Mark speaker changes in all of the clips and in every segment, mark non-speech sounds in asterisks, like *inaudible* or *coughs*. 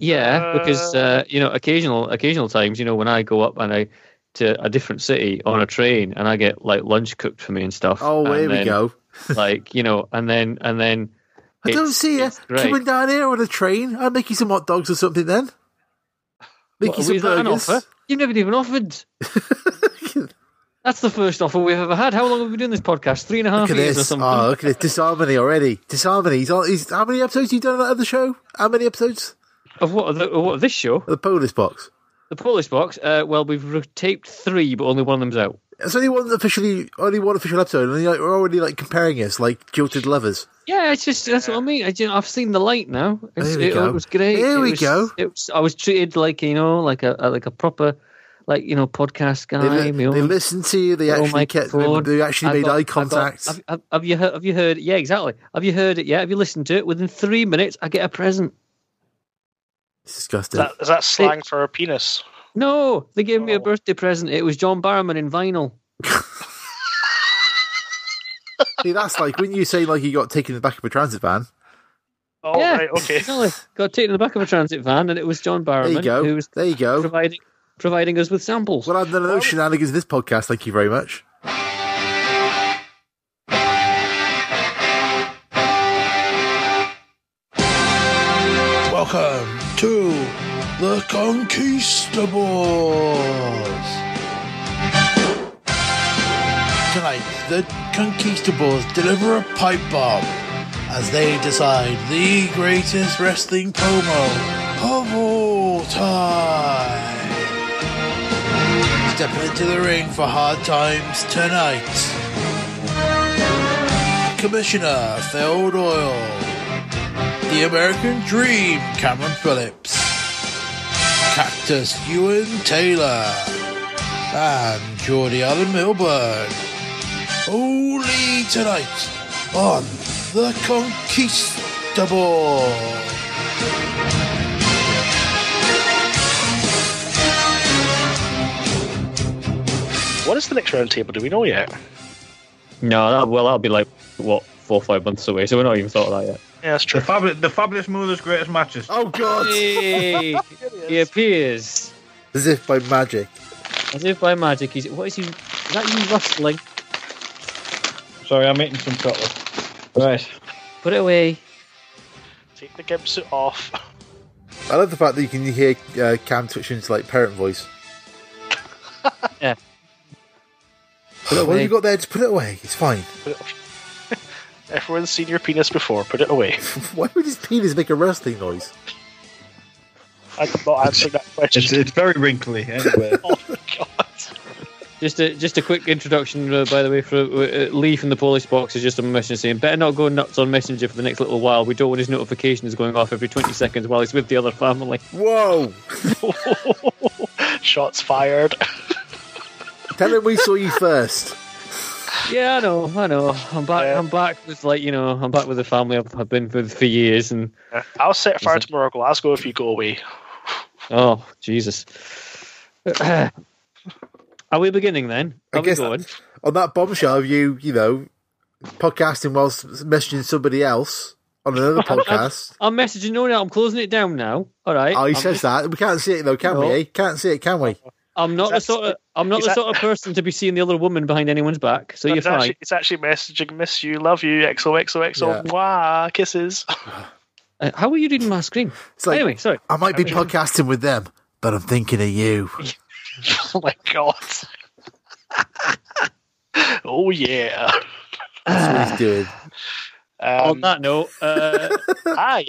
Speaker 1: Yeah, because uh, you know, occasional occasional times, you know, when I go up and I to a different city on a train and I get like lunch cooked for me and stuff.
Speaker 2: Oh,
Speaker 1: and
Speaker 2: here we
Speaker 1: then,
Speaker 2: go. *laughs*
Speaker 1: like you know, and then and then
Speaker 2: I don't
Speaker 1: it's-
Speaker 2: see you
Speaker 1: it's great.
Speaker 2: coming down here on a train. I'll make you some hot dogs or something then. Make
Speaker 1: What,
Speaker 2: you
Speaker 1: is
Speaker 2: some
Speaker 1: that an
Speaker 2: burgers.
Speaker 1: offer? You've never even offered. That's the first offer we've ever had. How long have we been doing this podcast? Three and a half
Speaker 2: Look at
Speaker 1: years
Speaker 2: this.
Speaker 1: or something.
Speaker 2: Oh, look at this. Disharmony already. Disharmony. He's, on, he's, how many episodes you done of that other show? How many episodes?
Speaker 1: Of what? Of, the, of what? Of this show,
Speaker 2: Of the Polish box.
Speaker 1: the Polish box. Uh, well, we've re- taped three, but only one of them's out.
Speaker 2: There's only one officially, only one official episode, and like, we're already like comparing us like jilted lovers.
Speaker 1: Yeah, it's just that's what I mean. I, you know, I've seen the light now. It's,
Speaker 2: There we
Speaker 1: it,
Speaker 2: go.
Speaker 1: it was great.
Speaker 2: There
Speaker 1: It
Speaker 2: we
Speaker 1: was-
Speaker 2: go.
Speaker 1: It was, I was treated like you know, like a a- like a proper, like you know, podcast
Speaker 2: They,
Speaker 1: guy.
Speaker 2: li-
Speaker 1: my own- Oh
Speaker 2: they listened to you. They
Speaker 1: my own
Speaker 2: actually kept. They,
Speaker 1: microphone.
Speaker 2: they actually
Speaker 1: I
Speaker 2: made
Speaker 1: got- I
Speaker 2: eye
Speaker 1: got-
Speaker 2: contact.
Speaker 1: have, have- have you heard? Have you heard? Yeah, exactly. Have you heard it? Yeah. Have you listened to it? Within three minutes, I get a present.
Speaker 2: it's disgusting.
Speaker 3: That, is that slang for a penis?
Speaker 1: No, they gave me a
Speaker 3: Oh.
Speaker 1: birthday present. It was John Barrowman in vinyl.
Speaker 2: See, that's like when you say like you got taken in the back of a transit van.
Speaker 3: Oh,
Speaker 1: yeah,
Speaker 3: right, okay.
Speaker 1: exactly. Got taken in the back of a transit van, and it was John
Speaker 2: There you
Speaker 1: Barrowman who
Speaker 2: go.
Speaker 1: was
Speaker 2: There you go.
Speaker 1: providing providing us with samples.
Speaker 2: Well, I've done those shenanigans in this podcast. Thank you very much.
Speaker 4: Welcome to the Conquistables. Tonight, the Conquistables deliver a pipe bomb as they decide the greatest wrestling promo of all time. Stepping into the ring for hard times tonight. Commissioner Phil Doyle. The American Dream, Cameron Phillips. Cactus Ewan Taylor. And Geordie Allen Milburn. Only tonight on The Conquistable.
Speaker 3: What is the next round table? Do we know yet?
Speaker 1: No, that, well, that'll be like what four or five months away. So we're not even thought of that yet.
Speaker 3: Yeah, that's
Speaker 4: The,
Speaker 3: true.
Speaker 4: fabu- the Fabulous Mother's Greatest Matches.
Speaker 2: Oh God!
Speaker 5: *laughs*
Speaker 1: Yay! he appears
Speaker 2: As if by magic.
Speaker 1: as if by magic. He's what is he? Is that you rustling?
Speaker 4: Sorry, I'm eating some chocolate. Right.
Speaker 1: Put it away.
Speaker 3: Take the gimp suit
Speaker 2: *laughs*
Speaker 3: off.
Speaker 2: I love the fact that you can hear uh, Cam switch into like parent voice.
Speaker 1: *laughs* Yeah.
Speaker 2: Put it away. What have
Speaker 1: away.
Speaker 2: you got there? Just put it away. It's fine.
Speaker 3: *laughs* Everyone's seen your penis before. Put it away.
Speaker 2: *laughs* Why would his penis make a wrestling noise?
Speaker 3: I'm not answering that
Speaker 4: It's,
Speaker 3: question.
Speaker 4: it's very wrinkly. Anyway.
Speaker 3: Oh my god.
Speaker 1: Just a just a quick introduction, uh, by the way, for uh, Lee from the Polish box is just on Messenger saying, "Better not go nuts on Messenger for the next little while. We don't want his notifications going off every twenty seconds while he's with the other family." *laughs*
Speaker 2: Whoa!
Speaker 3: *laughs* Shots fired.
Speaker 2: Tell him we saw you first.
Speaker 1: Yeah, I know, I know. I'm back.
Speaker 3: Yeah.
Speaker 1: I'm back with like you know, I'm back with the family I've, I've been with for years, and
Speaker 3: I'll set fire
Speaker 1: Is it-
Speaker 3: to Morocco. I'll go if you go away.
Speaker 1: oh Jesus. *clears throat* Are we beginning then?
Speaker 2: I
Speaker 1: Are we
Speaker 2: guess-
Speaker 1: going?
Speaker 2: On that bombshell, of you you know, podcasting whilst messaging somebody else
Speaker 1: *laughs*
Speaker 2: on another podcast.
Speaker 1: I'm messaging no now. I'm closing it down now. All right.
Speaker 2: Oh, he
Speaker 1: I'm,
Speaker 2: says that. We can't see it though, can
Speaker 1: No.
Speaker 2: we? eh? Can't see it, can we?
Speaker 1: I'm not the
Speaker 3: That's-
Speaker 1: sort of I'm not
Speaker 3: is
Speaker 1: the
Speaker 3: that-
Speaker 1: sort of person to be seeing the other woman behind anyone's back. So you're
Speaker 3: it's,
Speaker 1: fine.
Speaker 3: Actually, it's actually messaging, miss you, love you, XOXOXO, wah, kisses. *laughs* Oh
Speaker 1: Uh, how are you reading my screen?
Speaker 2: It's like
Speaker 1: anyway, sorry.
Speaker 2: I might be podcasting with them, but I'm thinking of you.
Speaker 3: oh my god. *laughs* oh yeah.
Speaker 2: That's what
Speaker 1: *laughs*
Speaker 2: he's doing.
Speaker 1: On
Speaker 3: Um,
Speaker 1: that note, uh,
Speaker 3: *laughs* hi.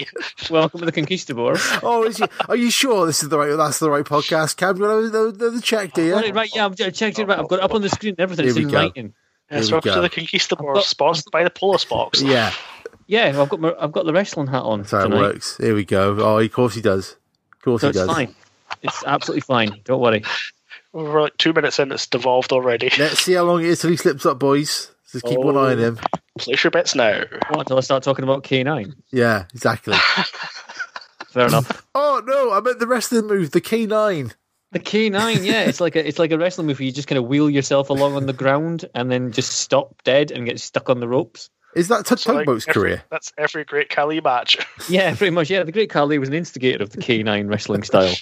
Speaker 1: welcome to the Conquistador.
Speaker 2: Oh, is you, are you sure this is the right? That's the right podcast, Cam. You know the, the, the check, do
Speaker 1: Got it
Speaker 2: you?
Speaker 1: right, yeah, I've I checked it right. I've got it up on the screen and everything.
Speaker 2: Here
Speaker 1: it's
Speaker 2: we
Speaker 1: in
Speaker 2: go.
Speaker 1: writing.
Speaker 3: Yes,
Speaker 2: we
Speaker 3: welcome
Speaker 2: go.
Speaker 3: to the
Speaker 1: I've
Speaker 3: Conquistador,
Speaker 1: got-
Speaker 3: sponsored by the Polis Box.
Speaker 2: Yeah,
Speaker 1: Yeah, I've got my, I've got the wrestling hat on
Speaker 2: that's how it
Speaker 1: tonight,
Speaker 2: works. Here we go. Oh, of course he does. Of course
Speaker 1: so
Speaker 2: he
Speaker 1: it's
Speaker 2: does.
Speaker 1: fine. It's absolutely fine. Don't worry.
Speaker 3: *laughs* We're like two minutes in, it's devolved already.
Speaker 2: Let's see how long it is till he slips up, boys. Just keep one eye on
Speaker 1: Oh.
Speaker 2: him.
Speaker 3: *laughs* Place your bets now.
Speaker 1: What until I start talking about K9?
Speaker 2: Yeah, exactly.
Speaker 1: *laughs* Fair enough.
Speaker 2: oh no, I meant the rest of the move, the K nine.
Speaker 1: The K9, yeah, it's like a it's like a wrestling move where you just kind of wheel yourself along on the ground and then just stop dead and get stuck on the ropes.
Speaker 2: Is that Ted
Speaker 3: So, like,
Speaker 2: Tugboat's
Speaker 3: every-
Speaker 2: career?
Speaker 3: That's every great Kali match. *laughs*
Speaker 1: Yeah, *laughs* pretty much. Yeah, the Great Khali was an instigator of the K9 wrestling style.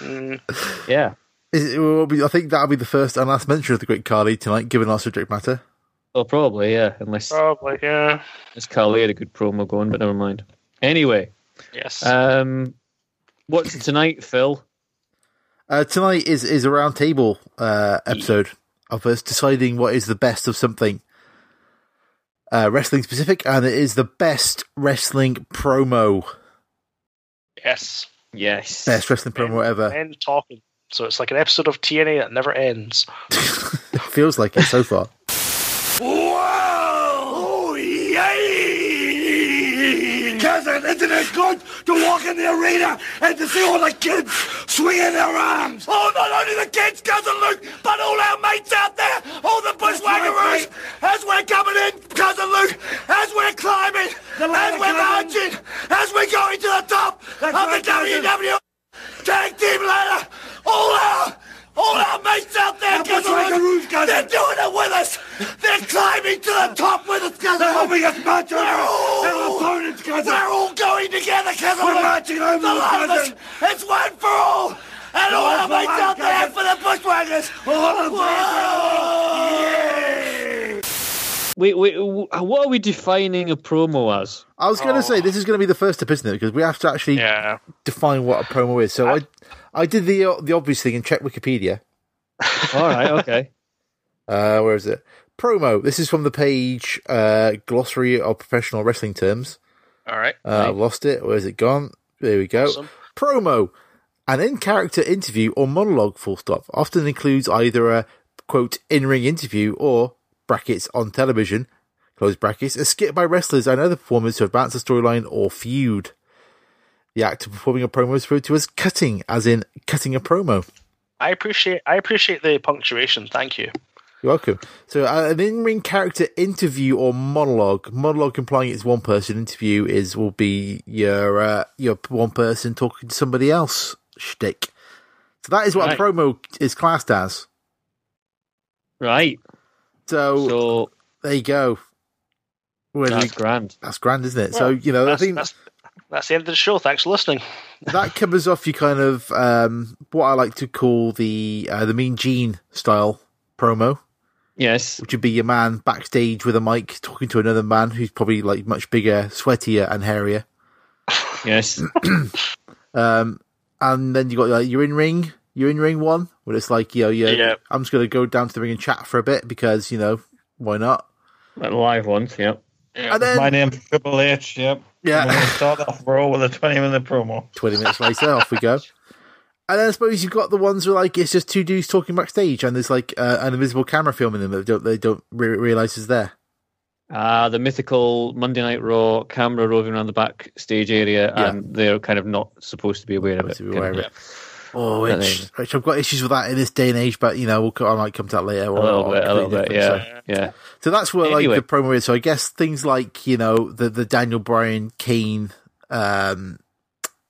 Speaker 3: Mm,
Speaker 1: Yeah.
Speaker 2: Is it, will be, I think that'll be the first and last mention of the Great Carly tonight, given our subject matter.
Speaker 1: Well, Oh, probably, yeah. Unless,
Speaker 3: probably, yeah.
Speaker 1: unless Khali had a good promo going, but never mind. Anyway,
Speaker 3: Yes.
Speaker 1: um, what's tonight, Phil?
Speaker 2: Uh, tonight is is a roundtable uh, episode of us deciding what is the best of something uh, wrestling specific, and it is the best wrestling promo,
Speaker 3: yes.
Speaker 1: Yes.
Speaker 2: best wrestling promo ever.
Speaker 3: Men talking. So it's like an episode of TNA that never ends.
Speaker 2: *laughs* Feels like it so far.
Speaker 6: Wow! Oh, Yay! Cousin, isn't it good to walk in the arena and to see all the kids swinging their arms? Oh, not only the kids, Cousin Luke, but all our mates out there, all the bushwhackers, as we're coming in, Cousin Luke, as we're climbing, as we're marching, as we're going to the top of the WW Tag Team Ladder, all our... All our mates out there, Cousin Luke, they're doing it with us. They're climbing to the top with us, Cousin They're helping us march over all, opponents, Cousin We're all going together, Cousin We're marching over the lot of us. It's one for all. And all our mates out there for the bushwhackers. Whoa.
Speaker 1: Wait, wait, what are we defining a promo as?
Speaker 2: I was going to say this is going to be the first step, isn't it? Because we have to actually
Speaker 3: Yeah.
Speaker 2: define what a promo is. So I, I did the uh, the obvious thing and checked Wikipedia.
Speaker 1: All right, okay.
Speaker 2: Uh, where is it? Promo. This is from the page uh, Glossary of Professional Wrestling Terms.
Speaker 3: All right.
Speaker 2: Uh, I've lost it. Where's it gone? There we go.
Speaker 3: Awesome.
Speaker 2: Promo. An in character interview or monologue, full stop, often includes either a quote in ring interview or brackets on television, close brackets, a skit by wrestlers and other performers to advance a storyline or feud. The act of performing a promo is referred to as cutting, as in cutting a promo.
Speaker 3: I appreciate I appreciate the punctuation. Thank you.
Speaker 2: You're welcome. So, uh, an in-ring character interview or monologue. Monologue implying it's one person. Interview is will be your uh, your one person talking to somebody else shtick. So that is what
Speaker 1: Right.
Speaker 2: a promo is classed as.
Speaker 1: Right.
Speaker 2: So,
Speaker 1: So
Speaker 2: there you go. Where do we-
Speaker 1: that's grand.
Speaker 2: that's grand, isn't it? so you know, I
Speaker 3: That's,
Speaker 2: think
Speaker 3: that's, that's the end of the show. Thanks for listening.
Speaker 2: that covers off your kind of um, what I like to call the uh, the Mean Gene style promo.
Speaker 1: Yes.
Speaker 2: which would be your man backstage with a mic talking to another man who's probably like much bigger, sweatier, and hairier.
Speaker 1: Yes.
Speaker 2: *clears throat* Um, and then you got like your in ring, your in ring one, where it's like, you know, yeah,
Speaker 3: Yeah.
Speaker 2: I'm just gonna go down to the ring and chat for a bit because you know why not?
Speaker 1: Like live ones, yep.
Speaker 2: And then
Speaker 5: My name's Triple H. Yep. We're going
Speaker 2: yeah,
Speaker 5: to start off raw with a 20 minute promo.
Speaker 2: twenty minutes later, off we go. And then I suppose you've got the ones where like it's just two dudes talking backstage, and there's like uh, an invisible camera filming them that don't, they don't re- realize is there.
Speaker 1: Uh, the mythical Monday Night Raw camera roving around the backstage area,
Speaker 2: Yeah.
Speaker 1: and they're kind of not supposed to be aware of it.
Speaker 2: Supposed to be aware
Speaker 1: kind
Speaker 2: of Oh,
Speaker 1: That
Speaker 2: which, which I've got issues with that in this day and age, but you know, we'll, co- I might come to that later.
Speaker 1: A little bit, a little bit,
Speaker 2: Completely different,
Speaker 1: yeah,
Speaker 2: so-
Speaker 1: yeah.
Speaker 2: So that's where
Speaker 1: Anyway.
Speaker 2: like the promo is. So I guess things like you know the the Daniel Bryan Kane, um,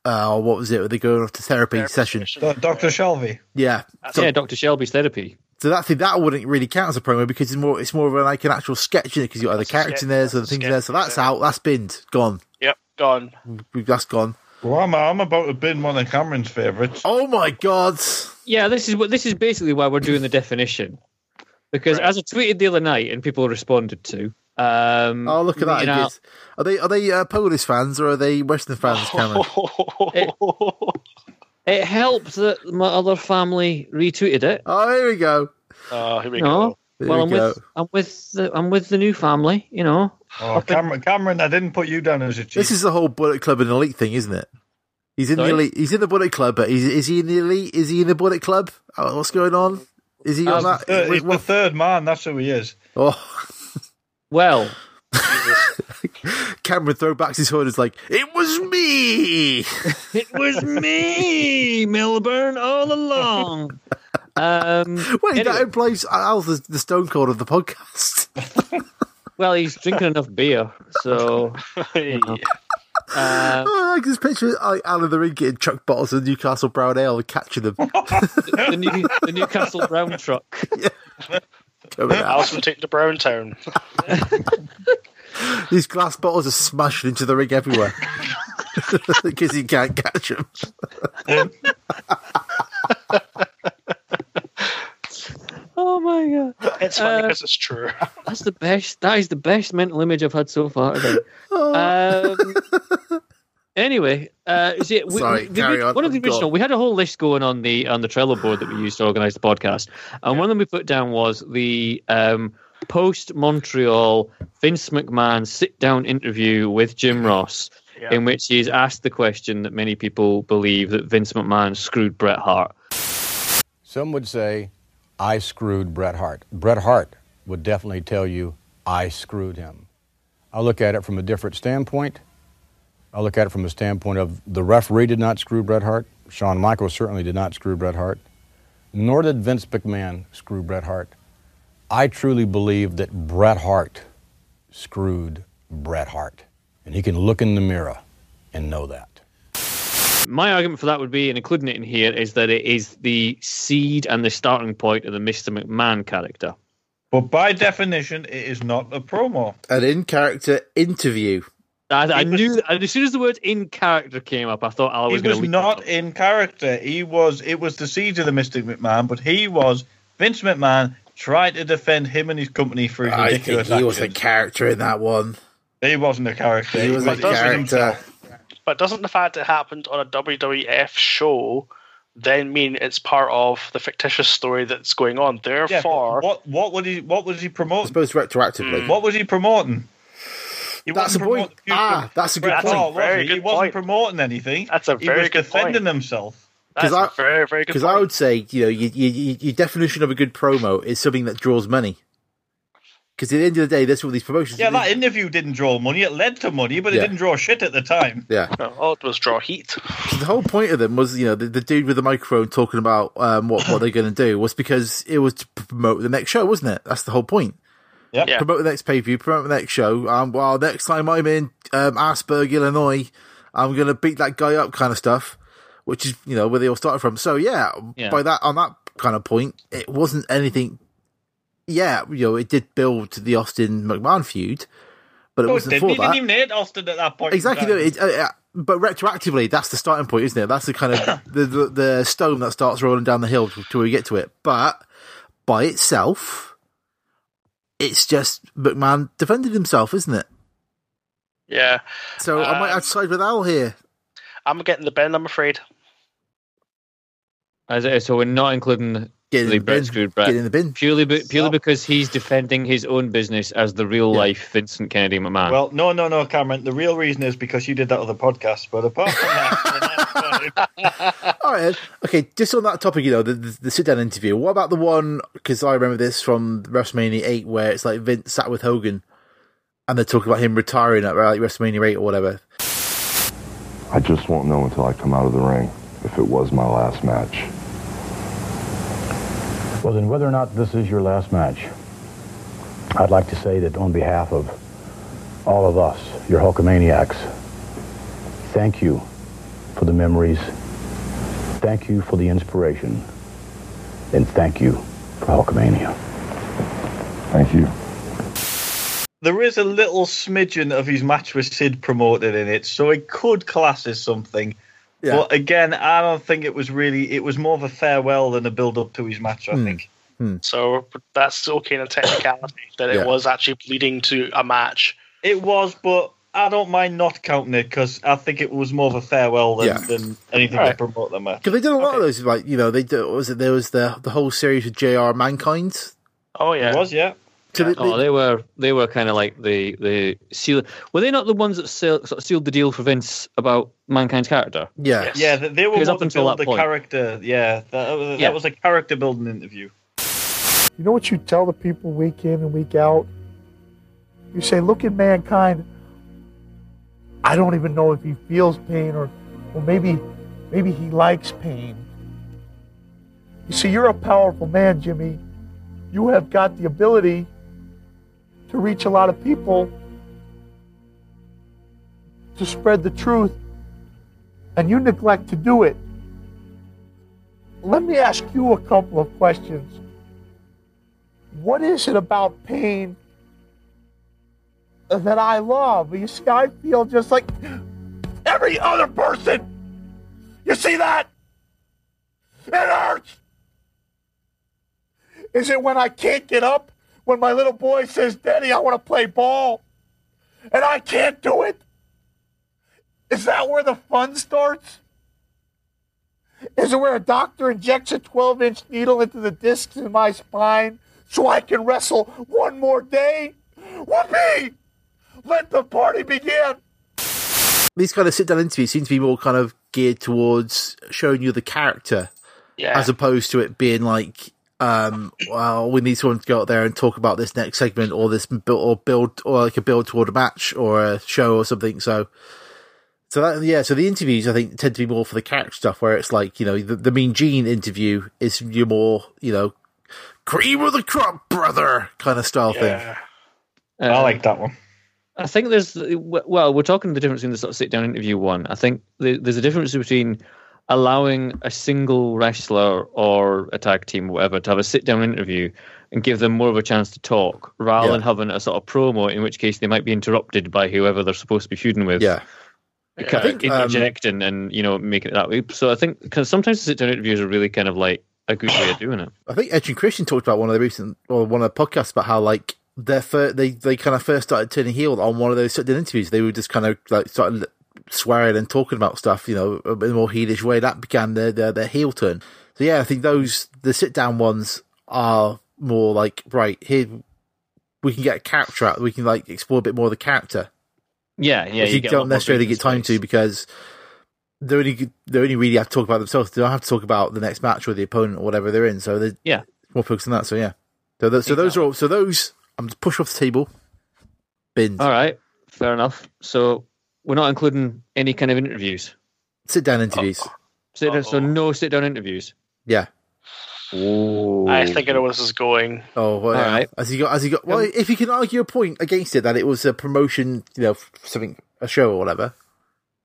Speaker 2: uh, what was it? They going off to therapy session.
Speaker 5: Do- Dr. Shelby.
Speaker 2: Yeah. So,
Speaker 1: yeah, Dr. Shelby's therapy.
Speaker 2: so that thing that wouldn't really count as a promo because it's more it's more of an, like an actual sketch in it because you got other
Speaker 3: That's a
Speaker 2: characters
Speaker 3: sketch,
Speaker 2: in there, so the
Speaker 3: that's a
Speaker 2: things
Speaker 3: sketch,
Speaker 2: there. So that's
Speaker 3: yeah.
Speaker 2: out. That's binned. Gone.
Speaker 3: Yep. Gone.
Speaker 2: We've That's gone.
Speaker 5: Well, I'm, I'm about to bin one of Cameron's favourites.
Speaker 2: Oh my god.
Speaker 1: Yeah, this is what this is basically why we're doing the definition, because
Speaker 3: Right.
Speaker 1: as I tweeted the other night and people responded to. Um,
Speaker 2: Oh look at that.
Speaker 1: you know, *laughs*
Speaker 2: it is. Are they are they uh, Polish fans or are they
Speaker 3: *laughs*
Speaker 2: Western fans, Cameron?
Speaker 1: it helped that my other family retweeted it.
Speaker 2: Oh, here we go.
Speaker 3: *laughs* oh, here we
Speaker 1: No,
Speaker 3: go.
Speaker 2: There
Speaker 1: well, I'm
Speaker 2: we go.
Speaker 1: with, I'm with the I'm with the new family. You know,
Speaker 5: Oh, Cameron, Cameron, I didn't put you down as a chief.
Speaker 2: This is the whole Bullet Club and Elite thing, isn't it? He's in
Speaker 1: Sorry?
Speaker 2: the elite. He's in the Bullet Club, but is, is he in the elite? Is he in the Bullet Club? Oh, what's going on? Is he on
Speaker 1: Um,
Speaker 2: that?
Speaker 5: Third- he's
Speaker 2: what-
Speaker 5: the third man. That's who he is.
Speaker 2: oh,
Speaker 1: well,
Speaker 2: *laughs* Cameron throwbacks his hood. Is like it was me.
Speaker 1: *laughs* It was me, Milburn, all along. Um,
Speaker 2: Wait,
Speaker 1: anyway,
Speaker 2: that implies Al the, the Stone Cold of the podcast.
Speaker 1: well, he's drinking enough beer,
Speaker 3: *laughs*
Speaker 1: so uh,
Speaker 2: Oh, *laughs* I can just picture like, Al in the ring getting chuck bottles of Newcastle Brown Ale and catching them
Speaker 1: the, new, the Newcastle Brown
Speaker 2: *laughs*
Speaker 1: truck.
Speaker 2: coming out.
Speaker 3: Alison take to Brown Town.
Speaker 2: These glass bottles are smashing into the ring everywhere because he can't catch them.
Speaker 1: *laughs* Oh my god,
Speaker 3: It's funny
Speaker 1: Uh,
Speaker 3: because it's true.
Speaker 1: that's the best. That is the best mental image I've had so
Speaker 3: *laughs*
Speaker 1: far. Today.
Speaker 2: *laughs*
Speaker 1: Um, anyway, uh, is it- we-
Speaker 2: Sorry,
Speaker 1: we- the-
Speaker 2: carry on.
Speaker 1: one of the
Speaker 2: Go on.
Speaker 1: original, we had a whole list going on the on the Trello board that we used to organise the podcast, and one of them we put down was the um, post Montreal Vince McMahon sit down interview with Jim Ross,
Speaker 3: Yeah.
Speaker 1: in which he's asked the question that many people believe that Vince McMahon screwed Bret Hart.
Speaker 7: Some would say, I screwed Bret Hart. Bret Hart would definitely tell you, I screwed him. I look at it from a different standpoint. I look at it from a standpoint of the referee did not screw Bret Hart. Shawn Michaels certainly did not screw Bret Hart. Nor did Vince McMahon screw Bret Hart. I truly believe that Bret Hart screwed Bret Hart. And he can look in the mirror and know that.
Speaker 1: My argument for that would be, and including it in here, is that it is the seed and the starting point of the Mr. McMahon character.
Speaker 5: But by definition, it is not a promo.
Speaker 2: An in character interview.
Speaker 1: I, I
Speaker 5: He was-
Speaker 1: knew and as soon as the word "in character" came up, I thought I
Speaker 5: He
Speaker 1: was
Speaker 5: was,
Speaker 1: going to.
Speaker 5: not in character. He was. It was the seeds of the Mystic McMahon, but he was Vince McMahon trying to defend him and his company for his
Speaker 2: I think
Speaker 5: ridiculous
Speaker 2: he was a
Speaker 5: actions.
Speaker 2: character in that one.
Speaker 5: he wasn't a character.
Speaker 2: He was a
Speaker 5: just
Speaker 2: character.
Speaker 5: himself.
Speaker 3: But doesn't the fact it happened on a WWF show then mean it's part of the fictitious story that's going on?
Speaker 5: Yeah, but
Speaker 3: Therefore,
Speaker 5: what what would he what was he
Speaker 2: I
Speaker 5: promoting?
Speaker 2: suppose retroactively.
Speaker 5: What was he promoting? He
Speaker 2: That's
Speaker 5: wasn't
Speaker 2: the point.
Speaker 5: promoting the future
Speaker 2: Ah,
Speaker 5: of
Speaker 2: that's a good
Speaker 5: Bret
Speaker 2: point.
Speaker 5: Hart, was
Speaker 3: Very
Speaker 5: he?
Speaker 3: good
Speaker 5: he wasn't
Speaker 3: point.
Speaker 5: promoting anything.
Speaker 3: That's a
Speaker 5: he
Speaker 3: very
Speaker 5: was
Speaker 3: good
Speaker 5: defending
Speaker 3: point.
Speaker 5: himself.
Speaker 3: that's
Speaker 2: I-
Speaker 3: a very, very good
Speaker 2: Because
Speaker 3: point.
Speaker 2: I would say, you know, you, you, you, your definition of a good promo is something that draws money. Because at the end of the day, that's what these promotions.
Speaker 5: Yeah, that interview didn't draw money. It led to money, but it
Speaker 2: Yeah.
Speaker 5: didn't draw shit at the time.
Speaker 2: yeah.
Speaker 3: No, all it was draw heat.
Speaker 2: 'Cause the whole point of them was, you know, the, the dude with the microphone talking about um, what what they're going to do was because it was to promote the next show, wasn't it? That's the whole point.
Speaker 5: Yep.
Speaker 3: Yeah.
Speaker 2: Promote the next pay per view, promote the next show. Um, well, next time I'm in um, Asperg, Illinois, I'm going to beat that guy up, kind of stuff. Which is, you know, where they all started from. So yeah,
Speaker 1: Yeah.
Speaker 2: by that on that kind of point, it wasn't anything. Yeah, you know, it did build to the Austin McMahon feud, but it
Speaker 5: No, it
Speaker 2: wasn't
Speaker 5: didn't.
Speaker 2: for
Speaker 5: He
Speaker 2: that.
Speaker 5: didn't even hate Austin at that point. in
Speaker 2: Exactly.
Speaker 5: time.
Speaker 2: No, it, uh, uh, but retroactively, that's the starting point, isn't it? That's the kind *coughs* of the, the the stone that starts rolling down the hill t- till we get to it. But by itself, it's just McMahon defended himself, isn't it?
Speaker 3: Yeah,
Speaker 2: So I might
Speaker 3: Um,
Speaker 2: have to side with Al here.
Speaker 3: I'm getting the bend. I'm afraid.
Speaker 1: As it is, so we're not including
Speaker 2: Get in
Speaker 1: Lee
Speaker 2: the
Speaker 1: Brett
Speaker 2: bin.
Speaker 1: screwed Brett
Speaker 2: Get in the bin.
Speaker 1: purely, be, purely because he's defending his own business as the real life Vincent Kennedy McMahon.
Speaker 5: Well, no, no, no, Cameron. The real reason is because you did that other podcast. But apart from
Speaker 2: *laughs*
Speaker 5: that, that's fine.
Speaker 2: All right. Okay. Just on that topic, you know, the, the, the sit down interview. What about the one? Because I remember this from WrestleMania 8, where it's like Vince sat with Hogan, and they're talking about him retiring at like WrestleMania 8 or whatever.
Speaker 8: I just won't know until I come out of the ring if it was my last match.
Speaker 7: Well, then, whether or not this is your last match, I'd like to say that on behalf of all of us, your Hulkamaniacs, thank you for the memories, thank you for the inspiration, and thank you for Hulkamania.
Speaker 8: Thank you.
Speaker 5: there is a little smidgen of his match with Sid promoted in it, so it could class as something.
Speaker 2: Yeah.
Speaker 5: But again, I don't think it was really. It was more of a farewell than a build up to his match.
Speaker 2: Hmm.
Speaker 5: I think.
Speaker 3: So that's okay in a technicality that it
Speaker 2: Yeah.
Speaker 3: was actually leading to a match.
Speaker 5: It was, but I don't mind not counting it because I think it was more of a farewell than,
Speaker 2: Yeah.
Speaker 5: than anything
Speaker 3: All
Speaker 5: to
Speaker 3: right.
Speaker 5: promote the match.
Speaker 2: Because they did a lot of those, like you know, they did, what was it there was the the whole series with Jr. Mankind.
Speaker 3: Oh yeah,
Speaker 5: It was, yeah.
Speaker 2: So they-
Speaker 1: Oh,
Speaker 2: they-
Speaker 1: they were they were kind of like the the seal. Were they not the ones that seal, sort of sealed the deal for Vince about mankind's character?
Speaker 2: yeah,
Speaker 3: Yes.
Speaker 5: Yeah, they, they were
Speaker 1: Because
Speaker 5: more
Speaker 1: up
Speaker 5: to
Speaker 1: until
Speaker 5: build
Speaker 1: that
Speaker 5: the
Speaker 1: point-
Speaker 5: character. Yeah, that, that
Speaker 1: Yeah.
Speaker 5: was a character building interview.
Speaker 9: You know what you tell the people week in and week out? You say, look at mankind. I don't even know if he feels pain or, or maybe, maybe he likes pain. You see, you're a powerful man, Jimmy. You have got the ability to reach a lot of people, to spread the truth, and you neglect to do it. Let me ask you a couple of questions what is it about pain that I love. But you see, I feel just like every other person. You see that? It hurts. Is it when I can't get up? When my little boy says, Daddy, I want to play ball, and I can't do it? Is that where the fun starts? Is it where a doctor injects a 12 inch needle into the discs in my spine so I can wrestle one more day? Whoopee! Let the party begin!
Speaker 2: These kind of sit down interviews seem to be more kind of geared towards showing you the character
Speaker 3: Yeah.
Speaker 2: as opposed to it being like, um, well, we need someone to go out there and talk about this next segment or this build or build or like a build toward a match or a show or something. So, so that, yeah, so the interviews I think tend to be more for the character stuff where it's like, you know, the, the Mean Gene interview is your more, you know, cream of the crop, brother kind of style thing.
Speaker 3: yeah.
Speaker 5: I like that one.
Speaker 1: Um, I think there's well, we're talking the difference between the sort of sit down interview one. I think the- there's a difference between allowing a single wrestler or a tag team, or whatever, to have a sit down interview and give them more of a chance to talk, rather
Speaker 2: Yeah.
Speaker 1: than having a sort of promo. In which case, they might be interrupted by whoever they're supposed to be feuding with.
Speaker 2: Yeah.
Speaker 1: Kind of
Speaker 2: think, um,
Speaker 1: interject and, and you know making it that way. So I think because sometimes the sit down interviews are really kind of like a good way of
Speaker 5: *coughs*
Speaker 1: doing it.
Speaker 2: I think Edge and Christian talked about one of the recent or one of the podcasts about how like their fir- they they kind of first started turning heel on one of those certain interviews. They were just kind of like started swearing and talking about stuff, you know, in a more heelish way. That began their their, their heel turn. So yeah, I think those the sit down ones are more like right here. We can get a character out. We can like explore a bit more of the character
Speaker 1: Yeah, yeah.
Speaker 2: which you,
Speaker 1: get a lot
Speaker 2: don't
Speaker 1: more
Speaker 2: necessarily
Speaker 1: breathing
Speaker 2: get time
Speaker 1: space.
Speaker 2: to because they only they only really have to talk about themselves. They don't have to talk about the next match or the opponent or whatever they're in. So they
Speaker 1: Yeah.
Speaker 2: more focused on that. So yeah, so, tho- so those are all. So those I'm just push off the table. Bins.
Speaker 1: All right, fair enough. So we're not including any kind of interviews.
Speaker 2: Sit down interviews.
Speaker 1: Sit down, so
Speaker 3: Uh-oh.
Speaker 1: no sit down interviews.
Speaker 2: Yeah.
Speaker 1: Ooh.
Speaker 3: I think I know where this is going.
Speaker 2: Oh, well, yeah.
Speaker 1: right.
Speaker 2: As he got, as he got. Well, if you can argue a point against it that it was a promotion, you know, f- something a show or whatever,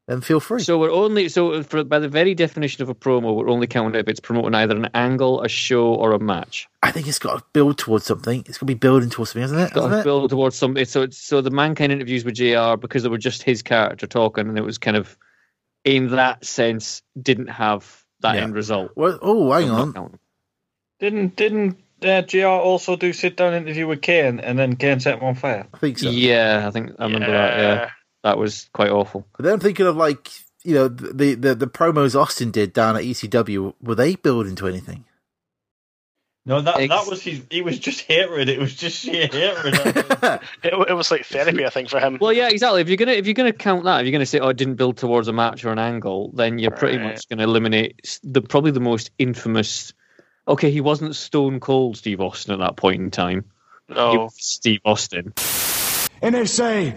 Speaker 2: then feel free.
Speaker 1: so we're only so for, by the very definition of a promo, we're only counting it if it's promoting either an angle, a show, or a match.
Speaker 2: I think it's got to build towards something. It's going to be building towards something, isn't it?
Speaker 1: Got
Speaker 2: Hasn't
Speaker 1: to
Speaker 2: it?
Speaker 1: build towards something. So it's, so the mankind interviews with Jr. because they were just his character talking, and it was kind of in that sense didn't have that
Speaker 2: Yeah.
Speaker 1: end result.
Speaker 2: Well, oh, hang
Speaker 1: Uh-huh.
Speaker 2: on.
Speaker 5: Didn't didn't uh, Gr also do sit down interview with Kane and then Kane set him on fire?
Speaker 2: I think so.
Speaker 1: Yeah, I think I remember that. Yeah, that was quite awful.
Speaker 2: But then I'm thinking of like you know the the, the promos Austin did down at ECW. Were they building to anything?
Speaker 5: No, that
Speaker 1: Ex-
Speaker 5: that was his. He was just hatred. It was just sheer hatred.
Speaker 3: It, it was like therapy, I think, for him.
Speaker 1: Well, yeah, exactly. If you're gonna if you're gonna count that, if you're gonna say, "Oh, it didn't build towards a match or an angle," then you're pretty
Speaker 3: Right.
Speaker 1: much gonna eliminate s- the probably the most infamous. Okay, he wasn't Stone Cold Steve Austin at that point in time. He
Speaker 3: no.
Speaker 1: was Steve Austin.
Speaker 10: And they say,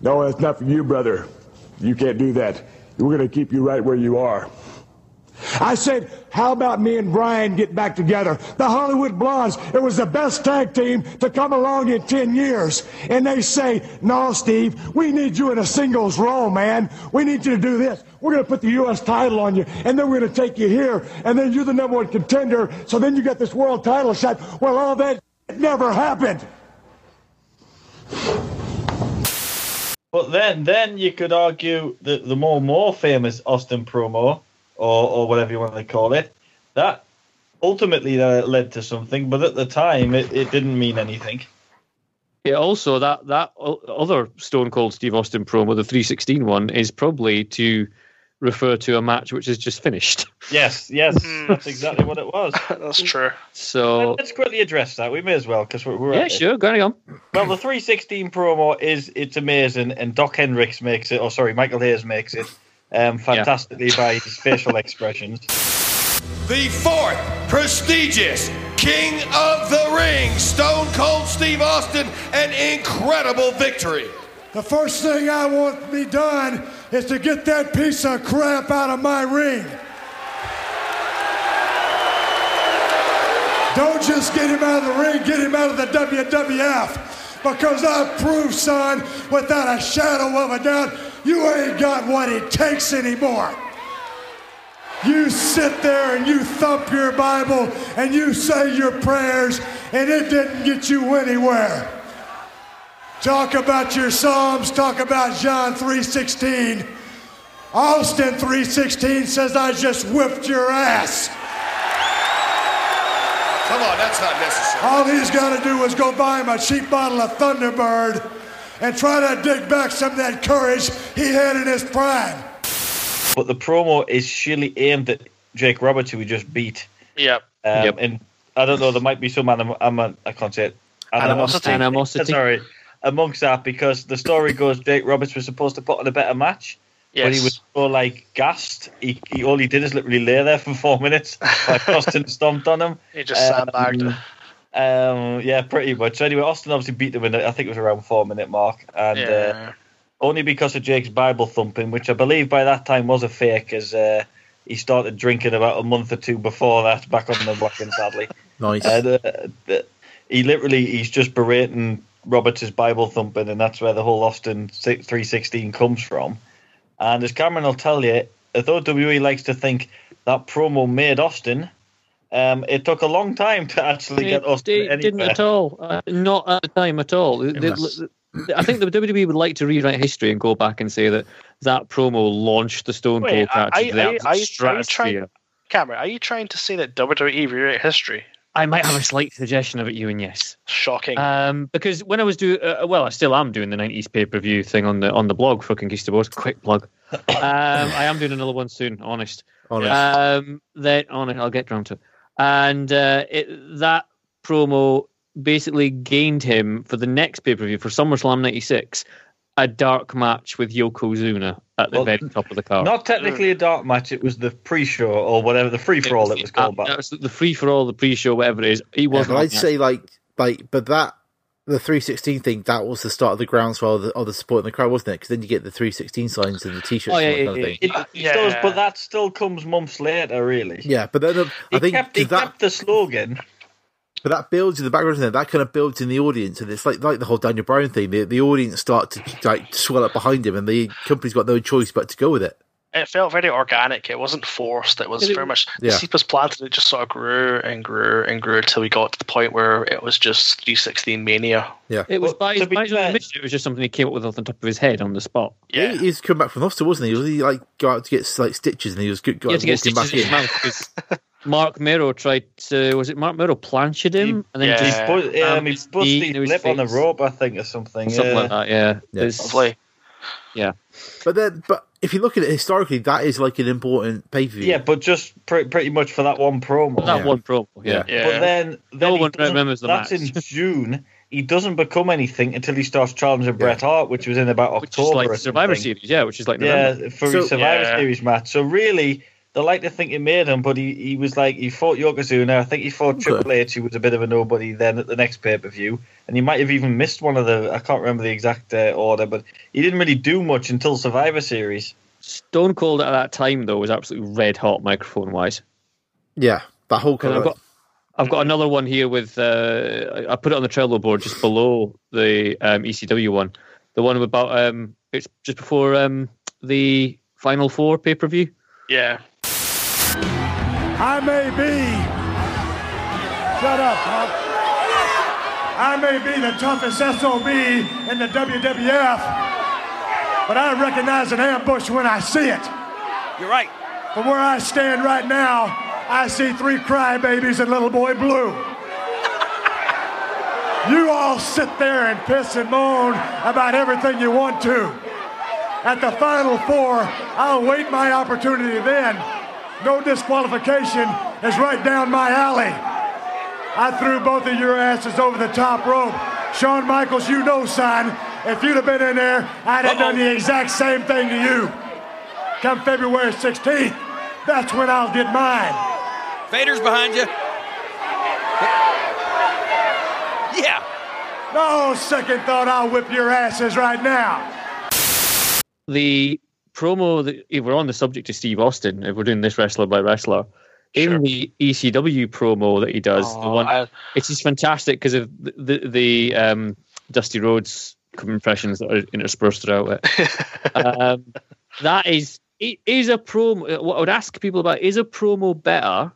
Speaker 10: No, that's not for you, brother. You can't do that. We're going to keep you right where you are. I said, How about me and Brian get back together? The Hollywood Blondes, it was the best tag team to come along in 10 years. And they say, No, Steve, we need you in a singles role, man. We need you to do this. We're going to put the U.S. title on you, and then we're going to take you here, and then you're the number one contender, so then you get this world title shot. Well, all that never happened.
Speaker 5: but then then you could argue that the more more famous Austin promo or or whatever you want to call it that ultimately that led to something, but at the time it, it didn't mean anything.
Speaker 1: Yeah. Also, that that o- other Stone Cold Steve Austin promo, the 316 one, is probably to refer to a match which is just finished.
Speaker 5: Yes, yes, that's exactly what it was.
Speaker 3: Hmm. *laughs* That's true.
Speaker 1: So
Speaker 5: Let's quickly address that. We may as well because we're, we're
Speaker 1: yeah,
Speaker 5: at it.
Speaker 1: sure, carry on.
Speaker 5: Well, the 316 promo is it's amazing, and Doc Hendricks makes it. Oh, sorry, Michael Hayes makes it um, fantastically by
Speaker 1: *laughs*
Speaker 5: his facial expressions.
Speaker 11: the fourth prestigious King of the Ring, Stone Cold Steve Austin, an incredible victory.
Speaker 10: The first thing I want to be done is to get that piece of crap out of my ring. Don't just get him out of the ring, get him out of the WWF. Because I prove, son, without a shadow of a doubt, you ain't got what it takes anymore. You sit there and you thump your Bible and you say your prayers, and it didn't get you anywhere. Talk about your Psalms. Talk about John 3.16. Austin 3.16 says, I just whipped your ass.
Speaker 11: Come on, that's not necessary.
Speaker 10: All he's got to do is go buy him a cheap bottle of Thunderbird and try to dig back some of that courage he had in his prime.
Speaker 5: But the promo is surely aimed at Jake Roberts, who we just beat.
Speaker 3: Yep.
Speaker 5: Um,
Speaker 1: Yep.
Speaker 5: And I don't know, there might be some anim- anim- I can't say it.
Speaker 1: Animosity. Animosity.
Speaker 5: Sorry, amongst that because the story goes Jake Roberts was supposed to put on a better match, but
Speaker 3: Yes.
Speaker 5: he was so like gassed. He, he all he did is literally lay there for four minutes. Like Austin stomped on him.
Speaker 3: He just sandbagged
Speaker 5: Um,
Speaker 3: it.
Speaker 5: Um, yeah, pretty much. So anyway, Austin obviously beat them in. the- I think it was around four minute mark, and uh,
Speaker 3: Yeah.
Speaker 5: only because of Jake's Bible thumping, which I believe by that time was a fake, as uh, he started drinking about a month or two before that, back on the block, and sadly.
Speaker 2: Nice.
Speaker 5: And, uh, th- he literally he's just berating Roberts' Bible thumping, and that's where the whole Austin si- 316 comes from. And as Cameron will tell you, although WWE likes to think that promo made Austin, um, it took a long time to actually get
Speaker 1: It
Speaker 5: Austin.
Speaker 1: did- didn't
Speaker 5: anywhere. *laughs*
Speaker 1: at all. Uh, not at the time at all. They- they-
Speaker 2: was-
Speaker 1: I think the WWE would like to rewrite history and go back and say that that promo launched the Stone
Speaker 3: Wait,
Speaker 1: Cold match
Speaker 3: are-
Speaker 1: into the
Speaker 3: are-
Speaker 1: absolute
Speaker 3: are you- are you trying-
Speaker 1: stratosphere.
Speaker 3: Cameron, are you trying to say that WWE rewrote history?
Speaker 1: I might have a slight suggestion of it, you and yes.
Speaker 3: Shocking.
Speaker 1: Um, because when I was doing, uh, well, I still am doing the '90s pay-per-view thing on the on the blog. Fucking Geester Wars, quick plug. Um, I am doing another one soon. Honest.
Speaker 2: Honest.
Speaker 1: Um, then on it, I'll get round to it. And uh, it, that promo basically gained him for the next pay per view for SummerSlam '96 a dark match with Yokozuna at the
Speaker 5: Well,
Speaker 1: very top of the card.
Speaker 5: Not technically a dark match. It was the pre-show or whatever the free-for-all it was called.
Speaker 1: That
Speaker 5: Back.
Speaker 1: was the free Mm. for all, the pre-show, whatever it is. He
Speaker 2: Yeah,
Speaker 1: wasn't.
Speaker 2: but
Speaker 1: on
Speaker 2: I'd
Speaker 1: that.
Speaker 2: say like like but that the 316 thing that was the start of the groundswell of the, of the support in the crowd, wasn't it? Because then you get the 316 signs and the t-shirts
Speaker 1: Oh,
Speaker 2: and
Speaker 1: yeah,
Speaker 2: all that
Speaker 1: yeah,
Speaker 2: kind of
Speaker 1: yeah,
Speaker 2: thing.
Speaker 5: It,
Speaker 3: Yeah.
Speaker 5: does, but that still comes months later, really.
Speaker 2: Yeah, but then uh, I
Speaker 5: He
Speaker 2: think
Speaker 5: kept, he
Speaker 2: 'cause that
Speaker 5: kept the slogan.
Speaker 2: but that builds in the background, isn't it? that kind of builds in the audience, and it's like like the whole Daniel Bryan thing. The the audience start to like swell up behind him, and the company's got no choice but to go with it.
Speaker 3: it felt very organic. It wasn't forced. It was
Speaker 1: Did it-
Speaker 3: very much
Speaker 2: Yeah.
Speaker 3: the seed was planted. It just sort of grew and grew and grew until we got to the point where it was just 316 mania.
Speaker 1: It was
Speaker 5: Well,
Speaker 1: by his,
Speaker 5: to be
Speaker 1: by his own
Speaker 5: fair-
Speaker 1: admission, it was just something he came up with off the top of his head on the spot.
Speaker 3: Yeah,
Speaker 2: He, he's come back from hospital, wasn't he? Was he like go out to get like stitches, and he was good
Speaker 1: He
Speaker 2: guy
Speaker 1: had to get
Speaker 2: walking
Speaker 1: stitches
Speaker 2: back
Speaker 1: in his
Speaker 2: in.
Speaker 1: mouth because
Speaker 2: *laughs*
Speaker 1: Mark Merrow tried to. Was it Mark Merrow planched him
Speaker 5: He-
Speaker 1: and then
Speaker 3: yeah.
Speaker 5: He,
Speaker 1: just
Speaker 5: bu- um, he
Speaker 1: Um,
Speaker 5: busted
Speaker 1: he-
Speaker 5: his
Speaker 1: it was
Speaker 5: lip on the
Speaker 1: face.
Speaker 5: rope, I think, or something.
Speaker 1: something
Speaker 5: yeah.
Speaker 1: like that? Yeah. There's-
Speaker 3: lovely.
Speaker 2: But then, but if you look at it historically, that is like an important pay per view.
Speaker 5: Yeah, but just pre- pretty much for that one promo.
Speaker 1: That
Speaker 2: Yeah.
Speaker 1: one promo. Yeah.
Speaker 3: Yeah,
Speaker 5: But then, then he
Speaker 1: one
Speaker 5: doesn't-
Speaker 1: remembers the
Speaker 5: That's
Speaker 1: match. *laughs*
Speaker 5: in June. He doesn't become anything until he starts challenging Bret Hart, which was in about
Speaker 1: Which is
Speaker 5: October.
Speaker 1: like
Speaker 5: or
Speaker 1: the Survivor
Speaker 5: something.
Speaker 1: Series. Yeah, which is like November.
Speaker 5: Yeah, for
Speaker 2: So-
Speaker 5: his Survivor
Speaker 3: Yeah.
Speaker 5: Series match. So really, they like to think it made him, but he, he was like he fought Yokozuna. I think he fought Triple H, who was a bit of a nobody then at the next pay per view, and he might have even missed one of the. I can't remember the exact uh, order, but he didn't really do much until Survivor Series.
Speaker 1: Stone Cold at that time though was absolutely red hot microphone wise.
Speaker 2: yeah, that whole kind
Speaker 1: Because I've
Speaker 2: of
Speaker 1: got I've got another one here with uh, I- I put it on the Trello board just below the um, ECW one, the one about um, it's just before um, the Final Four pay per view.
Speaker 3: yeah.
Speaker 10: I may be. Shut up, Pop. I may be the toughest SOB in the WWF, but I recognize an ambush when I see it.
Speaker 12: You're right.
Speaker 10: From where I stand right now, I see three crybabies in Little Boy Blue. You all sit there and piss and moan about everything you want to. At the Final Four, I'll wait my opportunity then. No disqualification is right down my alley. I threw both of your asses over the top rope. Shawn Michaels, you know, son, if you'd have been in there, I'd have done the exact same thing to you come February 16th. That's when I'll get mine.
Speaker 12: Vader's behind you. Yeah.
Speaker 10: No second thought, I'll whip your asses right now.
Speaker 1: the promo that if we're on the subject of Steve Austin, if we're doing this wrestler by wrestler,
Speaker 3: Sure.
Speaker 1: in the ECW promo that he does, the
Speaker 3: Oh,
Speaker 1: one
Speaker 3: I-
Speaker 1: it's just fantastic because of the the, the um, Dusty Rhodes impressions that are interspersed throughout
Speaker 3: *laughs*
Speaker 1: it. um, that is it is a promo. What I would ask people about is a promo better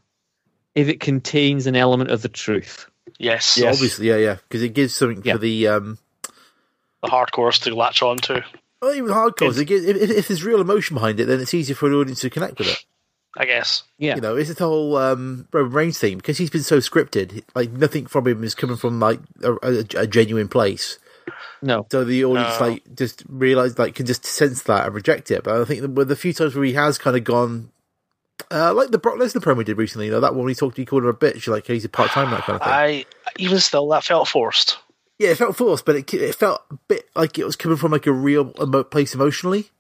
Speaker 1: if it contains an element of the truth.
Speaker 3: yes.
Speaker 2: obviously, yeah, yeah, because it gives something
Speaker 1: Yeah.
Speaker 2: for the um,
Speaker 3: the hardcores to latch onto.
Speaker 2: Not even hardcore. If, if, if there's real emotion behind it, then it's easier for the audience to connect with it.
Speaker 3: I guess.
Speaker 1: Yeah.
Speaker 2: You know, it's the whole um, Roman Reigns thing because he's been so scripted. Like nothing from him is coming from like a, a, a genuine place.
Speaker 1: No.
Speaker 2: So the audience
Speaker 1: No.
Speaker 2: like just realize like can just sense that and reject it. But I think the, with the few times where he has kind of gone. Uh, like the Brock Lesnar promo we did recently, you know, that one when he talked, he called him a bitch, like he's a part time that kind of thing.
Speaker 3: I even still that felt forced.
Speaker 2: Yeah, it felt forced, but it it felt a bit like it was coming from like a real emo- place emotionally.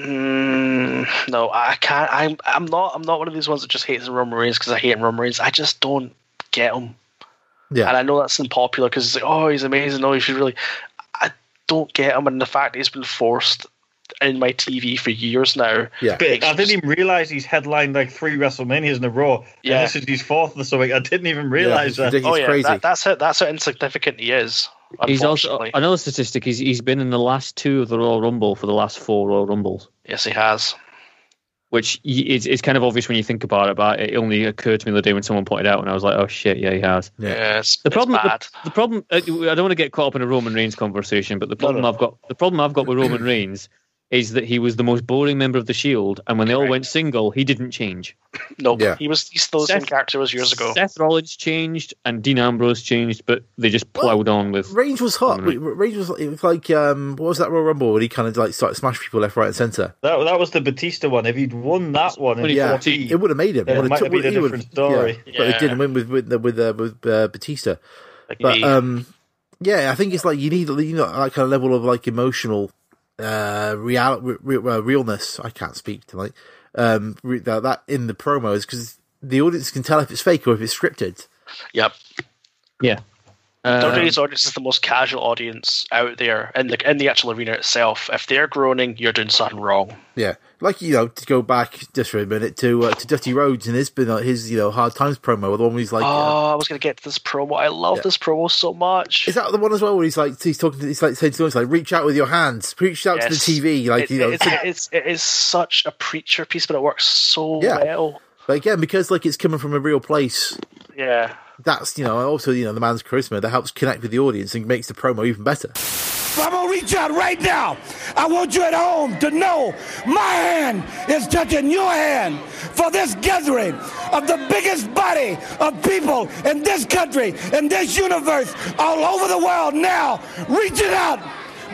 Speaker 3: Mm, no, I can't. I'm I'm not I'm not one of these ones that just hates Roman Reigns because I hate Roman Reigns. I just don't get him.
Speaker 2: Yeah.
Speaker 3: And I know that's unpopular because it's like, oh, he's amazing. Oh, you should really. I don't get him, and the fact he's been forced in my TV for years now.
Speaker 5: But I
Speaker 3: I
Speaker 5: didn't even realize he's headlined like three WrestleManias in a row. Yeah.
Speaker 3: Yeah.
Speaker 5: this is his fourth or something. I didn't even realize that.
Speaker 3: oh yeah, that, that's how that's how insignificant he is.
Speaker 1: He's also
Speaker 3: unfortunately.
Speaker 1: another statistic. He's he's been in the last two of the Royal Rumble for the last four Royal Rumbles,
Speaker 3: yes, he has.
Speaker 1: which y- is it's kind of obvious when you think about it. But it only occurred to me the other day when someone pointed out, and I was like, oh shit, yeah, he has.
Speaker 2: Yeah.
Speaker 3: it's,
Speaker 1: The problem,
Speaker 3: it's bad.
Speaker 1: the, the problem. uh, I don't want to get caught up in a Roman Reigns conversation, but the problem I've got, the problem I've got with
Speaker 3: *clears throat*
Speaker 1: Roman Reigns is that he was the most boring member of the Shield, and when they all went single, he didn't change.
Speaker 3: Nope.
Speaker 2: Yeah.
Speaker 3: He was he's still the same
Speaker 1: Seth-
Speaker 3: character as years ago.
Speaker 1: Seth Rollins changed, and Dean Ambrose changed, but they just ploughed on with.
Speaker 2: Range was hot.
Speaker 1: Mm-hmm.
Speaker 2: Wait, Range was, it was like, um, what was that Royal Rumble when he kind of like started smashing people left, right, and centre?
Speaker 5: That, that was the Batista one. If he'd won that one, in
Speaker 2: Yeah,
Speaker 5: 14,
Speaker 2: it would have made him.
Speaker 5: then
Speaker 2: It
Speaker 5: it
Speaker 2: would've
Speaker 5: might
Speaker 2: took-
Speaker 5: have been a
Speaker 2: it would've-
Speaker 5: different story.
Speaker 2: Yeah, But it didn't win with with with, uh, with uh, Batista. But um, yeah, I think it's like you need you know that kind of level of like emotional uh real re- re- uh, realness. I can't speak tonight. Um, re- that, that in the promos because the audience can tell if it's fake or if it's scripted.
Speaker 3: Yep.
Speaker 1: Yeah. Uh,
Speaker 3: WWE's audience is the most casual audience out there in the in the actual arena itself. If they're groaning, you're doing something wrong.
Speaker 2: Yeah, like you know, to go back just for a minute to uh, to Dusty Rhodes and his been uh, his you know hard times promo, the one where he's like, uh,
Speaker 3: oh, I was gonna get to this promo. I love this promo so much.
Speaker 2: is that the one as well where he's like he's talking, to, he's like saying to the audience, like, reach out with your hands, reach out
Speaker 3: Yes.
Speaker 2: to the TV, like
Speaker 3: It-
Speaker 2: you know,
Speaker 3: it's, it's, it is such a preacher piece, but it works so
Speaker 2: Yeah.
Speaker 3: well.
Speaker 2: but again because like it's coming from a real place.
Speaker 3: Yeah.
Speaker 2: That's you know also you know the man's charisma that helps connect with the audience and makes the promo even better.
Speaker 6: I'm gonna reach out right now. I want you at home to know my hand is touching your hand for this gathering of the biggest body of people in this country, in this universe, all over the world now. Reach it out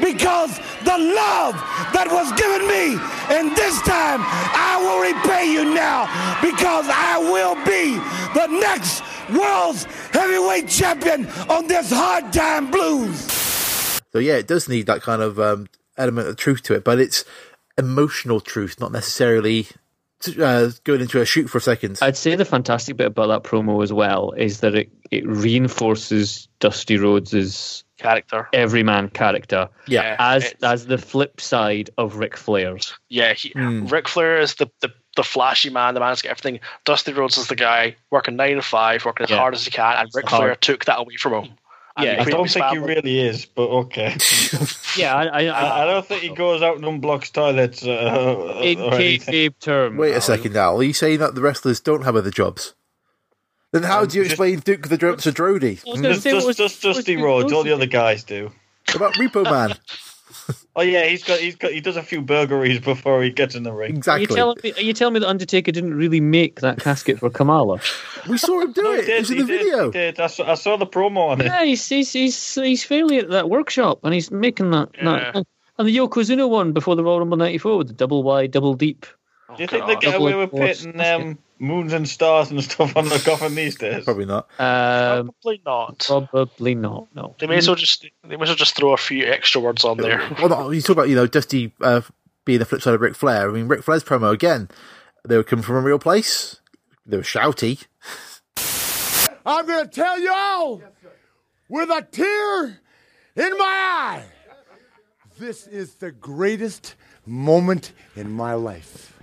Speaker 6: because the love that was given me, and this time I will repay you now because I will be the next world's heavyweight champion on this hard time blues.
Speaker 2: So yeah, it does need that kind of um, element of truth to it, but it's emotional truth, not necessarily uh, going into a shoot for a second.
Speaker 1: I'd say the fantastic bit about that promo as well is that it, it reinforces Dusty Rhodes'
Speaker 3: character,
Speaker 1: everyman character.
Speaker 3: Yeah.
Speaker 1: as as the flip side of Ric Flair's.
Speaker 3: Yeah, he,
Speaker 1: Hmm.
Speaker 3: Ric Flair is the, the, the flashy man, the man that's got everything. Dusty Rhodes is the guy working nine to five, working as
Speaker 1: Yeah.
Speaker 3: hard as he can, and Ric Flair
Speaker 1: Hard.
Speaker 3: took that away from him. And
Speaker 5: I
Speaker 3: he
Speaker 5: don't think he
Speaker 3: pretty much
Speaker 5: really is, but okay.
Speaker 1: yeah, *laughs* I, I,
Speaker 5: I, don't think he goes out and unblocks toilets. Uh,
Speaker 1: In
Speaker 5: or anything.
Speaker 1: kayfabe terms.
Speaker 3: Uh,
Speaker 2: Wait a second now. Are you saying that the wrestlers don't have other jobs? Then
Speaker 3: Um,
Speaker 2: how do you explain Duke the Drumps and Drody?
Speaker 5: Just, just, just Dusty Rhodes. All the other guys do.
Speaker 2: What about Repo Man?
Speaker 5: Oh yeah, he's got he's got he does a few burglaries before he gets in the ring.
Speaker 1: Are you telling me? Are you telling me that Undertaker didn't really make that casket for Kamala?
Speaker 2: we saw him
Speaker 5: *laughs*
Speaker 2: do
Speaker 5: No, he
Speaker 2: it.
Speaker 5: did,
Speaker 2: It was in
Speaker 5: he
Speaker 2: the
Speaker 5: did,
Speaker 2: video.
Speaker 5: he did. I, saw, I saw the promo on it.
Speaker 1: yeah, he's he's he's, he's failing at that workshop, and he's making that. that-
Speaker 5: Yeah.
Speaker 1: and the Yokozuna one before the Royal Rumble '94 with the double wide, double deep.
Speaker 5: Do you think they get
Speaker 1: Oh, Double
Speaker 5: away with
Speaker 1: quartz
Speaker 5: putting um, moons and stars and stuff on the coffin these
Speaker 1: *laughs*
Speaker 5: days?
Speaker 2: Probably not.
Speaker 1: *laughs* Um,
Speaker 3: probably not.
Speaker 1: Probably not. No.
Speaker 3: They may as well just they may as well just throw a few extra words on there.
Speaker 2: Well, no, you talk about you know Dusty uh, being the flip side of Ric Flair. I mean, Ric Flair's promo again. They were coming from a real place. They were shouty.
Speaker 6: I'm going to tell y'all with a tear in my eye.
Speaker 10: This is the greatest moment in my life.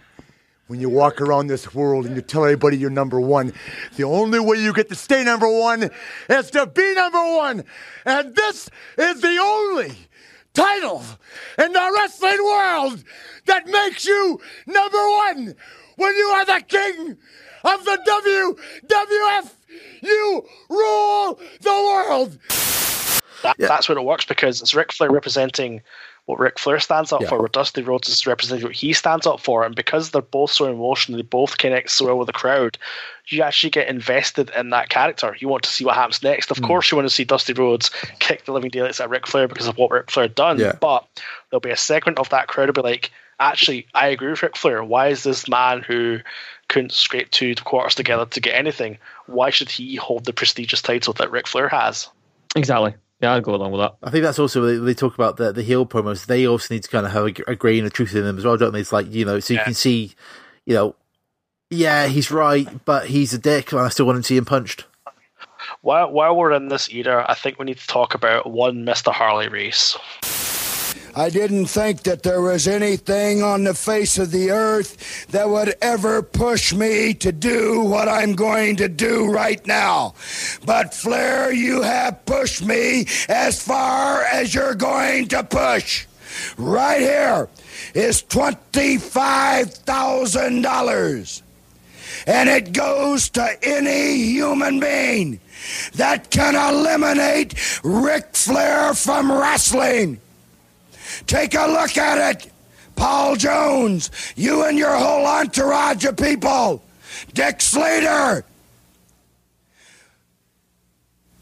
Speaker 10: When you walk around this world and you tell everybody you're number one, the only way you get to stay number one is to be number one. And this is the only title in the wrestling world that makes you number one when you are the king of the WWF. You rule the world.
Speaker 3: That, That's when it works because it's Ric Flair representing what Ric Flair stands up
Speaker 2: Yeah.
Speaker 3: for, where Dusty Rhodes is representing what he stands up for, and because they're both so emotional, they both connect so well with the crowd, you actually get invested in that character. You want to see what happens next. Of
Speaker 2: Hmm.
Speaker 3: course, you want to see Dusty Rhodes kick the living daylights out of Ric Flair because of what Ric Flair done,
Speaker 2: Yeah.
Speaker 3: but there'll be a segment of that crowd will be like, actually, I agree with Ric Flair. Why is this man who couldn't scrape two quarters together to get anything? Why should he hold the prestigious title that Ric Flair has?
Speaker 1: Exactly. Yeah, I'd go along with that.
Speaker 2: I think that's also they, they talk about the the heel promos. They also need to kind of have a, a grain of truth in them as well, don't they? It's like you know, so you can see, you know, yeah, he's right, but he's a dick, and I still want him to see him punched.
Speaker 3: While while we're in this era, I think we need to talk about one Mr. Harley race.
Speaker 13: I didn't think that there was anything on the face of the earth that would ever push me to do what I'm going to do right now. But Flair, you have pushed me as far as you're going to push. Right here is $25,000 and it goes to any human being that can eliminate Ric Flair from wrestling. Take a look at it. Paul Jones, you and your whole entourage of people, Dick Slater,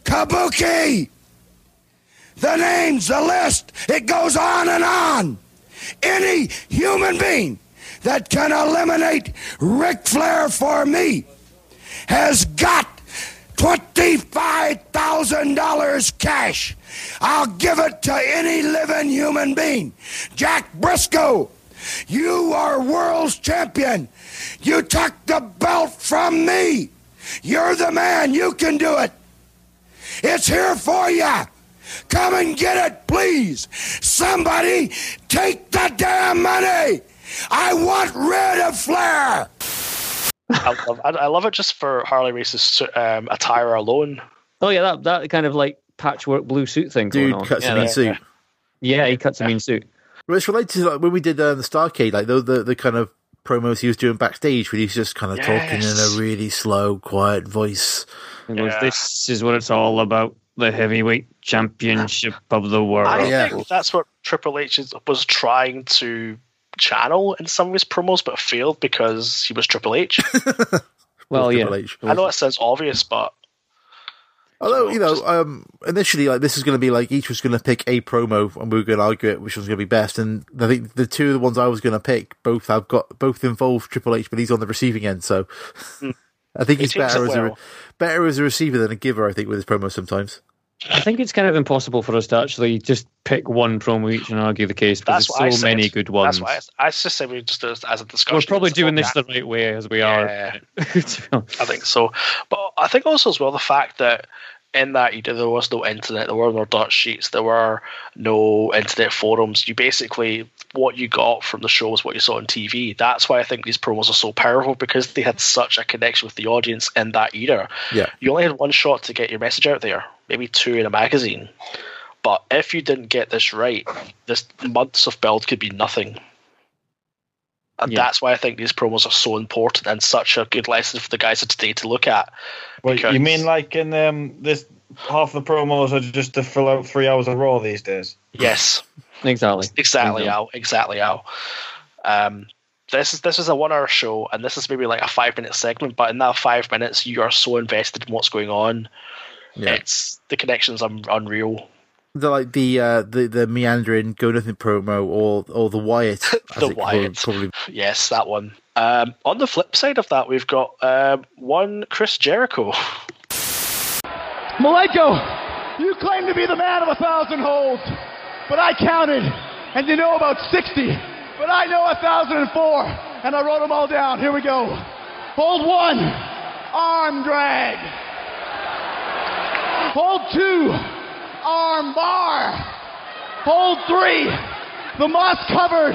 Speaker 13: Kabuki, the names, the list, it goes on and on. Any human being that can eliminate Ric Flair for me has got $25,000 cash. I'll give it to any living human being. Jack Briscoe, you are world's champion. You took the belt from me. You're the man. You can do it. It's here for you. Come and get it, please. Somebody take the damn money. I want rid of Flair.
Speaker 1: *laughs*
Speaker 3: I love I, I love it just for Harley race's um, attire alone.
Speaker 1: Oh yeah, that that kind of like patchwork blue suit thing.
Speaker 2: Dude
Speaker 1: going on.
Speaker 2: cuts
Speaker 1: yeah,
Speaker 2: a mean
Speaker 1: that-
Speaker 2: suit.
Speaker 1: Yeah, he cuts a mean suit.
Speaker 2: Well, it's related to like when we did uh, the Starcade, like the, the the kind of promos he was doing backstage, where he's just kind of
Speaker 1: Yes.
Speaker 2: talking in a really slow, quiet voice.
Speaker 1: He goes, This is what it's all about: the heavyweight championship of the world.
Speaker 3: I think that's what Triple H is, was trying to channel in some of his promos, but failed because he was Triple H.
Speaker 1: well,
Speaker 2: yeah.
Speaker 3: I know it sounds obvious, but
Speaker 2: Although you know, um, initially like this was going to be like each was going to pick a promo and we were going to argue it which one's going to be best. And I think the two of the ones I was going to pick both have got both involved Triple H, but he's on the receiving end, so *laughs* I think
Speaker 1: Hmm. He
Speaker 2: he's
Speaker 1: takes
Speaker 2: better
Speaker 1: it
Speaker 2: as a re-
Speaker 1: well.
Speaker 2: better as a receiver than a giver. I think with his promos sometimes.
Speaker 1: I think it's kind of impossible for us to actually just pick one promo each and argue the case because
Speaker 3: that's what I
Speaker 1: there's so
Speaker 3: said.
Speaker 1: many good ones.
Speaker 3: That's why I, I just say we just do this as a discussion.
Speaker 1: We're probably doing this
Speaker 3: Yeah.
Speaker 1: the right way as we are. *laughs*
Speaker 3: I think so. But I think also as well the fact that in that era there was no internet, there were no dirt sheets, there were no internet forums. You basically what you got from the show was what you saw on TV. That's why I think these promos are so powerful because they had such a connection with the audience in that era.
Speaker 2: Yeah.
Speaker 3: You only had one shot to get your message out there, maybe two in a magazine. But if you didn't get this right, this months of build could be nothing. And that's why I think these promos are so important and such a good lesson for the guys of today to look at.
Speaker 5: Wait,
Speaker 3: Because-
Speaker 5: you mean like in um, this half the promos are just to fill out three hours of Raw these days?
Speaker 3: Yes,
Speaker 1: exactly,
Speaker 3: exactly,
Speaker 5: Bingo.
Speaker 3: Al, exactly, Al. Um, this is this is a one-hour show, and this is maybe like a five-minute segment. But in that five minutes, you are so invested in what's going on.
Speaker 2: Yeah.
Speaker 3: It's the connections are unreal.
Speaker 2: The like the uh, the the meandering go nothing promo or or
Speaker 3: *laughs*
Speaker 2: the Wyatt. as
Speaker 3: The
Speaker 2: it
Speaker 3: Wyatt.
Speaker 2: probably
Speaker 3: Yes, that one. Um, on the flip side of that, we've got um, one Chris Jericho.
Speaker 14: Malenko, you claim to be the man of a thousand holds, but I counted, and you know about 60, but I know 1,004, and I wrote them all down. Here we go. Hold one, arm drag. Hold two, arm bar. Hold three, the moss covered,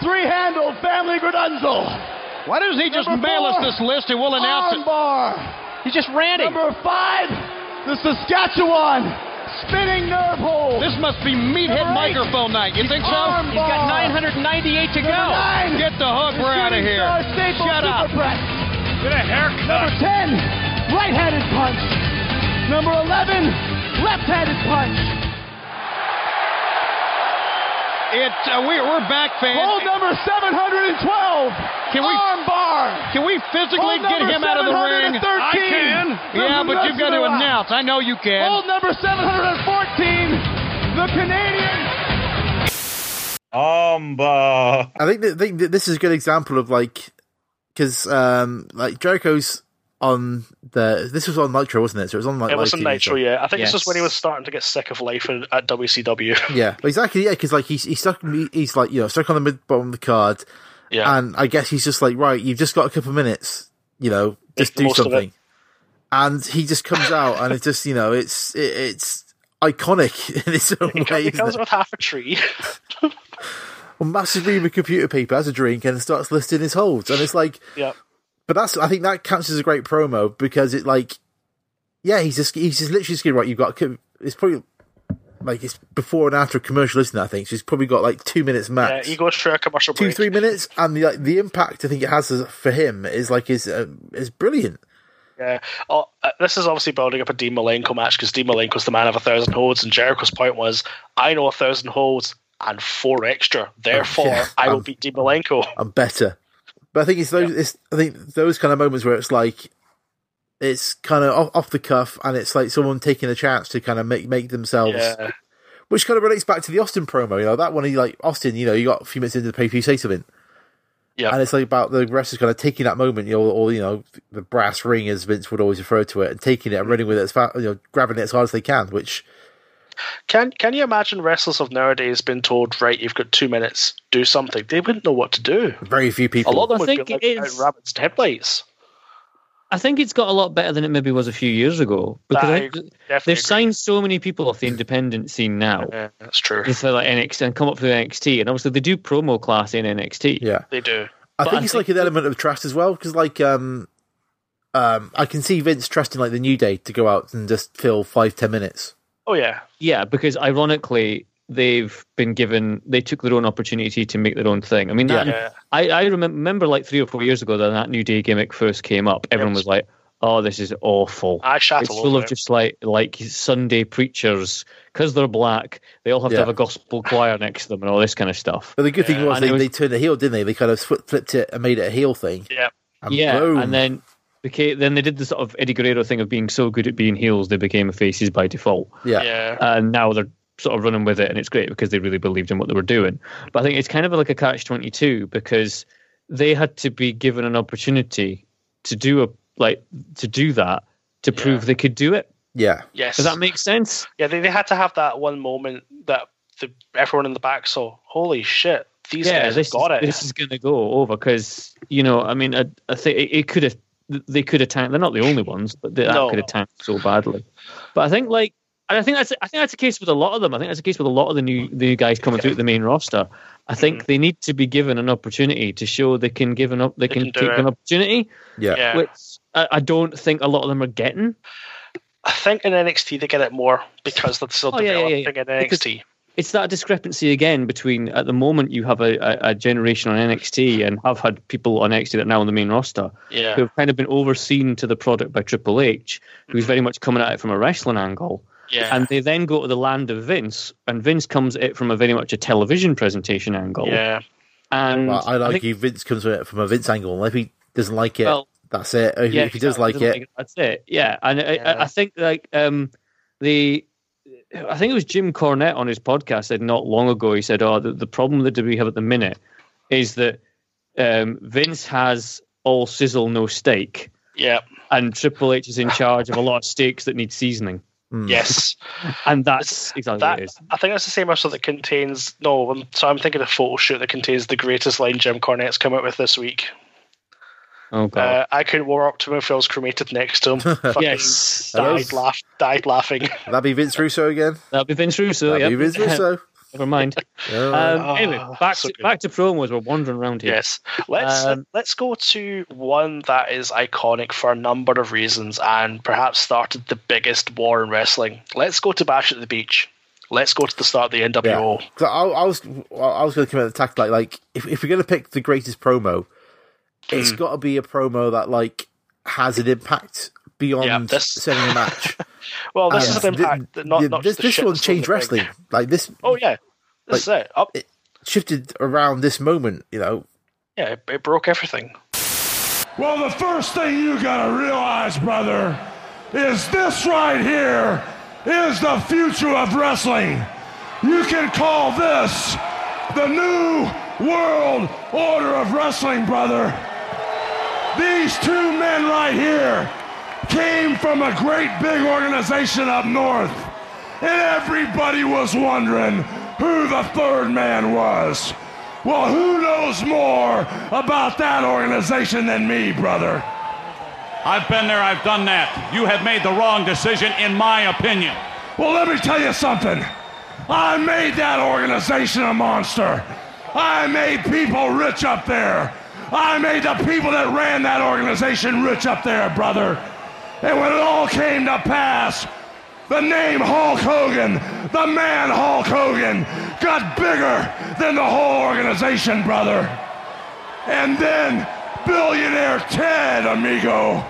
Speaker 14: three handled family Gredunzel. Why doesn't he
Speaker 15: just mail us this list and we'll announce it?
Speaker 14: Bar. He's just ranting. Number five, the Saskatchewan spinning nerve hole. This must be meathead microphone night. You think
Speaker 15: so? He's got 998 to go. Get the hook, we're outta here. Shut up.
Speaker 14: Get a haircut. Number ten, right-handed punch. Number eleven, left-handed punch.
Speaker 16: It, uh, we, we're back, fans.
Speaker 14: Hold number 712.
Speaker 16: Can we,
Speaker 14: Armbar.
Speaker 16: Can we physically
Speaker 14: Hold
Speaker 16: get
Speaker 14: number
Speaker 16: him out of the ring?
Speaker 14: 713.
Speaker 16: I can. Yeah,
Speaker 14: From
Speaker 16: but you've got to
Speaker 14: Venezuela.
Speaker 16: announce. I know you can.
Speaker 14: Hold number 714. The Canadian.
Speaker 5: Umba.
Speaker 2: I think that, think that this is a good example of like because um like Jericho's on the this was on Nitro, wasn't it? So it was on like
Speaker 3: it was a
Speaker 2: live TV,
Speaker 3: Nitro,
Speaker 2: so-
Speaker 3: yeah. I think this was when he was starting to get sick of life in, at
Speaker 2: *laughs*
Speaker 3: WCW.
Speaker 2: Yeah, exactly. Yeah, because like he's he's stuck. He's like you know stuck on the mid bottom of the card.
Speaker 3: Yeah.
Speaker 2: and I guess he's just like right. You've just got a couple of minutes. You know,
Speaker 3: Make
Speaker 2: just
Speaker 3: the
Speaker 2: do
Speaker 3: most of it.
Speaker 2: something. And he just comes out, and it's just you know, it's it, it's iconic *laughs* in its own way.
Speaker 3: he
Speaker 2: isn't
Speaker 3: comes
Speaker 2: it?
Speaker 3: with half a tree. *laughs*
Speaker 2: Well, massive ream of computer paper has a drink and starts listing his holds, and it's like,
Speaker 3: yeah.
Speaker 2: But that's I think that counts as a great promo because it like, yeah, he's just he's just literally scared. Right, you've got co- it's probably like it's before and after a commercial, isn't it? I think so he's probably got like two minutes
Speaker 3: yeah,
Speaker 2: max,
Speaker 3: he goes through a commercial
Speaker 2: two
Speaker 3: break.
Speaker 2: three minutes, and the like, the impact I think it has is- for him is like is uh, is brilliant.
Speaker 3: Yeah. Oh, uh, this is obviously building up a Dean Malenko match because Dean Malenko's the man of a thousand holds, and Jericho's point was, I know a thousand holds and four extra, therefore
Speaker 2: *laughs* yeah,
Speaker 3: I will
Speaker 2: I'm-
Speaker 3: beat Dean Malenko.
Speaker 2: I'm better. But I think it's those. It's I think those kind of moments where it's like it's kind of off, off the cuff, and it's like someone taking a chance to kind of make make themselves.
Speaker 3: Yeah.
Speaker 2: Which kind of relates back to the Austin promo, you know that one. He like Austin, you know, you got a few minutes into the pay you say something,
Speaker 3: yeah,
Speaker 2: and it's like about the wrestlers kind of taking that moment, you know, or you know, the brass ring as Vince would always refer to it, and taking
Speaker 3: Mm.
Speaker 2: it and running with it as far, you know, grabbing it as hard as they can. Which
Speaker 3: Can Can you imagine wrestlers of nowadays being told, right, you've got two minutes, do something? They wouldn't know what to do.
Speaker 2: very few people.
Speaker 3: A lot of them
Speaker 1: I
Speaker 3: would
Speaker 1: think
Speaker 3: be like
Speaker 1: it
Speaker 3: out
Speaker 1: is-
Speaker 3: rabbits to headlights.
Speaker 1: I think it's got a lot better than it maybe was a few years ago because
Speaker 3: That
Speaker 1: I
Speaker 3: I
Speaker 1: think
Speaker 3: definitely
Speaker 1: they've signed so many people off the independent scene now.
Speaker 3: Yeah, that's true.
Speaker 1: It's like NXT and come up through NXT, and obviously they do promo class in NXT.
Speaker 2: Yeah,
Speaker 3: They do.
Speaker 2: I
Speaker 1: But
Speaker 2: think
Speaker 1: I
Speaker 2: it's like an element of trust as well, because like um, um, I can see Vince trusting like the New Day to go out and just fill five ten minutes.
Speaker 3: Oh yeah,
Speaker 1: yeah, because ironically they've been given they took their own opportunity to make their own thing. I mean, that,
Speaker 3: Yeah.
Speaker 1: I I remem- remember like three or four years ago that that New Day gimmick first came up. Everyone was like, "Oh, this is awful."
Speaker 3: I shat
Speaker 1: It's
Speaker 3: all
Speaker 1: full
Speaker 3: over
Speaker 1: of
Speaker 3: it.
Speaker 1: just like like Sunday preachers because they're black. They all have
Speaker 2: Yeah.
Speaker 1: to have a gospel choir next to them and all this kind of stuff.
Speaker 2: But the good thing was
Speaker 1: And it
Speaker 2: they, they turned it heel, didn't they? They kind of swi- flipped it and made it a heel thing.
Speaker 3: Yeah.
Speaker 2: And
Speaker 1: yeah,
Speaker 2: boom.
Speaker 1: and then became then they did the sort of Eddie Guerrero thing of being so good at being heels they became faces by default.
Speaker 2: Yeah.
Speaker 3: Yeah.
Speaker 1: and now they're sort of running with it, and it's great because they really believed in what they were doing. But I think it's kind of like a catch twenty two because they had to be given an opportunity to do a like to do that to prove they could do it.
Speaker 2: Yeah.
Speaker 3: Yes.
Speaker 1: Does that make sense?
Speaker 3: Yeah, they, they had to have that one moment that the, everyone in the back saw, holy shit, these
Speaker 1: yeah,
Speaker 3: guys
Speaker 1: this
Speaker 3: have got
Speaker 1: is,
Speaker 3: it.
Speaker 1: This is going to go over because you know, I mean, I, I think it, it could have. They could have tanked. They're not the only ones, but they, that
Speaker 3: No.
Speaker 1: could have tanked so badly. But I think like. And I think that's I think that's the case with a lot of them. I think that's the case with a lot of the new the new guys coming through the main roster. I think
Speaker 3: Mm-hmm.
Speaker 1: they need to be given an opportunity to show they can give an up they,
Speaker 3: can
Speaker 1: can,
Speaker 3: do
Speaker 1: take
Speaker 3: it.
Speaker 1: an opportunity.
Speaker 2: Yeah.
Speaker 3: Yeah.
Speaker 1: Which I, I don't think a lot of them are getting.
Speaker 3: I think in NXT they get it more because they're still
Speaker 1: Oh, yeah, yeah, yeah,
Speaker 3: developing
Speaker 1: yeah.
Speaker 3: in
Speaker 1: Because-
Speaker 3: NXT.
Speaker 1: it's that discrepancy again between at the moment you have a, a, a generation on NXT and have had people on NXT that are now on the main roster
Speaker 3: Yeah.
Speaker 1: who have kind of been overseen to the product by Triple H, who's very much coming at it from a wrestling angle.
Speaker 3: Mm-hmm. Yeah.
Speaker 1: And they then go to the land of Vince, and Vince comes at it from a very much a television presentation angle.
Speaker 3: Yeah.
Speaker 1: And
Speaker 2: Well, I'd
Speaker 1: I
Speaker 2: argue
Speaker 1: think-
Speaker 2: Vince comes from it from a Vince angle. and If he doesn't like it,
Speaker 1: Well,
Speaker 2: that's it. If,
Speaker 1: yeah,
Speaker 2: if he does
Speaker 1: exactly,
Speaker 2: like
Speaker 1: doesn't
Speaker 2: it,
Speaker 1: that's it. Yeah, and I I, I think like um the. I think it was Jim Cornette on his podcast said not long ago. He said, "Oh, the, the problem that we have at the minute is that um, Vince has all sizzle, no steak,
Speaker 3: Yeah.
Speaker 1: and Triple H is in charge of a lot of steaks that need seasoning."
Speaker 3: Yes.
Speaker 1: and that's exactly what
Speaker 3: That
Speaker 1: it is.
Speaker 3: I think that's the same episode that contains no. I'm, so I'm thinking of the photo shoot that contains the greatest line Jim Cornette's come out with this week.
Speaker 1: Oh god,
Speaker 3: Uh, I couldn't warm up to him if I was cremated next
Speaker 2: *laughs*
Speaker 3: to him. Fucking
Speaker 1: Yes.
Speaker 3: died,
Speaker 1: Yes.
Speaker 3: laugh, died laughing.
Speaker 2: that'd be Vince Russo again.
Speaker 1: that'll be Vince Russo.
Speaker 2: That'd
Speaker 1: yep.
Speaker 2: be Vince Russo.
Speaker 1: *laughs* Never
Speaker 2: *laughs*
Speaker 1: mind.
Speaker 2: Yeah.
Speaker 1: Um,
Speaker 3: Ah,
Speaker 1: anyway, back
Speaker 3: so
Speaker 1: to
Speaker 3: good.
Speaker 1: back to promos. We're wandering around here.
Speaker 3: Yes. Let's
Speaker 1: Um,
Speaker 3: let's go to one that is iconic for a number of reasons and perhaps started the biggest war in wrestling. Let's go to Bash at the Beach. Let's go to the start of the NWO.
Speaker 2: So I, I was I was going to come at the tack like like if if we're going to pick the greatest promo, it's
Speaker 3: Mm.
Speaker 2: got to be a promo that like has an impact beyond
Speaker 3: Yeah, this-
Speaker 2: selling a match.
Speaker 3: *laughs* Well, this
Speaker 2: And
Speaker 3: is an
Speaker 2: thi-
Speaker 3: impact. that not,
Speaker 2: thi-
Speaker 3: not
Speaker 2: this
Speaker 3: just the Oh,
Speaker 2: this
Speaker 3: shit
Speaker 2: one
Speaker 3: that's on the
Speaker 2: changed
Speaker 3: ring.
Speaker 2: wrestling. Like this,
Speaker 3: Oh yeah, that's it. Up
Speaker 2: shifted around this moment. You know,
Speaker 3: Yeah, it, it broke everything.
Speaker 11: Well, the first thing you gotta realize, brother, is this right here is the future of wrestling. You can call this the new world order of wrestling, brother. These two men right here came from a great big organization up north, and everybody was wondering who the third man was. Well, who knows more about that organization than me, brother?
Speaker 17: I've been there, I've done that. You have made the wrong decision, in my opinion.
Speaker 11: Well, let me tell you something. I made that organization a monster. I made people rich up there. I made the people that ran that organization rich up there, brother. And when it all came to pass, the name Hulk Hogan, the man Hulk Hogan, got bigger than the whole organization, brother. And then billionaire Ted, amigo,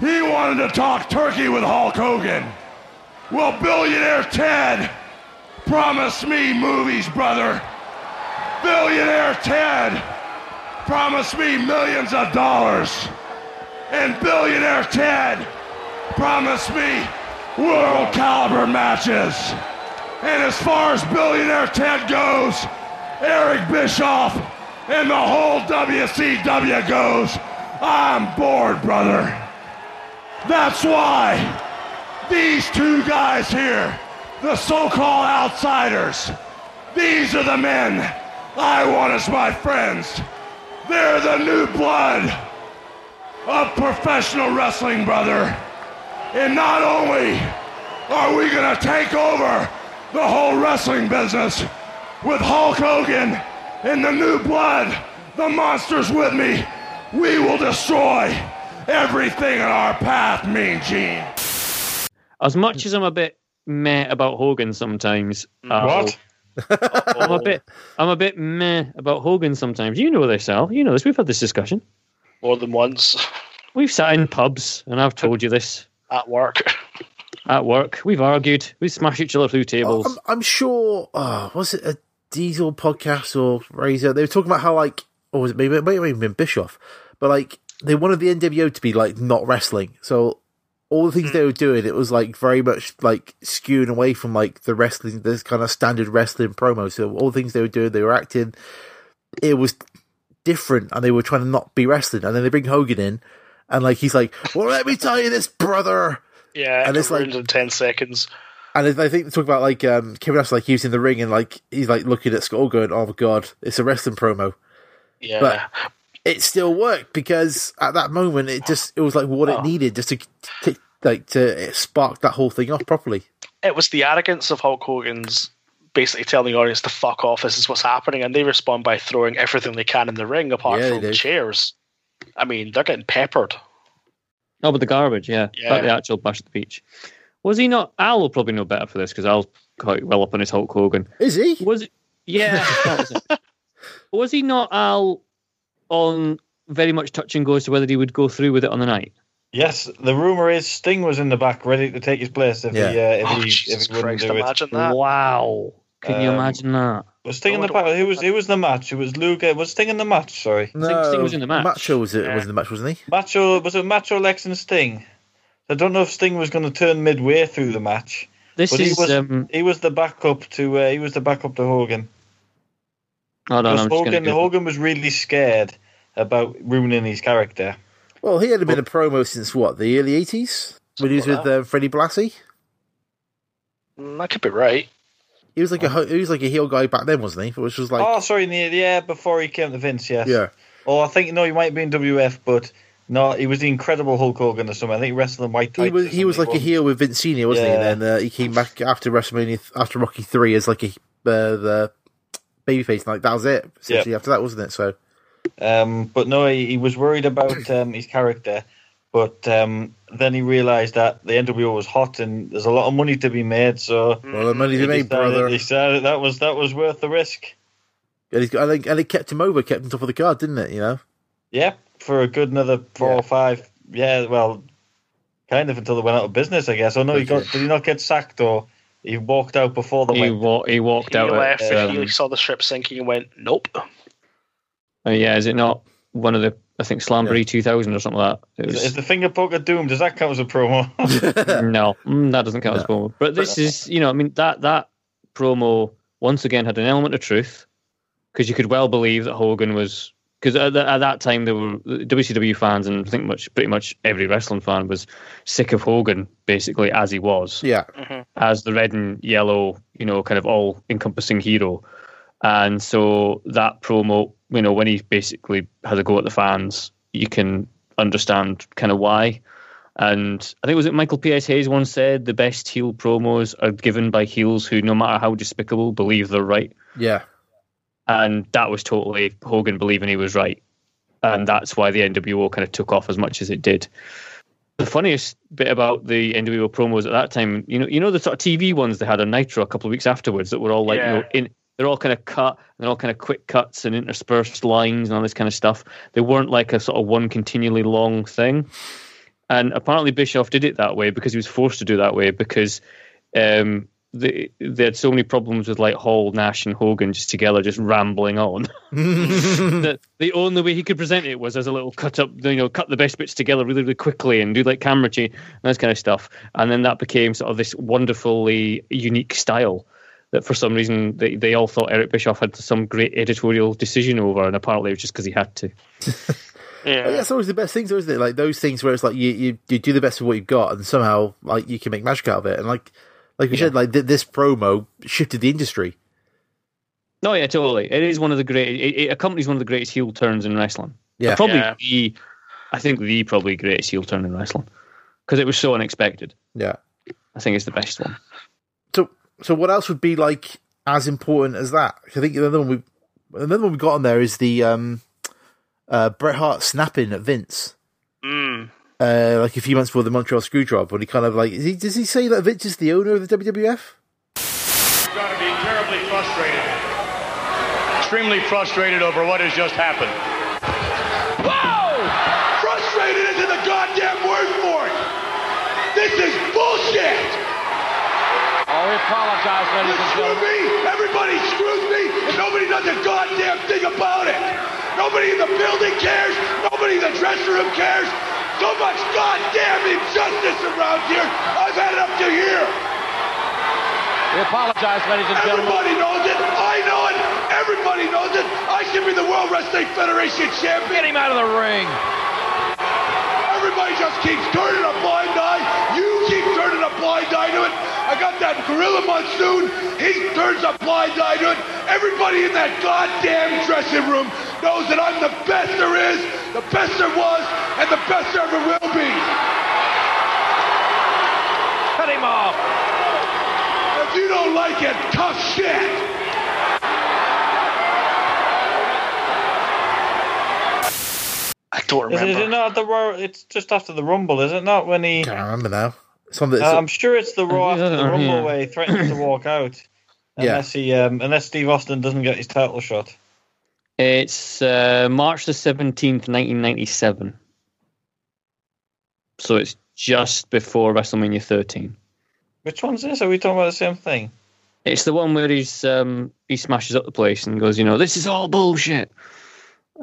Speaker 11: he wanted to talk turkey with Hulk Hogan. Well, billionaire Ted promised me movies, brother. Billionaire Ted promised me millions of dollars. And billionaire Ted promised me world caliber matches. And as far as billionaire Ted goes, Eric Bischoff and the whole WCW goes, I'm bored, brother. That's why these two guys here, the so-called outsiders, these are the men I want as my friends. They're the new blood of professional wrestling, brother. And not only are we gonna take over the whole wrestling business with Hulk Hogan and the new blood, the monsters with me, we will destroy everything in our path, Mean Gene.
Speaker 1: As much as I'm a bit meh about Hogan sometimes.
Speaker 3: Mm.
Speaker 5: What?
Speaker 1: I'll- I'm a bit I'm a bit meh about Hogan sometimes. You know this, Al. You know this. We've had this discussion.
Speaker 3: More than once.
Speaker 1: We've sat in pubs and I've told you this.
Speaker 3: At work.
Speaker 1: At work. We've argued. We smash each other through tables.
Speaker 2: I'm, I'm sure. Oh, was it a Diesel podcast or Razor? They were talking about how like, or was it maybe it might have even been Bischoff, but like they wanted the NWO to be like not wrestling. So all the things they were doing, it was like very much like skewing away from like the wrestling, this kind of standard wrestling promo. So all the things they were doing, they were acting. It was different, and they were trying to not be wrestling. And then they bring Hogan in, and like he's like, "Well, let me tell you this, brother."
Speaker 3: Yeah,
Speaker 2: And
Speaker 3: and it's
Speaker 2: it's like-
Speaker 3: in ten seconds.
Speaker 2: And I think they talk about like um, Kevin Nash like using the ring and like he's like looking at Skull going, "Oh my god, it's a wrestling promo."
Speaker 3: Yeah.
Speaker 2: But it still worked because at that moment it just it was like what it needed just to, to like to spark that whole thing off properly.
Speaker 3: It was the arrogance of Hulk Hogan's basically telling the audience to fuck off. This is what's happening, and they respond by throwing everything they can in the ring, apart
Speaker 1: Yeah, they
Speaker 3: from
Speaker 1: do.
Speaker 3: chairs. I mean, they're getting peppered.
Speaker 1: No, Oh, but the garbage, yeah.
Speaker 3: Yeah.
Speaker 1: About the actual Bash at the Beach. Was he not? Al will probably know better for this because Al's quite well up on his Hulk Hogan.
Speaker 2: Is he?
Speaker 1: Was yeah. that was, it. was he not Al *laughs* on very much touch and go as to whether he would go through with it on the night?
Speaker 5: Yes, the rumor is Sting was in the back, ready to take his place if
Speaker 1: Yeah.
Speaker 5: he, uh, if
Speaker 1: Oh,
Speaker 5: he,
Speaker 1: Jesus
Speaker 5: if he wouldn't
Speaker 1: Christ,
Speaker 5: do
Speaker 1: imagine
Speaker 5: it. Uh,
Speaker 1: that. Wow, Can
Speaker 5: Um,
Speaker 1: you imagine that?
Speaker 5: Was Sting in the back? Who was who was in the match? It was Luke. Was Sting in the match? Sorry,
Speaker 2: Macho was it
Speaker 5: Yeah.
Speaker 2: was in the match, wasn't he?
Speaker 5: Macho was it Macho Lex and Sting? I don't know if Sting was going to turn midway through the match.
Speaker 1: This
Speaker 5: but
Speaker 1: is,
Speaker 5: he was,
Speaker 1: um,
Speaker 5: he was the backup to uh, he was the backup to Hogan.
Speaker 1: Hold on,
Speaker 5: Because
Speaker 1: I'm just
Speaker 5: Hogan
Speaker 1: going to.
Speaker 5: Hogan was really scared about ruining his character.
Speaker 2: Well, he had been a promo since what the early eighties when he was with uh, Freddie Blassie.
Speaker 3: That Mm, could be right.
Speaker 2: He was like a ho- he was like a heel guy back then, wasn't he? Which was like
Speaker 5: oh, sorry, in the yeah before he came to Vince, yes.
Speaker 2: Yeah.
Speaker 5: Oh, I think no, he might be in WF, but no, he was the Incredible Hulk Hogan or something. I think wrestling white.
Speaker 2: he
Speaker 5: tights
Speaker 2: was
Speaker 5: or
Speaker 2: he was
Speaker 5: something,
Speaker 2: like a heel with Vince Senior, wasn't he?
Speaker 5: Yeah.
Speaker 2: And then uh, he came back after WrestleMania, th- after Rocky Three, as like a uh, the babyface. and, Like that was it. Essentially, after that, wasn't it? So
Speaker 5: Um, but no, he, he was worried
Speaker 2: *coughs*
Speaker 5: about um, his character. But um, then he realised that the NWO was hot and there's a lot of money to be made. So
Speaker 2: well, the money to be made, brother.
Speaker 5: He decided that was that was worth the risk.
Speaker 2: and, he's got, and, it- and it kept him over, kept him top of the card, didn't it? You know,
Speaker 5: Yep, for a good another four or five. Yeah, well, kind of until they went out of business, I guess. Oh no, he got did he not get sacked or He walked out before the
Speaker 1: He,
Speaker 5: win.
Speaker 1: wa- he walked
Speaker 5: He
Speaker 1: out.
Speaker 5: left
Speaker 1: at,
Speaker 5: and
Speaker 1: um,
Speaker 3: He saw the ship sinking and went, nope.
Speaker 1: uh, yeah, is it not one of the I think Slamboree 2000 or something like that? It
Speaker 5: Is,
Speaker 1: was-
Speaker 5: is the finger poke of doom? Does that count as a
Speaker 2: *laughs*
Speaker 5: promo? *laughs*
Speaker 1: no, mm, that doesn't count as promo. But this is, you know, I mean, that that promo once again had an element of truth because you could well believe that Hogan was because at, the- at that time there were WCW fans and I think much pretty much every wrestling fan was sick of Hogan basically as he was.
Speaker 2: Yeah.
Speaker 5: Mm-hmm.
Speaker 1: As the red and yellow, you know, kind of all encompassing hero. And so that promo, you know, when he basically has a go at the fans, you can understand kind of why. And I think was it Michael P.S. Hayes once said the best heel promos are given by heels who, no matter how despicable, believe they're right.
Speaker 2: Yeah.
Speaker 1: And that was totally Hogan believing he was right. And that's why the NWO kind of took off as much as it did. The funniest bit about the NWO promos at that time, you know, you know the sort of TV ones they had on Nitro a couple of weeks afterwards that were all like, you
Speaker 5: Yeah.
Speaker 1: know, in they're all kind of cut and they're all kind of quick cuts and interspersed lines and all this kind of stuff. They weren't like a sort of one continually long thing. And apparently Bischoff did it that way because he was forced to do that way because um, they, they had so many problems with like Hall, Nash, and Hogan just together, just rambling on. *laughs* that the only way he could present it was as a little cut up, you know, cut the best bits together really, really quickly and do like camera change and that kind of stuff. And then that became sort of this wonderfully unique style that for some reason they, they all thought Eric Bischoff had some great editorial decision over, and apparently it was just because he had to.
Speaker 2: Yeah. That's always the best things, though, isn't it? Like those things where it's like you, you, you do the best with what you've got, and somehow like you can make magic out of it. And like like we said, like th- this promo shifted the industry.
Speaker 1: No, Oh, yeah, totally. It is one of the great. It, it accompanies one of the greatest heel turns in wrestling.
Speaker 2: Yeah.
Speaker 1: probably
Speaker 2: Yeah.
Speaker 1: the, I think the probably greatest heel turn in wrestling because it was so unexpected.
Speaker 2: Yeah.
Speaker 1: I think it's the best one.
Speaker 2: So so what else would be like as important as that? I think another one we another one we got on there is the um uh Bret Hart snapping at Vince.
Speaker 3: Mm.
Speaker 2: Uh, like a few months before the Montreal Screwjob, when he kind of like, is he, does he say that Vince is the owner of the WWF?
Speaker 18: You've got to be terribly frustrated. Extremely frustrated over what has just happened. Whoa!
Speaker 11: Frustrated isn't a goddamn word for it. This is bullshit. Oh, we apologize, ladies and gentlemen. me. Everybody screws me. Nobody does a goddamn thing about it. Nobody in the building cares. Nobody in the dressing room cares. So much goddamn injustice around here. I've had it up to here. We apologize, ladies and gentlemen. Everybody knows it. I know it. Everybody knows it. I should be the World Wrestling Federation champion. Get him out of the ring. Everybody just keeps turning a blind eye. You keep turning a blind eye to it. I got that gorilla monsoon. He turns a blind eye to it. Everybody in that goddamn dressing room knows that I'm the best there is, the best there was, and the best there ever will be. Cut him off. If you don't like it, tough shit.
Speaker 3: I don't
Speaker 5: Is it, is
Speaker 3: remember.
Speaker 5: it not at the Raw? It's just after the Rumble, is it not? When he,
Speaker 2: I remember now. Some that
Speaker 5: Uh, I'm sure it's the Raw after the
Speaker 2: Yeah.
Speaker 5: Rumble where he threatens to walk out,
Speaker 2: Yeah.
Speaker 5: unless he, um, unless Steve Austin doesn't get his title shot.
Speaker 1: It's uh, March the seventeenth, nineteen ninety-seven. So it's just before WrestleMania thirteen.
Speaker 5: Which one's this? Are we talking about the same thing?
Speaker 1: It's the one where he's um, he smashes up the place and goes, you know, this is all bullshit,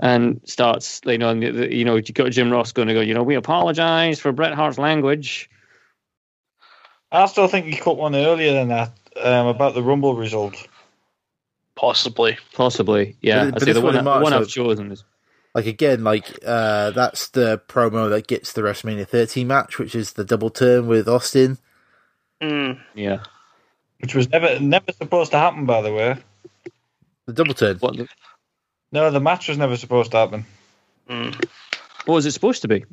Speaker 1: and starts, you know, and the, the, you know, you got Jim Ross going to go, you know, we apologize for Bret Hart's language.
Speaker 5: I still think he cut one earlier than that um, about the Rumble result.
Speaker 3: Possibly.
Speaker 1: Possibly, yeah.
Speaker 2: But- but
Speaker 1: I see
Speaker 2: this
Speaker 1: the
Speaker 2: one
Speaker 1: one,
Speaker 2: in March,
Speaker 1: the one
Speaker 2: though-
Speaker 1: I've chosen is
Speaker 2: like again, like uh, that's the promo that gets the WrestleMania 13 match, which is the double turn with Austin.
Speaker 1: Yeah,
Speaker 5: which was never never supposed to happen, by the way.
Speaker 2: The double turn.
Speaker 1: What?
Speaker 5: No, the match was never supposed to happen.
Speaker 1: What was it supposed to be?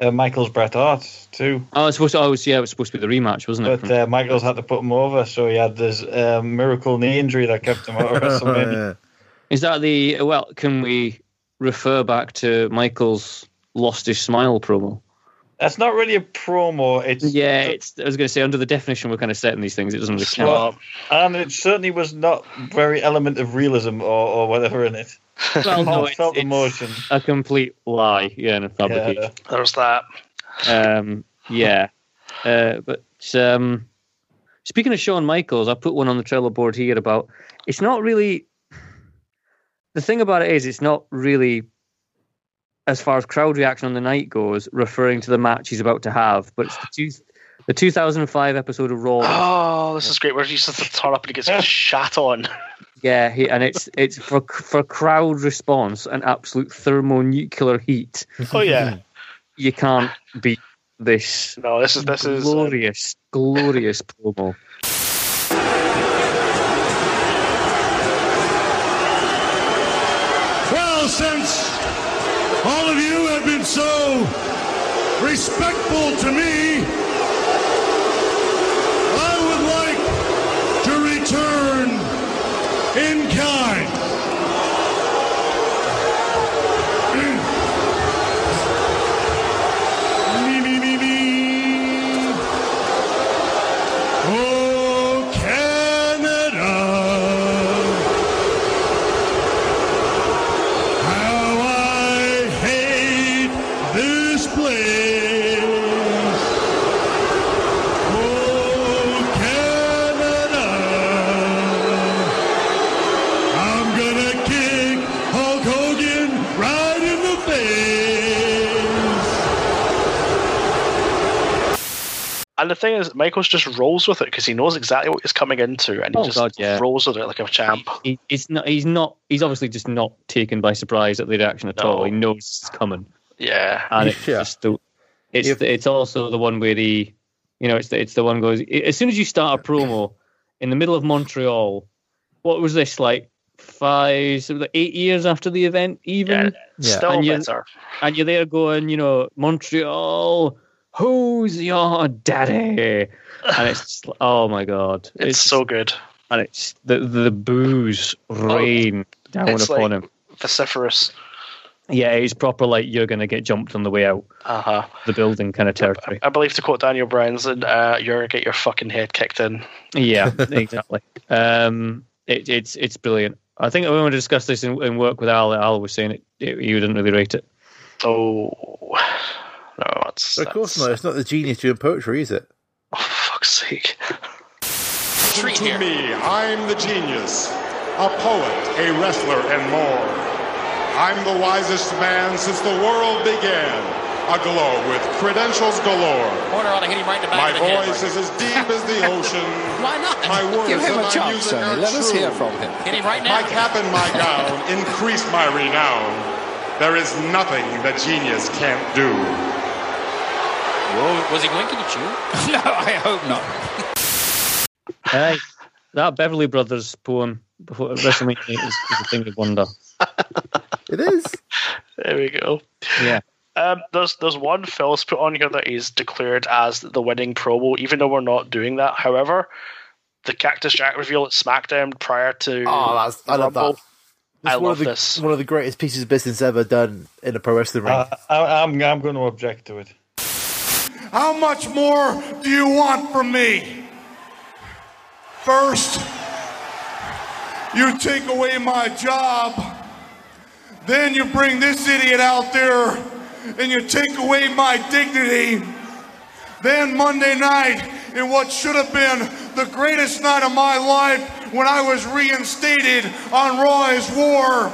Speaker 5: Uh, Michaels Bret Hart too.
Speaker 1: Oh, it's supposed to. Oh, it's- yeah, it was supposed to be the rematch, wasn't it?
Speaker 5: But uh, Michaels had to put him over, so he had this um, miracle knee injury that kept him out of
Speaker 1: *laughs*
Speaker 5: WrestleMania.
Speaker 1: Is that the well? Can we refer back to Michael's lost his smile promo?
Speaker 5: That's not really a promo. It's
Speaker 1: yeah. It's I was going to say under the definition we're kind of setting these things, it doesn't really count.
Speaker 5: Well, and it certainly was not very element of realism or, or whatever in it. *laughs*
Speaker 1: Well, no,
Speaker 5: I
Speaker 1: it's-
Speaker 5: felt emotion.
Speaker 1: A complete lie, yeah, and a fabrication.
Speaker 3: There's that.
Speaker 1: Um, yeah, uh, but um, Speaking of Shawn Michaels, I put one on the Trello board here about it's not really. The thing about it is, it's not really, as far as crowd reaction on the night goes, referring to the match he's about to have, but it's the, two, the 2005 episode of Raw.
Speaker 3: Oh, this is great. Where he just has to turn up and he gets
Speaker 5: *laughs*
Speaker 3: shat on.
Speaker 1: Yeah, he, and it's it's for for crowd response and absolute thermonuclear heat.
Speaker 3: Oh, yeah.
Speaker 1: you can't beat this.
Speaker 3: No, this is this is
Speaker 1: glorious,
Speaker 3: *laughs*
Speaker 1: glorious promo.
Speaker 11: Well, since all of you have been so respectful to me, I would like to return in kind. *clears throat* Me, me, me, me. Oh, Canada. How I hate this place. Oh, Canada. I'm gonna kick Hulk Hogan right in the face.
Speaker 3: And the thing is, Michaels just rolls with it because he knows exactly what he's coming into, and he
Speaker 1: Oh,
Speaker 3: just
Speaker 1: God, yeah.
Speaker 3: rolls with it like a champ.
Speaker 1: He, it's not. He's not. He's obviously just not taken by surprise at the reaction at all. He knows it's coming.
Speaker 3: Yeah,
Speaker 1: and it's just the. It's the, it's also the one where he, you know, it's the, it's the one goes as soon as you start a promo in the middle of Montreal. What was this like? Five, something like eight years after the event, even
Speaker 3: Yeah. still
Speaker 1: you're-
Speaker 3: better.
Speaker 1: and you're there going, you know, Montreal, who's your daddy? And it's just, like, oh my god,
Speaker 3: *laughs* It's so good. Oh,
Speaker 1: and it's the the booze rain down
Speaker 3: it's
Speaker 1: upon
Speaker 3: like
Speaker 1: him.
Speaker 3: Vociferous.
Speaker 1: Yeah, he's proper like you're gonna get jumped on the way out
Speaker 3: Uh huh.
Speaker 1: the building kind of territory.
Speaker 3: I believe to quote Daniel Bryanson, uh, "You're gonna get your fucking head kicked in."
Speaker 2: *laughs*
Speaker 1: Yeah, exactly. um, it, it's it's brilliant. I think when we discussed this in, in work with Al, Al was saying it, it, you didn't really rate it.
Speaker 3: Oh no, it's
Speaker 2: Of course not. It's not the genius doing poetry, is it?
Speaker 3: Oh, fuck's sake.
Speaker 11: Treat to me, I'm the genius, a poet, a wrestler, and more. I'm the wisest man since the world began, aglow with credentials galore.
Speaker 12: Corner ought to hit him right in the
Speaker 11: My
Speaker 12: back of the head.
Speaker 11: voice is as deep as the ocean.
Speaker 12: *laughs*
Speaker 11: Why not? My words
Speaker 12: Give him
Speaker 11: that
Speaker 12: a
Speaker 11: I'm
Speaker 12: chance,
Speaker 11: using
Speaker 12: Sonny.
Speaker 11: are
Speaker 12: Let us
Speaker 11: true.
Speaker 12: hear from him. Hit him right
Speaker 11: My
Speaker 12: now.
Speaker 11: cap and my gown
Speaker 12: *laughs*
Speaker 11: increase my renown. There is nothing that genius can't do.
Speaker 12: Whoa, was he winking at you? *laughs* no, I hope not.
Speaker 1: Hey, that Beverly Brothers poem before WrestleMania is, is a thing of wonder.
Speaker 2: It is.
Speaker 3: There we go.
Speaker 1: Yeah.
Speaker 3: Um, there's there's one Phil's put on here that is declared as the winning promo, even though we're not doing that. However, the Cactus Jack reveal at SmackDown prior to
Speaker 2: Oh, that's I love that.
Speaker 3: Rumble, I
Speaker 2: one
Speaker 3: love
Speaker 2: of the,
Speaker 3: this.
Speaker 2: One of the greatest pieces of business ever done in a pro wrestling
Speaker 5: Uh,
Speaker 2: ring.
Speaker 5: I, I'm I'm going to object to it.
Speaker 11: How much more do you want from me?
Speaker 4: First, you take away my job. Then you bring this idiot out there and you take away my dignity. Then Monday night, in what should have been the greatest night of my life when I was reinstated on Roy's War,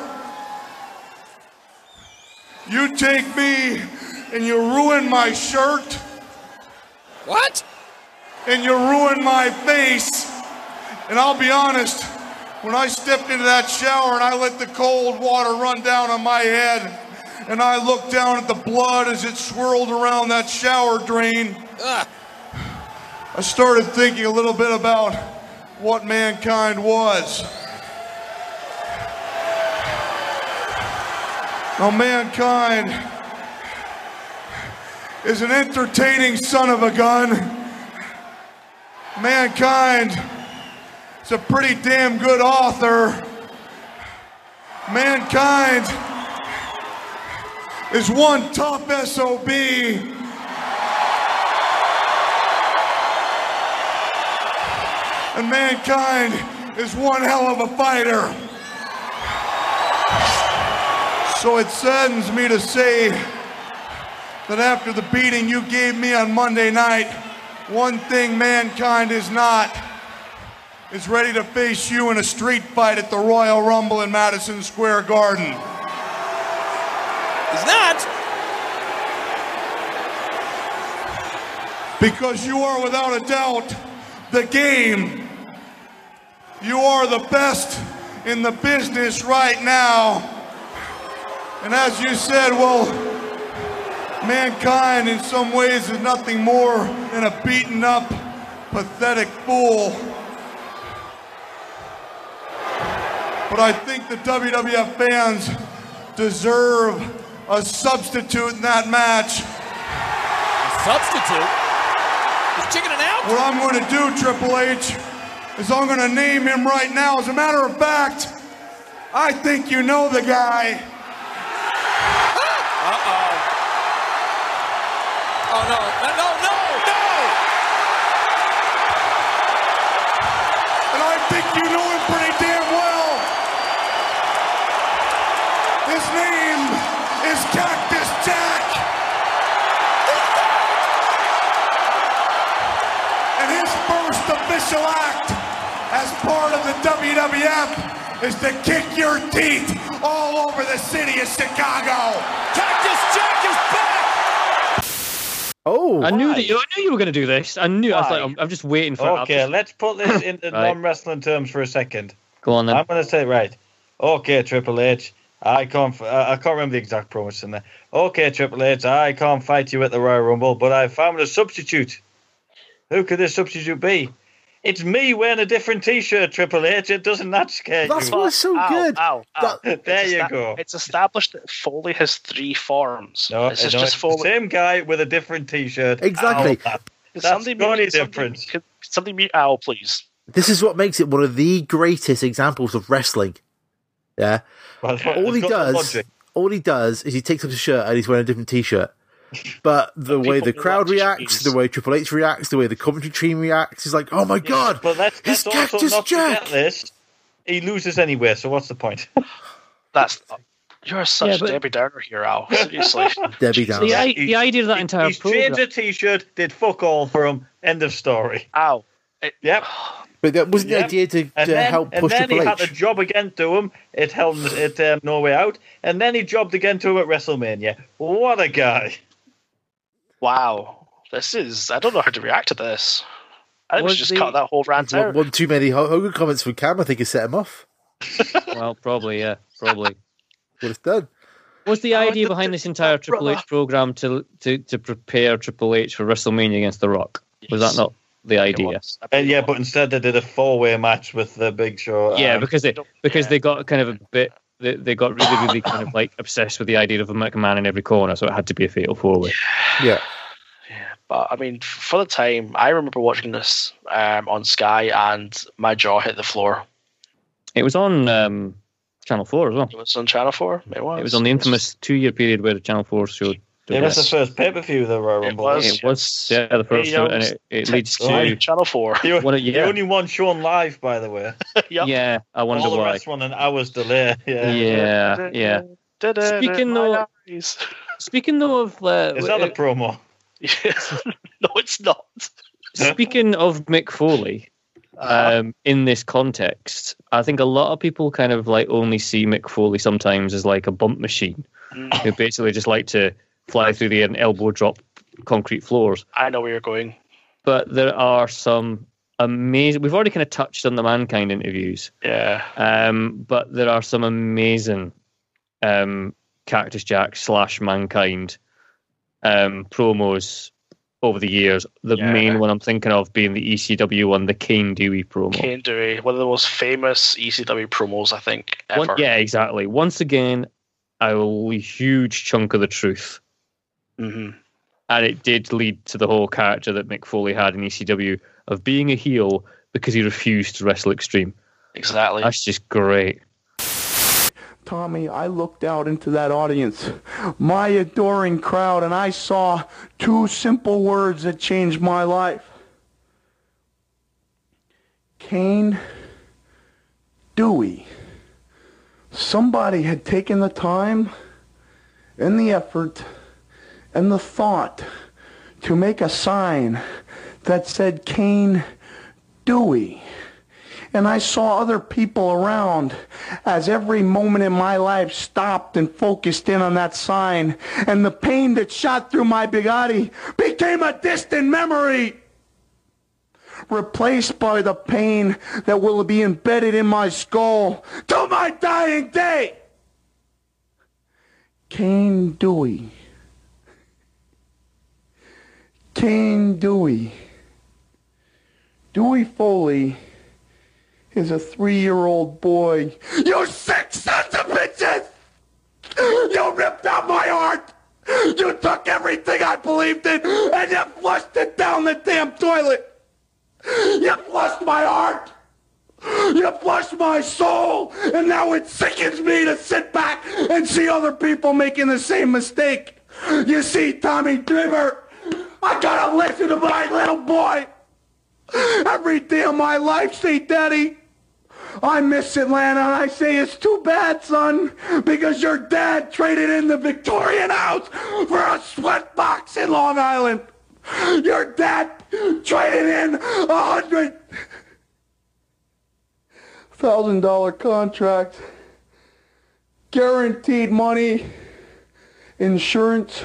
Speaker 4: you take me and you ruin my shirt. What? And you ruin my face. And I'll be honest, when I stepped into that shower and I let the cold water run down on my head, and I looked down at the blood as it swirled around that shower drain, I started thinking a little bit about what mankind was. Now, mankind is an entertaining son of a gun. Mankind is a pretty damn good author. Mankind is one tough SOB. And mankind is one hell of a fighter. So it saddens me to say that after the beating you gave me on Monday night, One thing mankind is not is ready to face you in a street fight at the Royal Rumble in Madison Square Garden.
Speaker 19: He's not.
Speaker 4: Because you are without a doubt the game. You are the best in the business right now. And as you said, well, mankind in some ways is nothing more than a beaten up, pathetic fool. But I think the WWF fans deserve a substitute in that match.
Speaker 19: Substitute. He's chickening out.
Speaker 4: What I'm going to do, Triple H, is I'm going to name him right now. As a matter of fact, I think you know the guy.
Speaker 19: Uh oh. Oh no! No! No! No! no.
Speaker 4: And I think you know him pretty damn well. His name is Cactus Jack. And his first official act as part of the WWF is to kick your teeth all over the city of Chicago.
Speaker 19: Cactus Jack is back!
Speaker 1: Oh, I knew that you, I knew you were going to do this. I knew. I was
Speaker 5: Why?
Speaker 1: like, I'm, I'm just waiting for.
Speaker 5: okay, let's put
Speaker 1: *coughs*
Speaker 5: this into
Speaker 1: Right.
Speaker 5: non-wrestling terms for a second.
Speaker 1: Go on then.
Speaker 5: I'm going to say right. Okay, Triple H. I can't. f- I I can't remember the exact promise in there. Okay, Triple H. I can't fight you at the Royal Rumble, but I found a substitute. Who could this substitute be? It's me wearing a different T-shirt, Triple H. It doesn't that scare
Speaker 2: That's
Speaker 5: you?
Speaker 2: why it's so good.
Speaker 3: Ow, ow.
Speaker 5: *laughs* There
Speaker 3: It's
Speaker 5: you
Speaker 3: esta-
Speaker 5: go.
Speaker 3: It's established that Foley has three forms.
Speaker 5: No,
Speaker 3: this is
Speaker 5: no,
Speaker 3: just
Speaker 5: it's the
Speaker 3: Foley.
Speaker 5: same guy with a different T-shirt.
Speaker 2: Exactly.
Speaker 5: Ow.
Speaker 3: Could
Speaker 5: That's
Speaker 3: somebody
Speaker 5: the only
Speaker 3: mute- somebody-
Speaker 5: difference.
Speaker 3: Could, could somebody mute Owl, please?
Speaker 2: This is what makes it one of the greatest examples of wrestling. Yeah.
Speaker 5: Well,
Speaker 2: all he
Speaker 5: it's got the
Speaker 2: does,
Speaker 5: logic.
Speaker 2: all he does is he takes up his shirt and he's wearing a different t-shirt.
Speaker 3: *laughs*
Speaker 2: But the way the
Speaker 5: people
Speaker 2: crowd
Speaker 5: watch
Speaker 2: reacts, the way Triple H reacts, the way the commentary team reacts, is like, oh my god,
Speaker 5: But let's,
Speaker 2: his
Speaker 5: let's also
Speaker 2: cactus
Speaker 5: not
Speaker 2: Jack.
Speaker 5: forget this. He loses anyway, so what's the *laughs* point?
Speaker 3: That's you're such
Speaker 5: Yeah, but-
Speaker 3: Debbie Downer here, Ow. Seriously.
Speaker 2: *laughs* Debbie
Speaker 1: The, i- the idea of that entire
Speaker 5: He's changed
Speaker 1: program.
Speaker 5: a T-shirt, did fuck all for him. End of story.
Speaker 3: Ow.
Speaker 5: yep. *sighs*
Speaker 2: But that wasn't
Speaker 5: Yep.
Speaker 2: the idea to,
Speaker 5: And
Speaker 2: to
Speaker 5: then,
Speaker 2: help
Speaker 5: and
Speaker 2: push
Speaker 5: then he
Speaker 2: Triple
Speaker 5: had
Speaker 2: H.
Speaker 5: a job again to him. It held it um, no way out, and then he jobbed again to him at WrestleMania. What a guy!
Speaker 3: Wow. This is. I don't know how to react to this. I think we
Speaker 2: Was
Speaker 3: should just
Speaker 2: the-
Speaker 3: cut that whole rant
Speaker 2: One,
Speaker 3: out.
Speaker 2: one too many Ho- Hogan comments from Cam, I think, has set him off.
Speaker 1: well, probably, yeah, probably.
Speaker 2: What it's done.
Speaker 1: Was the idea behind this entire Triple H program to to to prepare Triple H for WrestleMania against The Rock? Was that not the idea?
Speaker 5: And Uh, yeah, but instead they did a four-way match with the Big Show.
Speaker 1: Yeah,
Speaker 5: um,
Speaker 1: because they because they got kind of a bit they, they got really really kind of like obsessed with the idea of a McMahon in every corner, so it had to be a fatal four way.
Speaker 2: Yeah.
Speaker 3: But I mean, for the time, I remember watching this um, on Sky, and my jaw hit the floor.
Speaker 1: It was on um, Channel Four as well.
Speaker 3: It was on Channel Four. It was.
Speaker 1: It was on the infamous two year period where Channel Four showed.
Speaker 5: it was the first pay-per-view the Royal Rumble. wasn't
Speaker 1: It was yeah, the first,
Speaker 5: Hey, yo,
Speaker 1: and it, it leads to
Speaker 5: Live
Speaker 1: *laughs*
Speaker 3: Channel Four.
Speaker 5: The,
Speaker 1: What a-
Speaker 5: the
Speaker 1: yeah.
Speaker 5: only one shown live, by
Speaker 3: *laughs*
Speaker 5: the way. *laughs*
Speaker 1: yeah. I wonder
Speaker 5: All the
Speaker 1: why.
Speaker 5: rest one an hour's delay. *laughs* Yeah,
Speaker 3: *laughs*
Speaker 1: Yeah, yeah. Speaking though, speaking though of uh,
Speaker 5: Is that
Speaker 3: *laughs*
Speaker 5: a promo?
Speaker 3: no, it's not.
Speaker 1: Speaking of Mick Foley, um, in this context, I think a lot of people kind of like only see Mick Foley sometimes as like a bump machine *laughs* who basically just like to fly through the air and elbow drop concrete floors.
Speaker 3: I know where you're going.
Speaker 1: But there are some amazing. We've already kind of touched on the mankind interviews.
Speaker 3: Yeah.
Speaker 1: Um, but there are some amazing um, Cactus Jack slash mankind um, promos over the years. The
Speaker 3: Yeah.
Speaker 1: main one I'm thinking of being the ECW one, the Kane Dewey promo.
Speaker 3: Kane Dewey, one of the most famous ECW promos, I think, ever.
Speaker 1: One- yeah, exactly. Once again, a l- huge chunk of the truth.
Speaker 3: Mm-hmm.
Speaker 1: And it did lead to the whole character that Mick Foley had in ECW of being a heel because he refused to wrestle extreme.
Speaker 3: Exactly.
Speaker 1: That's just great.
Speaker 9: Tommy, I looked out into that audience, my adoring crowd, and I saw two simple words that changed my life. Kane Dewey. Somebody had taken the time and the effort and the thought to make a sign that said Kane Dewey. And I saw other people around as every moment in my life stopped and focused in on that sign. And the pain that shot through my bigati became a distant memory replaced by the pain that will be embedded in my skull till my dying day. Kane Dewey. Kane Dewey. Dewey Foley is a three-year-old boy. You sick sons of bitches! You ripped out my heart! You took everything I believed in and you flushed it down the damn toilet! You flushed my heart. You flushed my soul. And now it sickens me to sit back and see other people making the same mistake. You see, Tommy Dreamer, I gotta listen to my little boy. Every day of my life, say, Daddy, I miss Atlanta. And I say, it's too bad, son, because your dad traded in the Victorian house for a sweatbox in Long Island. Your dad traded in a hundred thousand dollar contract, guaranteed money, insurance,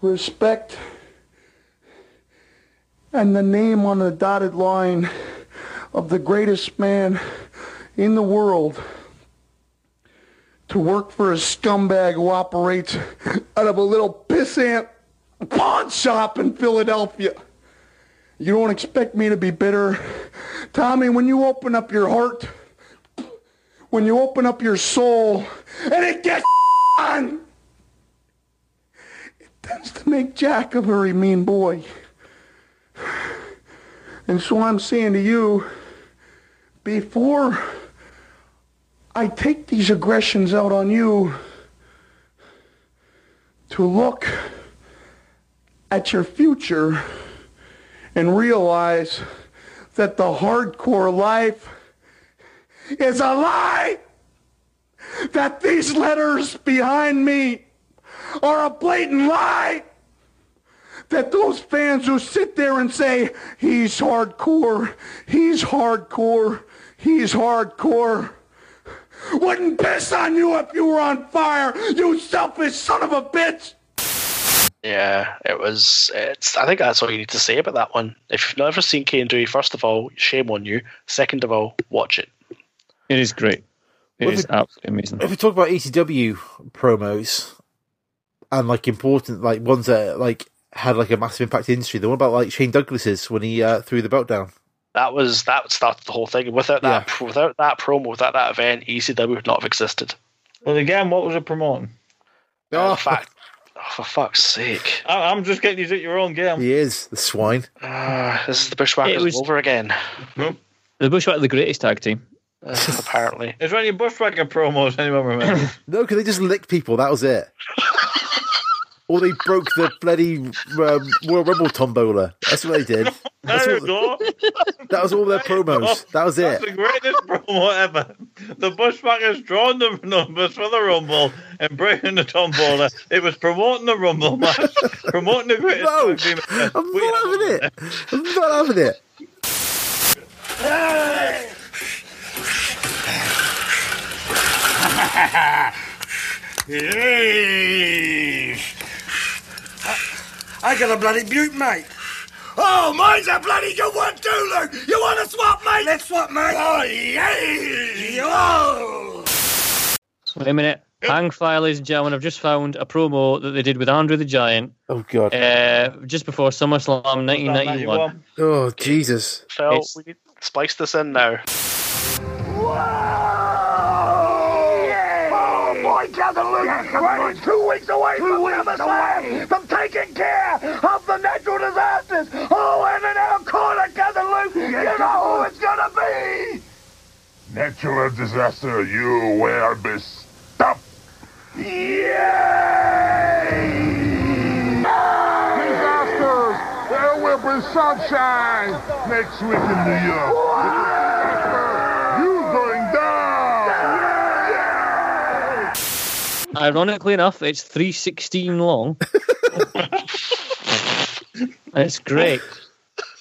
Speaker 9: respect, and the name on the dotted line of the greatest man in the world to work for a scumbag who operates out of a little pissant pawn shop in Philadelphia. You don't expect me to be bitter. Tommy, when you open up your heart, when you open up your soul, and it gets on, it tends to make Jack a very mean boy. And so I'm saying to you, before I take these aggressions out on you, to look at your future and realize that the hardcore life is a lie. That these letters behind me are a blatant lie. That those fans who sit there and say, he's hardcore, he's hardcore, he's hardcore, wouldn't piss on you if you were on fire, you selfish son of a bitch.
Speaker 3: Yeah, it was. It's. I think that's all you need to say about that one. If you've never seen Kane Dewey, first of all, shame on you. Second of all, watch it.
Speaker 1: It is great. It
Speaker 2: Well,
Speaker 1: is
Speaker 2: if it-
Speaker 1: absolutely amazing.
Speaker 2: If we talk about ECW promos and like important, like ones that like had like a massive impact in the industry, the one about like Shane Douglas's when he uh, threw the belt down.
Speaker 3: That was that started the whole thing. Without that, without that promo, without that event, ECW would not have existed.
Speaker 5: But again, what was it promoting?
Speaker 3: Oh, fact. oh, for fuck's sake!
Speaker 5: *laughs* I, I'm just getting you at your own game.
Speaker 2: He is *laughs* the swine.
Speaker 3: Ah, this is the Bushwhackers
Speaker 1: It was-
Speaker 3: over again.
Speaker 1: The Bushwhack are the greatest tag team.
Speaker 5: *laughs*
Speaker 3: Uh, apparently,
Speaker 5: Is there any bushwhacker promos anyone remember?
Speaker 2: No, because they just licked people. That was
Speaker 1: *laughs*
Speaker 2: it. or they broke the bloody um, Royal Rumble tombola. That's what they did. *laughs* That's
Speaker 5: there you
Speaker 2: what,
Speaker 5: go.
Speaker 2: that was all their promos.
Speaker 5: *laughs*
Speaker 2: That was
Speaker 5: That's
Speaker 2: it.
Speaker 5: the greatest promo ever. The Bushwhackers drawing the numbers for the Rumble and breaking the tombola. It was promoting the Rumble
Speaker 2: *laughs*
Speaker 5: match, promoting the greatest.
Speaker 2: No,
Speaker 5: tag team ever.
Speaker 2: I'm not having it. I'm not having it.
Speaker 11: Hey. I, I got a bloody butte, mate. Oh, mine's a bloody good one too, Luke. You want to swap, mate? Let's swap, mate. Oh, yay! Oh.
Speaker 1: Wait a minute. Hang fire, ladies and gentlemen. I've just found a promo that they did with Andre the Giant.
Speaker 2: Oh God!
Speaker 1: Uh, just before SummerSlam 1991.
Speaker 2: Oh Jesus!
Speaker 3: Phil, we need to splice this in now.
Speaker 11: Oh, boy, Captain Luke, we're two weeks away from SummerSlam, from taking care of the natural disasters. Oh, and in our corner, Captain Luke, you know who it's gonna be.
Speaker 20: Natural disaster, you were best.
Speaker 11: Disasters! There will be sunshine next week in New York. You going down!
Speaker 1: Ironically enough, it's 316 long. That's great.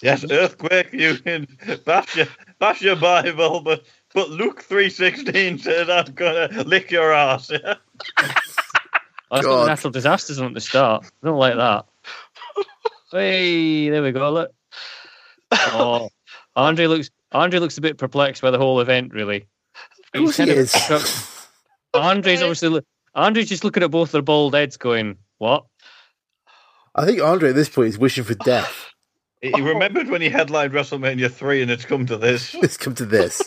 Speaker 5: Yes, earthquake. You can bash your bash your Bible, but but Luke three sixteen says I'm gonna lick your ass. *laughs* Yeah?
Speaker 1: Oh, that's not natural disasters on at the start. I don't like that. hey, there we go. Look. Oh, Andre looks Andre looks a bit perplexed by the whole event. Really,
Speaker 2: Of course he is.
Speaker 1: Andre's obviously lo- Andre's just looking at both their bald heads, going, "What?"
Speaker 2: I think Andre at this point is wishing for death.
Speaker 5: He he remembered when he headlined WrestleMania three, and it's come to this.
Speaker 2: Let's come to this.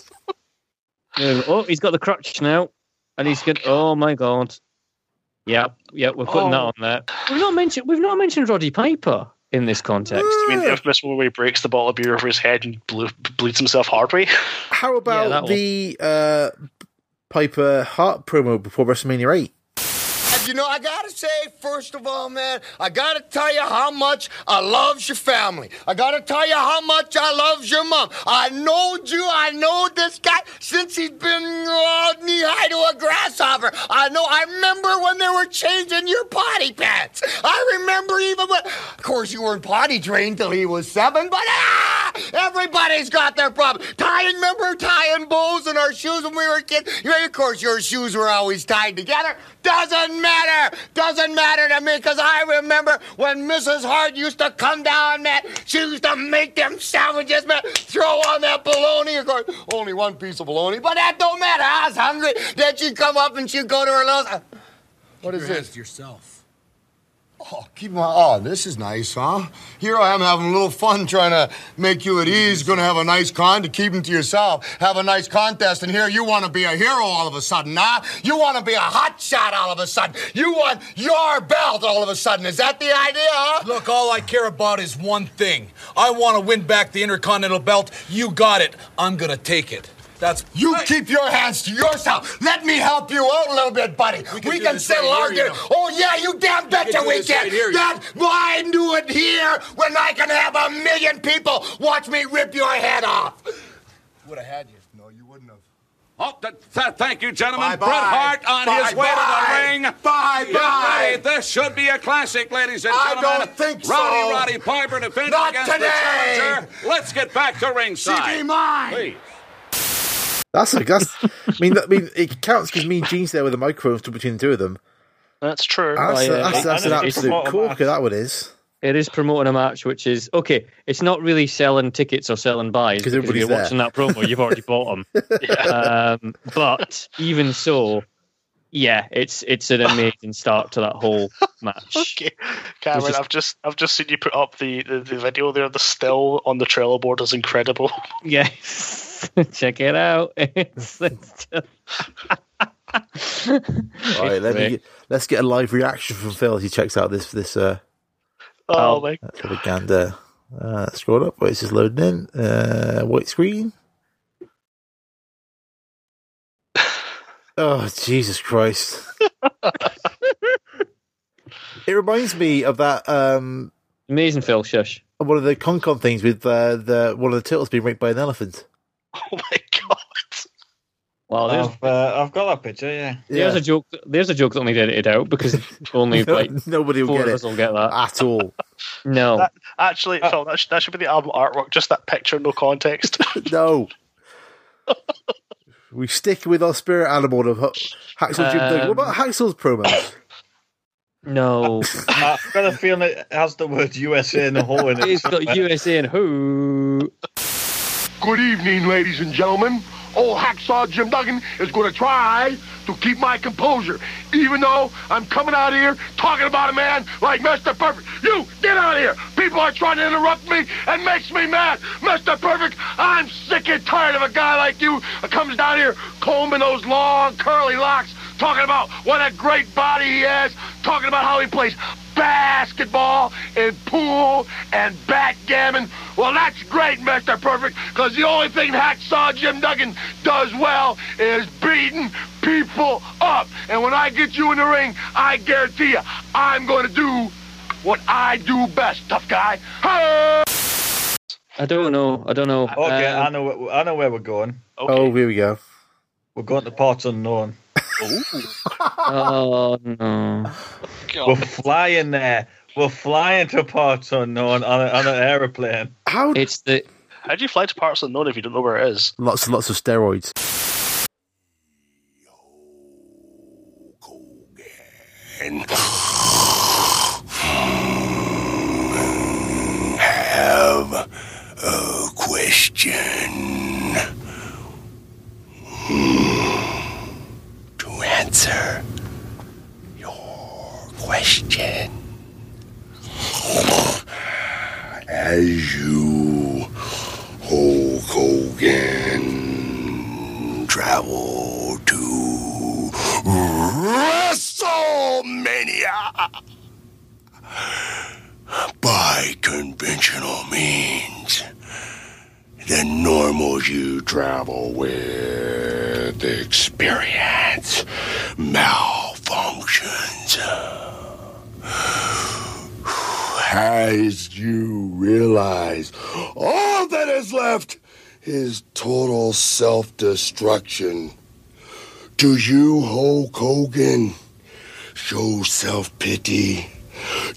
Speaker 1: Yeah, Oh, he's got the crutch now, and he's good. Oh my god! Yep, yep, we're putting that
Speaker 3: Oh.
Speaker 1: on there. We've not mentioned we've not mentioned Roddy Piper in this
Speaker 3: I
Speaker 1: context.
Speaker 2: Oh,
Speaker 3: mean, the infamous one where he breaks the bottle of beer over his head and ble- bleeds himself hard way.
Speaker 2: How about the uh, Piper Hart promo before WrestleMania 8?
Speaker 19: You know, I gotta say, first of all, man, I gotta tell you how much I loves your family. I gotta tell you how much I loves your mom. I knowed you, I know this guy since he's been oh, knee high to a grasshopper. I know, I remember when they were changing your potty pants. I remember even when, of course, you weren't potty trained till he was seven, but ah, everybody's got their problem. Tying, remember tying bows in our shoes when we were kids? You know, of course, your shoes were always tied together. Doesn't matter. Doesn't matter to me because I remember when Mrs. Hart used to come down, man. She used to make them sandwiches, man. Throw on that bologna. Of course, only one piece of bologna, but that don't matter. I was hungry. Then she'd come up and she'd go to her little. What is this? yourself. Oh, keep my oh, this is nice, huh? Here I am having a little fun trying to make you at ease, gonna have a nice con to keep them to yourself, have a nice contest, and here you wanna be a hero all of a sudden, huh? You wanna be a hot shot all of a sudden. You want your belt all of a sudden. Is that the idea, huh?
Speaker 10: Look, all I care about is one thing. I want to win back the Intercontinental Belt. You got it. I'm going to take it. That's
Speaker 19: You keep your hands to yourself. Let me help you out a little bit, buddy. We can,
Speaker 10: do this
Speaker 19: settle
Speaker 10: right
Speaker 19: our
Speaker 10: here, you
Speaker 19: game.
Speaker 10: know.
Speaker 19: Oh yeah, you damn betcha
Speaker 10: do
Speaker 19: we
Speaker 10: this
Speaker 19: can.
Speaker 10: right here, you
Speaker 19: that why do it here when I can have a million people watch me rip your head off?
Speaker 10: Would have had you. No, you wouldn't have.
Speaker 17: Oh, th- th- thank you, gentlemen.
Speaker 10: Bye-bye.
Speaker 17: Bret Hart on his
Speaker 10: Bye-bye.
Speaker 17: way to the ring.
Speaker 10: Bye-bye.
Speaker 17: Get ready. This should be a classic, ladies and
Speaker 10: I
Speaker 17: gentlemen.
Speaker 10: don't think so.
Speaker 17: Roddy Roddy Piper defending
Speaker 10: Not
Speaker 17: against the
Speaker 10: today.
Speaker 17: challenger. Let's get back to ringside.
Speaker 19: She be mine.
Speaker 17: Please.
Speaker 2: That's like, that's, I mean, that, I mean, it counts because me and Gene's there with a microphone stood between the two of them.
Speaker 3: That's true.
Speaker 2: That's,
Speaker 1: Oh, yeah.
Speaker 2: that's, that's an
Speaker 1: It's- it's
Speaker 2: absolute
Speaker 1: not a
Speaker 2: corker, that one is.
Speaker 1: It is promoting a match, which is okay. It's not really selling tickets or selling buys
Speaker 2: 'Cause
Speaker 1: if you're
Speaker 2: everybody's there.
Speaker 1: watching that promo, you've
Speaker 2: *laughs*
Speaker 1: already bought them. um, but even so, yeah, it's it's an amazing start to that whole match.
Speaker 2: *laughs*
Speaker 3: Okay, Cameron,
Speaker 1: just-
Speaker 3: I've just I've just seen you put up the, the, the video there. The still on the trailer board is incredible. *laughs*
Speaker 1: Yeah, *laughs* check it out. *laughs* It's- it's just-
Speaker 2: All right, let me get, let's get a live reaction from Phil as he checks out this, this, uh,
Speaker 3: Oh, my
Speaker 2: let's have a gander. Uh, scroll up, wait, it's just loading in. Uh, white screen. Oh, Jesus Christ. it reminds me of that. Um,
Speaker 1: Amazing Phil Shush.
Speaker 2: One of the Concon things with uh, the one of the turtles being raped by an elephant.
Speaker 1: Well, there's,
Speaker 5: I've, uh, I've got that picture. Yeah.
Speaker 1: there's a joke. There's a joke that only edited out
Speaker 2: *laughs*
Speaker 1: because only
Speaker 2: No-
Speaker 1: like
Speaker 2: nobody will
Speaker 1: four
Speaker 2: get
Speaker 1: of
Speaker 2: it
Speaker 1: us will get that
Speaker 2: at all.
Speaker 1: *laughs* No,
Speaker 3: That- actually,
Speaker 2: Uh,
Speaker 3: Phil, that should, that should be the album artwork. Just that picture, no context.
Speaker 2: *laughs* no. We stick with our spirit animal of H- Hacksaw Jim Duggan. What about Hacksaw's promos?
Speaker 1: Um, no.
Speaker 5: I've got a feeling it has the word USA and the whole in it.
Speaker 1: It's got USA and who?
Speaker 11: Good evening, ladies and gentlemen. Old hacksaw Jim Duggan is going to try to keep my composure, even though I'm coming out here talking about a man like Mr. Perfect. You get out of here! People are trying to interrupt me and makes me mad. Mr. Perfect, I'm sick and tired of a guy like you that comes down here combing those long curly locks, talking about what a great body he has, talking about how he plays basketball and pool and backgammon. Well, that's great, Mr. Perfect, because the only thing Hacksaw Jim Duggan does well is beating people up. And when I get you in the ring, I guarantee you, I'm going to do what I do best, tough guy. Hey!
Speaker 1: I don't know. I don't know.
Speaker 5: Okay,
Speaker 1: Um,
Speaker 5: I know. wh- I know where we're going.
Speaker 2: Oh, here we go.
Speaker 5: We're going to parts unknown.
Speaker 1: oh no!
Speaker 5: We're flying there. We're flying to parts unknown on, a, on an aeroplane.
Speaker 2: How?
Speaker 1: It's the.
Speaker 3: How do you fly to parts unknown if you don't know where it is?
Speaker 2: *laughs* Lots and lots of steroids.
Speaker 8: And have a question to answer your question as you Hulk Hogan travel to WrestleMania by conventional means. The normals you travel with experience malfunctions. As you realize all that is left is total self destruction. Do you, Hulk Hogan, show self pity?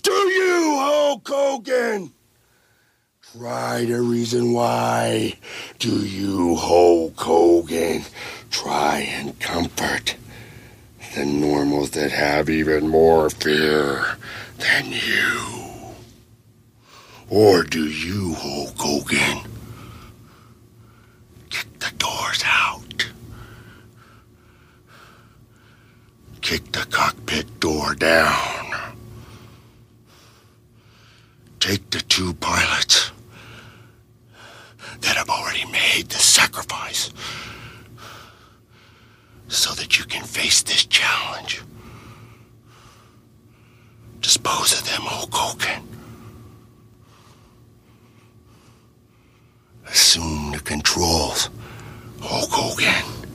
Speaker 8: Do you, Hulk Hogan? Try to reason why. Do you, Hulk Hogan, try and comfort the normals that have even more fear than you? Or do you, Hulk Hogan, kick the doors out? Kick the cockpit door down. Take the two pilots that have already made the sacrifice so that you can face this challenge. Dispose of them, Hulk Hogan. Assume the controls, Hulk Hogan.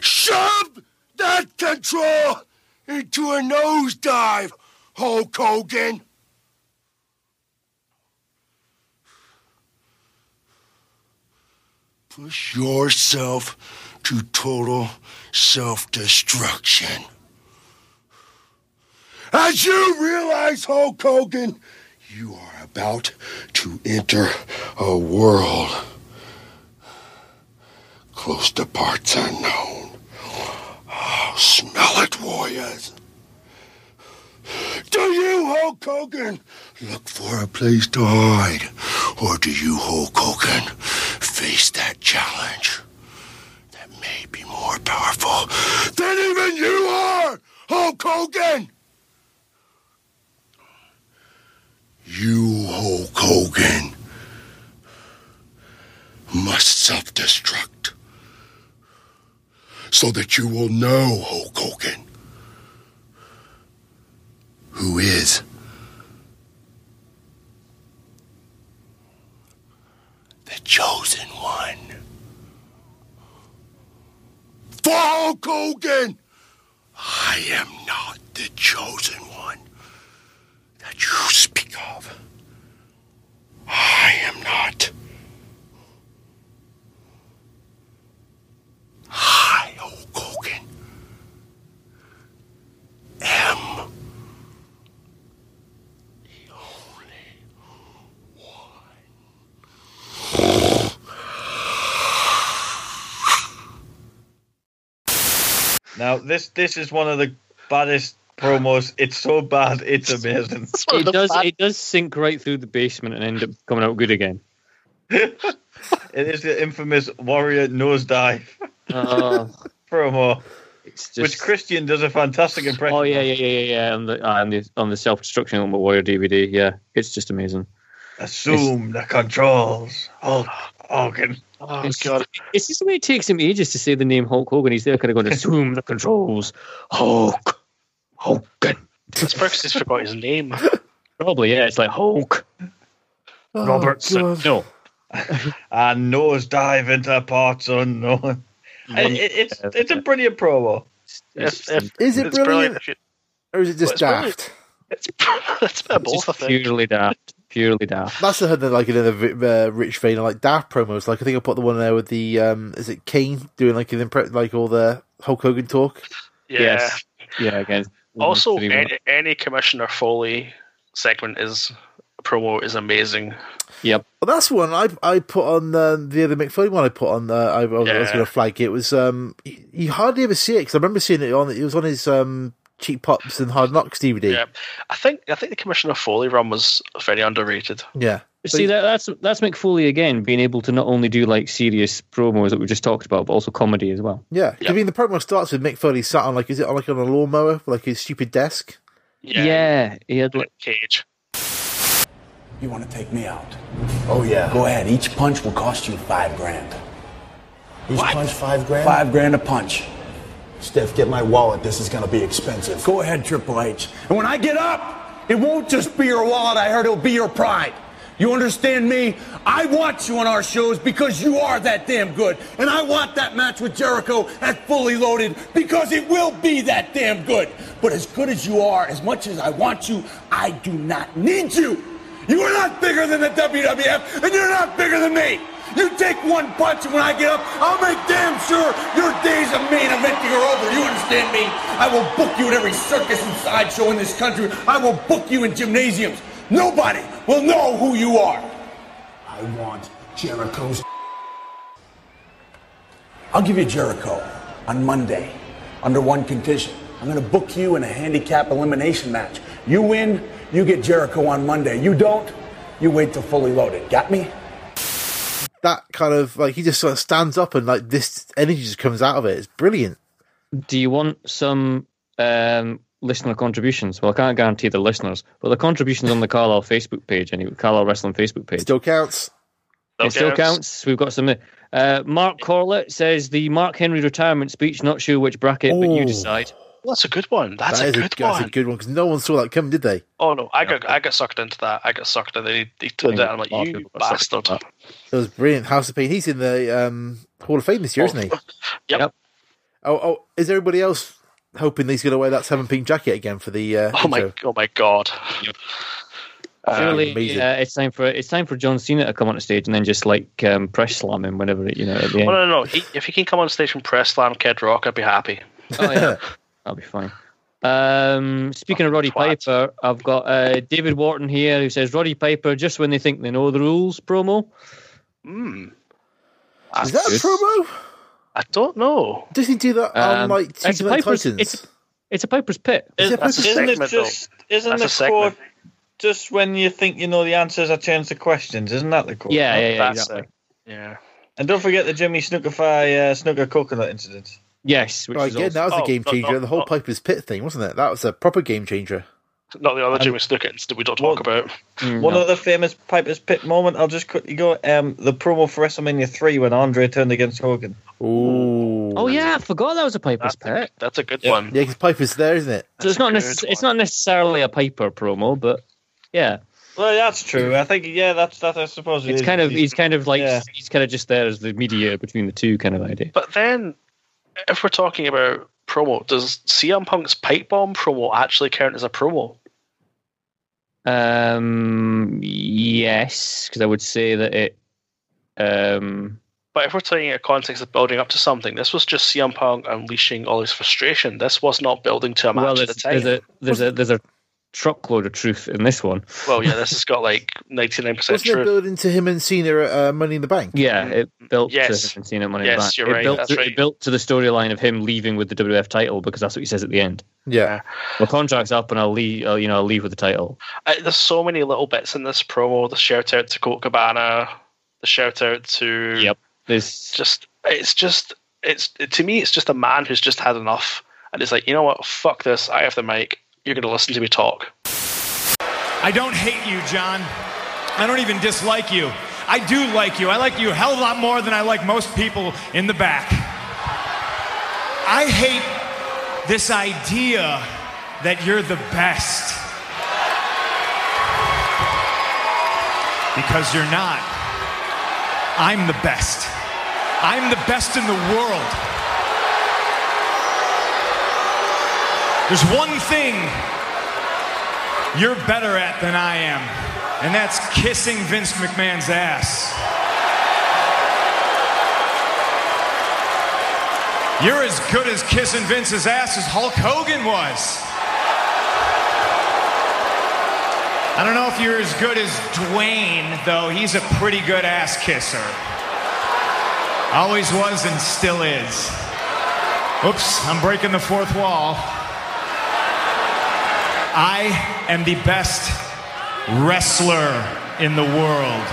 Speaker 8: Shove that control into a nosedive, Hulk Hogan. Push yourself to total self destruction. As you realize, Hulk Hogan, you are about to enter a world close to parts unknown. Oh, smell it, warriors. Do you, Hulk Hogan, look for a place to hide? Or do you, Hulk Hogan, face that challenge that may be more powerful than even you are, Hulk Hogan? You, Hulk Hogan, must self destruct so that you will know, Hulk Hogan, who is the chosen one. For Hulk Hogan, I am not the chosen one that you speak of. I am not. I, Hulk Hogan, am
Speaker 5: Now this this is one of the baddest promos. It's so bad, it's amazing.
Speaker 1: *laughs* It does. It does sink right through the basement and end up coming out good again.
Speaker 5: It is the infamous warrior nosedive *laughs*
Speaker 1: Oh,
Speaker 5: promo,
Speaker 1: it's just.
Speaker 5: which Christian does a fantastic impression.
Speaker 1: Oh yeah, yeah, yeah, yeah, yeah. On the uh, on the on the self destruction Ultimate Warrior DVD, yeah, it's just amazing.
Speaker 5: Assume the controls. Hulk Hogan.
Speaker 3: Oh
Speaker 1: it's,
Speaker 3: god.
Speaker 1: it's just the way it takes him ages to say the name Hulk Hogan. He's there, kind of going, assume the controls, Hulk, Hogan.
Speaker 3: It's because he's forgot his
Speaker 1: *laughs*
Speaker 3: name.
Speaker 1: Probably yeah. It's like Hulk
Speaker 2: Oh,
Speaker 1: Robertson.
Speaker 2: God.
Speaker 1: No,
Speaker 5: *laughs* And nosedive into parts unknown. It, it, it's it's a brilliant promo.
Speaker 3: If, if,
Speaker 2: Is it
Speaker 3: it's
Speaker 2: brilliant?
Speaker 3: if you-
Speaker 2: Or is it just
Speaker 3: It's brilliant.
Speaker 2: daft?
Speaker 3: It's, it's a bit of
Speaker 1: It's
Speaker 3: both, I
Speaker 1: just
Speaker 3: think.
Speaker 1: purely daft, purely daft.
Speaker 2: That's the head like in the vi- uh, rich vein, of, like daft promos. Like I think I put the one there with the um, is it Kane doing like an impre- like all the Hulk Hogan talk?
Speaker 3: Yeah.
Speaker 1: Yes, yeah, again.
Speaker 3: Also,
Speaker 1: Pretty well.
Speaker 3: any, any Commissioner Foley segment is promo is amazing.
Speaker 1: Yep.
Speaker 2: Well, that's one I I put on uh, the other McFoley one I put on. Uh, I, I was,
Speaker 3: Yeah.
Speaker 2: going to flag it was um you, you hardly ever see it because I remember seeing it on it was on his um cheap pops and hard knocks DVD.
Speaker 3: Yeah, I think I think the Commissioner Foley run was very underrated.
Speaker 2: Yeah.
Speaker 1: See that that's that's McFoley again being able to not only do like serious promos that we just talked about, but also comedy as well.
Speaker 2: Yeah, I mean the promo starts with Mick Foley sat on like is it on like on a lawnmower, like his stupid desk.
Speaker 1: Yeah, he had like
Speaker 3: cage.
Speaker 6: You want to take me out? Oh, yeah. Go ahead. Each punch will cost you five grand.
Speaker 10: Each punch five grand?
Speaker 6: Five grand a punch.
Speaker 10: Steph, get my wallet. This is going to be expensive.
Speaker 6: Go ahead, Triple H. And when I get up, it won't just be your wallet. I heard it'll be your pride. You understand me? I want you on our shows because you are that damn good. And I want that match with Jericho at Fully Loaded because it will be that damn good. But as good as you are, as much as I want you, I do not need you. You are not bigger than the WWF, and you're not bigger than me. You take one punch, and when I get up, I'll make damn sure your days of main eventing are over. You understand me? I will book you at every circus and sideshow in this country. I will book you in gymnasiums. Nobody will know who you are. I want Jericho's. I'll give you Jericho on Monday under one condition. I'm going to book you in a handicap elimination match. You win, you get Jericho on Monday. You don't, you wait till fully loaded. Got me?
Speaker 2: That kind of like he just sort of stands up and like this energy just comes out of it. It's brilliant.
Speaker 1: Do you want some um, listener contributions? Well, I can't guarantee the listeners, but the contributions on the Carlisle Facebook page, anyway, Carlisle Wrestling Facebook page.
Speaker 2: Still counts.
Speaker 1: It still
Speaker 2: counts.
Speaker 1: counts. We've got some. there. Uh, Mark Corlett says the Mark Henry retirement speech. Not sure which bracket, but you
Speaker 2: Oh.
Speaker 1: decide.
Speaker 3: That's a good one. That's
Speaker 2: That
Speaker 3: a
Speaker 2: is
Speaker 3: good
Speaker 2: that's
Speaker 3: one.
Speaker 2: a good one because no one saw that coming, did they?
Speaker 3: Oh no, I got I got sucked into that. I got sucked into. They, they turned it. I'm like, you bastard.
Speaker 2: It was brilliant. House of Pain. He's in the um, Hall of Fame this year, isn't he?
Speaker 3: *laughs* Yep.
Speaker 2: Oh, oh, is everybody else hoping that he's going to wear that seven pink jacket again for the? Uh,
Speaker 3: *laughs* Oh my, oh my god.
Speaker 1: Surely,
Speaker 2: Ah, amazing.
Speaker 1: uh, it's time for it's time for John Cena to come on stage and then just like um, press slam him whenever it, you know. At the
Speaker 3: Oh,
Speaker 1: end.
Speaker 3: no, no, no. He, if he can come on stage and press slam Kid Rock, I'd be happy.
Speaker 1: Oh,
Speaker 2: *laughs*
Speaker 1: yeah. That'll be fine. Um, speaking of Roddy Piper, I've got uh, David Wharton here who says Roddy Piper just when they think they know the rules promo.
Speaker 3: Mm.
Speaker 2: Is that a promo?
Speaker 3: I don't know.
Speaker 2: Does he do that on
Speaker 1: Um,
Speaker 2: like
Speaker 1: it's
Speaker 2: Teen
Speaker 1: a Piper's-
Speaker 2: Titans?
Speaker 1: it's- It's a Piper's Pit.
Speaker 2: Is it
Speaker 5: Isn't,
Speaker 2: Piper's
Speaker 5: isn't it
Speaker 2: segment,
Speaker 5: just
Speaker 2: though?
Speaker 5: isn't
Speaker 2: That's
Speaker 5: the
Speaker 2: a
Speaker 5: quote just when you think you know the answers, I change the questions? Isn't that the quote?
Speaker 1: Yeah, yeah, yeah,
Speaker 5: That's it.
Speaker 1: exactly.
Speaker 3: Yeah.
Speaker 5: And don't forget the Jimmy Snookerfy uh, Snooker Coconut incident.
Speaker 1: Yes,
Speaker 2: Right, yeah, that was a
Speaker 3: Oh,
Speaker 2: game changer. the whole Piper's Pit thing, wasn't it? That was a proper game changer.
Speaker 3: Not the other Jimmy Snookins that we don't talk about.
Speaker 1: Mm,
Speaker 5: One other famous Piper's Pit moment. I'll just quickly go. Um, the promo for WrestleMania three when Andre turned against Hogan.
Speaker 2: Ooh.
Speaker 1: Oh yeah, I forgot that was a Piper's Pit.
Speaker 3: That's a good
Speaker 2: Yeah, because Piper's there, isn't it?
Speaker 1: So it's not necess- it's not necessarily a Piper promo, but yeah,
Speaker 5: Well, that's true. I think yeah, that's that. I suppose it
Speaker 1: it's
Speaker 5: is.
Speaker 1: kind of he's kind of like he's kind of just there as the media between the two kind of idea.
Speaker 3: But then, if we're talking about promo, does CM Punk's pipe bomb promo actually count as a promo?
Speaker 1: Um, yes, because I would say that it. Um,
Speaker 3: But if we're taking a context of building up to something, this was just CM Punk unleashing all his frustration. This was not building to a match
Speaker 1: well,
Speaker 3: at the
Speaker 1: there's,
Speaker 3: time.
Speaker 1: there's a there's a there's a truckload of truth in this one.
Speaker 3: well, yeah, this has got like 99%
Speaker 2: Wasn't it
Speaker 3: true.
Speaker 2: building to him and Cena at uh, Money in the Bank?
Speaker 1: Yeah, it built
Speaker 3: Mm, Yes.
Speaker 1: to haven't seen it money
Speaker 3: Yes,
Speaker 1: back.
Speaker 3: you're
Speaker 1: it
Speaker 3: right,
Speaker 1: Built
Speaker 3: that's
Speaker 1: to,
Speaker 3: right.
Speaker 1: It built to the storyline of him leaving with the WWF title because that's what he says at the end.
Speaker 2: Yeah,
Speaker 1: my contract's up and I'll leave. I'll, you know, I'll leave with the title.
Speaker 3: Uh, there's so many little bits in this promo the shout out to Colt Cabana, the shout out to.
Speaker 1: Yep. This
Speaker 3: just, it's just, it's to me, it's just a man who's just had enough. And it's like, you know what? Fuck this. I have the mic. You're going to listen to me talk.
Speaker 21: I don't hate you, John. I don't even dislike you. I do like you. I like you a hell of a lot more than I like most people in the back. I hate this idea that you're the best. Because you're not. I'm the best. I'm the best in the world. There's one thing you're better at than I am, and that's kissing Vince McMahon's ass. You're as good as kissing Vince's ass as Hulk Hogan was. I don't know if you're as good as Dwayne, though. He's a pretty good ass kisser. Always was and still is. Oops, I'm breaking the fourth wall. I am the best wrestler in the world.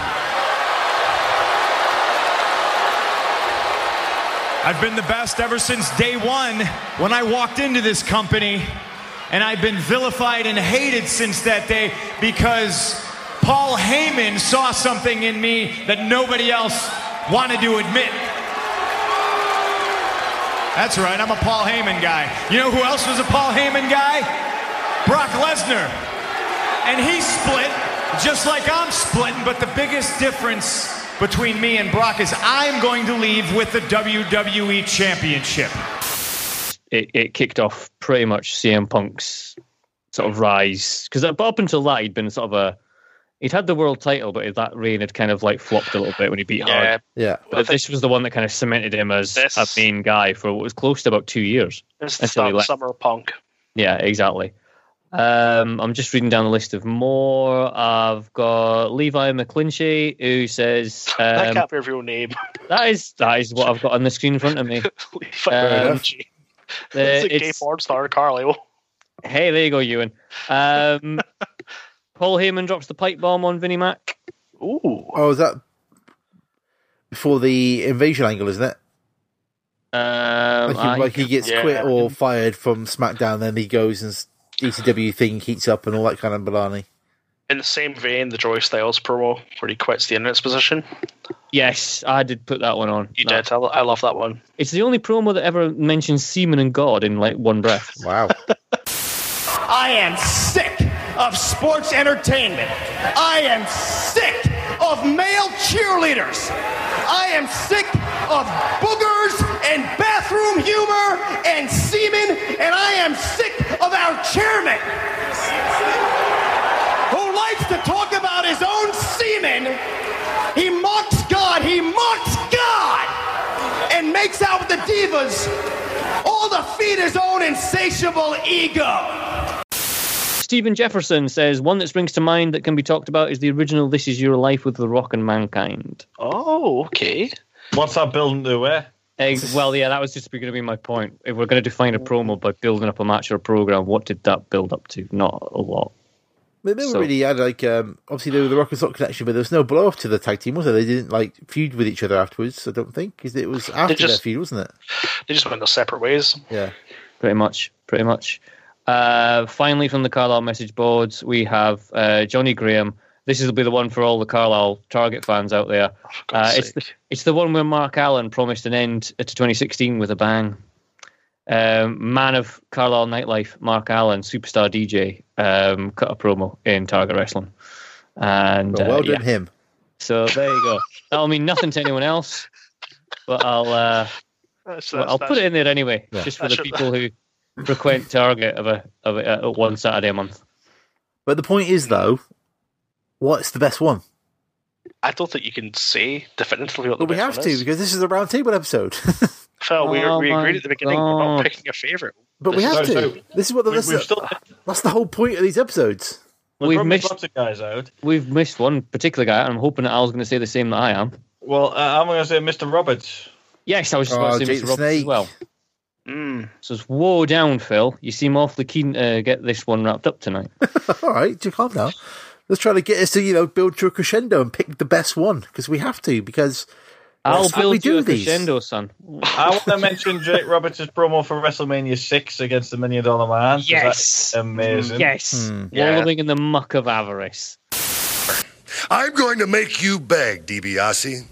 Speaker 21: I've been the best ever since day one when I walked into this company, and I've been vilified and hated since that day because Paul Heyman saw something in me that nobody else wanted to admit. That's right, I'm a Paul Heyman guy. You know who else was a Paul Heyman guy? Brock Lesnar. And he split just like I'm splitting, but the biggest difference between me and Brock is I'm going to leave with the WWE Championship.
Speaker 1: It, it kicked off pretty much CM Punk's sort of rise because up until that he'd been sort of a he'd had the world title, but that reign had kind of like flopped a little bit when he beat
Speaker 2: Yeah.
Speaker 1: Hard.
Speaker 2: Yeah.
Speaker 1: but this was the one that kind of cemented him as a main guy for what was close to about two years
Speaker 3: It's the
Speaker 1: until he
Speaker 3: sum-
Speaker 1: left.
Speaker 3: summer of punk.
Speaker 1: Yeah, exactly. Um, I'm just reading down the list of more. I've got Levi McClinchy, who
Speaker 3: *laughs*
Speaker 1: says
Speaker 3: that
Speaker 1: um,
Speaker 3: can't be a real name.
Speaker 1: that is that is what I've got on the screen in
Speaker 3: *laughs*
Speaker 1: front of me.
Speaker 3: Fair
Speaker 1: Um,
Speaker 3: enough. it's
Speaker 1: the-
Speaker 3: a gay
Speaker 1: *laughs* it's-
Speaker 3: porn star, Carly.
Speaker 1: hey, there you go, Ewan. Um, Paul Heyman drops the pipe bomb on Vinnie Mac.
Speaker 3: Ooh.
Speaker 2: Oh, is that before the invasion angle, isn't it?
Speaker 1: Um,
Speaker 2: Like he, like he gets
Speaker 1: yeah.
Speaker 2: quit or fired from SmackDown, then he goes and s- ECW thing heats up and all that kind of baloney.
Speaker 3: In the same vein, the Joy Styles promo where he quits the internet's position.
Speaker 1: Yes, I did put that one on.
Speaker 3: You did. I, lo- I love that one.
Speaker 1: It's the only promo that ever mentions semen and God in like one breath.
Speaker 2: Wow.
Speaker 15: I am sick of sports entertainment. I am sick of male cheerleaders. I am sick of boogers and bathroom humor and semen, and I am sick of our chairman who likes to talk about his own semen. He mocks God, he mocks God, and makes out with the divas, all to feed his own insatiable ego.
Speaker 1: *laughs* Stephen Jefferson says one that springs to mind that can be talked about is the original "This Is Your Life" with The Rock and Mankind.
Speaker 3: Oh, okay.
Speaker 1: What's that building to eh? well, yeah, that was just going to be my point. If we're going to define a promo by building up a match or a program, what did that build up to? Not a lot.
Speaker 2: They never
Speaker 1: So-
Speaker 2: really had like um, obviously there was the Rock and Sock connection, but there was no blow off to the tag team, was there? They didn't like feud with each other afterwards. I don't think because it was after their
Speaker 3: just-
Speaker 2: feud, wasn't it?
Speaker 3: They just went their separate ways.
Speaker 2: Yeah.
Speaker 1: Pretty much. Pretty much. Uh, finally, from the Carlisle message boards, we have uh, Johnny Graham. This will be the one for all the Carlisle Target fans out there.
Speaker 3: Oh,
Speaker 1: Uh, it's, the, it's the one where Mark Allen promised an end to 2016 with a bang. Um, man of Carlisle nightlife, Mark Allen, superstar DJ, um, cut a promo in Target Wrestling. And
Speaker 2: Well,
Speaker 1: uh,
Speaker 2: well done
Speaker 1: yeah.
Speaker 2: him.
Speaker 1: So there you
Speaker 3: *laughs*
Speaker 1: go. That'll mean nothing to anyone else, but I'll uh,
Speaker 3: That's-
Speaker 1: well,
Speaker 3: that's-
Speaker 1: I'll put
Speaker 3: that's-
Speaker 1: it in there anyway,
Speaker 3: Yeah.
Speaker 1: just for
Speaker 3: That's
Speaker 1: the
Speaker 3: it.
Speaker 1: people who frequent Target of a of a, uh, one Saturday a month.
Speaker 2: But the point is though, what's the best one?
Speaker 3: I don't think you can say definitively what the
Speaker 2: Well, we
Speaker 3: best
Speaker 2: have
Speaker 3: one
Speaker 2: to
Speaker 3: is.
Speaker 2: because this is a roundtable episode. *laughs*
Speaker 3: Phil, we,
Speaker 2: Oh
Speaker 3: we
Speaker 2: my
Speaker 3: agreed at the beginning we're
Speaker 2: God.
Speaker 3: not picking a favourite.
Speaker 2: But we
Speaker 3: This
Speaker 2: have
Speaker 3: is-
Speaker 2: to. This is what the
Speaker 3: We-
Speaker 2: that's,
Speaker 3: we've
Speaker 2: the-
Speaker 3: still-
Speaker 2: that's the whole point of these episodes.
Speaker 1: We've missed
Speaker 5: lots of guys out.
Speaker 1: We've missed one particular guy, and I'm hoping that Al's going to say the same that I am.
Speaker 5: Well, uh, I'm going to say Mr. Roberts.
Speaker 1: Yes, I was just
Speaker 5: Oh,
Speaker 1: about to say Mr. Roberts as well.
Speaker 5: Hmm.
Speaker 1: So it's woe down, Phil. You seem awfully keen to get this one wrapped up tonight.
Speaker 2: All right, do calm down. Let's try to get us to you know build to a crescendo and pick the best one because we have to because
Speaker 1: I'll
Speaker 2: that's how we
Speaker 1: build you
Speaker 2: do
Speaker 1: a
Speaker 2: these.
Speaker 1: crescendo, son.
Speaker 5: I want to mention Jake Roberts' promo for WrestleMania 6 against the Million Dollar Man. 'cause
Speaker 1: Yes. Mm,
Speaker 5: that's amazing.
Speaker 1: Yes.
Speaker 5: Hmm.
Speaker 1: Wallowing in the muck of avarice.
Speaker 22: I'm going to make you beg, DiBiase.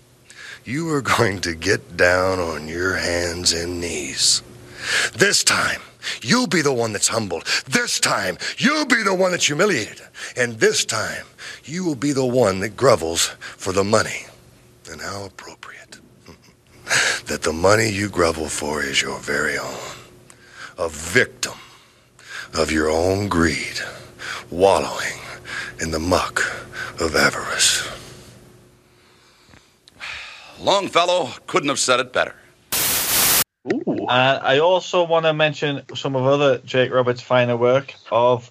Speaker 22: You are going to get down on your hands and knees. This time, you'll be the one that's humbled. This time, you'll be the one that's humiliated. And this time, you will be the one that grovels for the money. And how appropriate *laughs* that the money you grovel for is your very own. A victim of your own greed, wallowing in the muck of avarice.
Speaker 16: Longfellow couldn't have said it better.
Speaker 3: *laughs*
Speaker 5: And I also want to mention some of other Jake Roberts' finer work of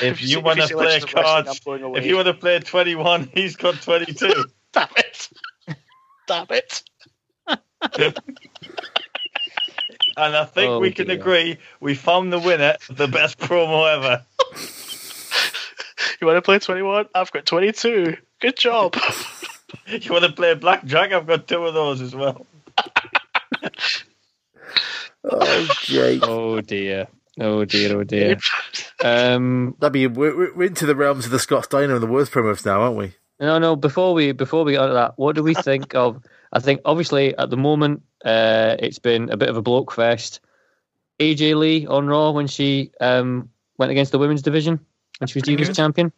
Speaker 5: If
Speaker 3: you
Speaker 5: you
Speaker 3: see-
Speaker 5: want
Speaker 3: if
Speaker 5: to
Speaker 3: you see Legends
Speaker 5: play
Speaker 3: of Wrestling,
Speaker 5: cards,
Speaker 3: I'm going away.
Speaker 5: if you want to play 21, *laughs* he's got 22.
Speaker 3: *laughs* Damn it. Damn it.
Speaker 5: *laughs* And I think
Speaker 3: Oh,
Speaker 5: we can
Speaker 3: dear.
Speaker 5: agree we found the winner, of the best promo ever.
Speaker 3: *laughs* You want to play 21? I've got 22. Good job.
Speaker 5: *laughs* you want to play blackjack? I've got two of those as well.
Speaker 2: Oh, Jake.
Speaker 1: Oh dear. Oh dear. Oh dear. Um,
Speaker 2: That'd be we're, we're- we're into the realms of the Scott Steiner and the worst promos now, aren't we?
Speaker 1: No, no. Before we before we go to that, what do we think of? I think obviously at the moment uh, it's been a bit of a bloke fest. AJ Lee on Raw when she um, went against the women's division when she was Divas champion.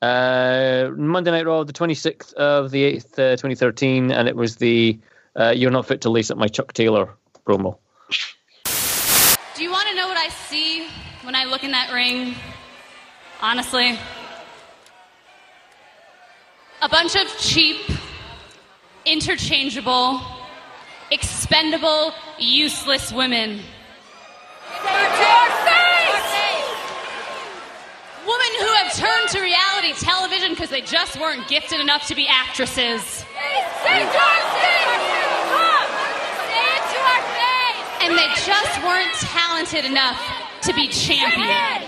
Speaker 1: Uh, Monday Night Raw, the 26th of the 8th, uh, 2013, and it was the uh, "You're not fit to lace up my Chuck Taylor" promo.
Speaker 23: Do you want to know what I see when I look in that ring? Honestly, a bunch of cheap, interchangeable, expendable, useless women. Women who have turned to reality television because they just weren't gifted enough to be actresses. And they just weren't talented enough to be champion.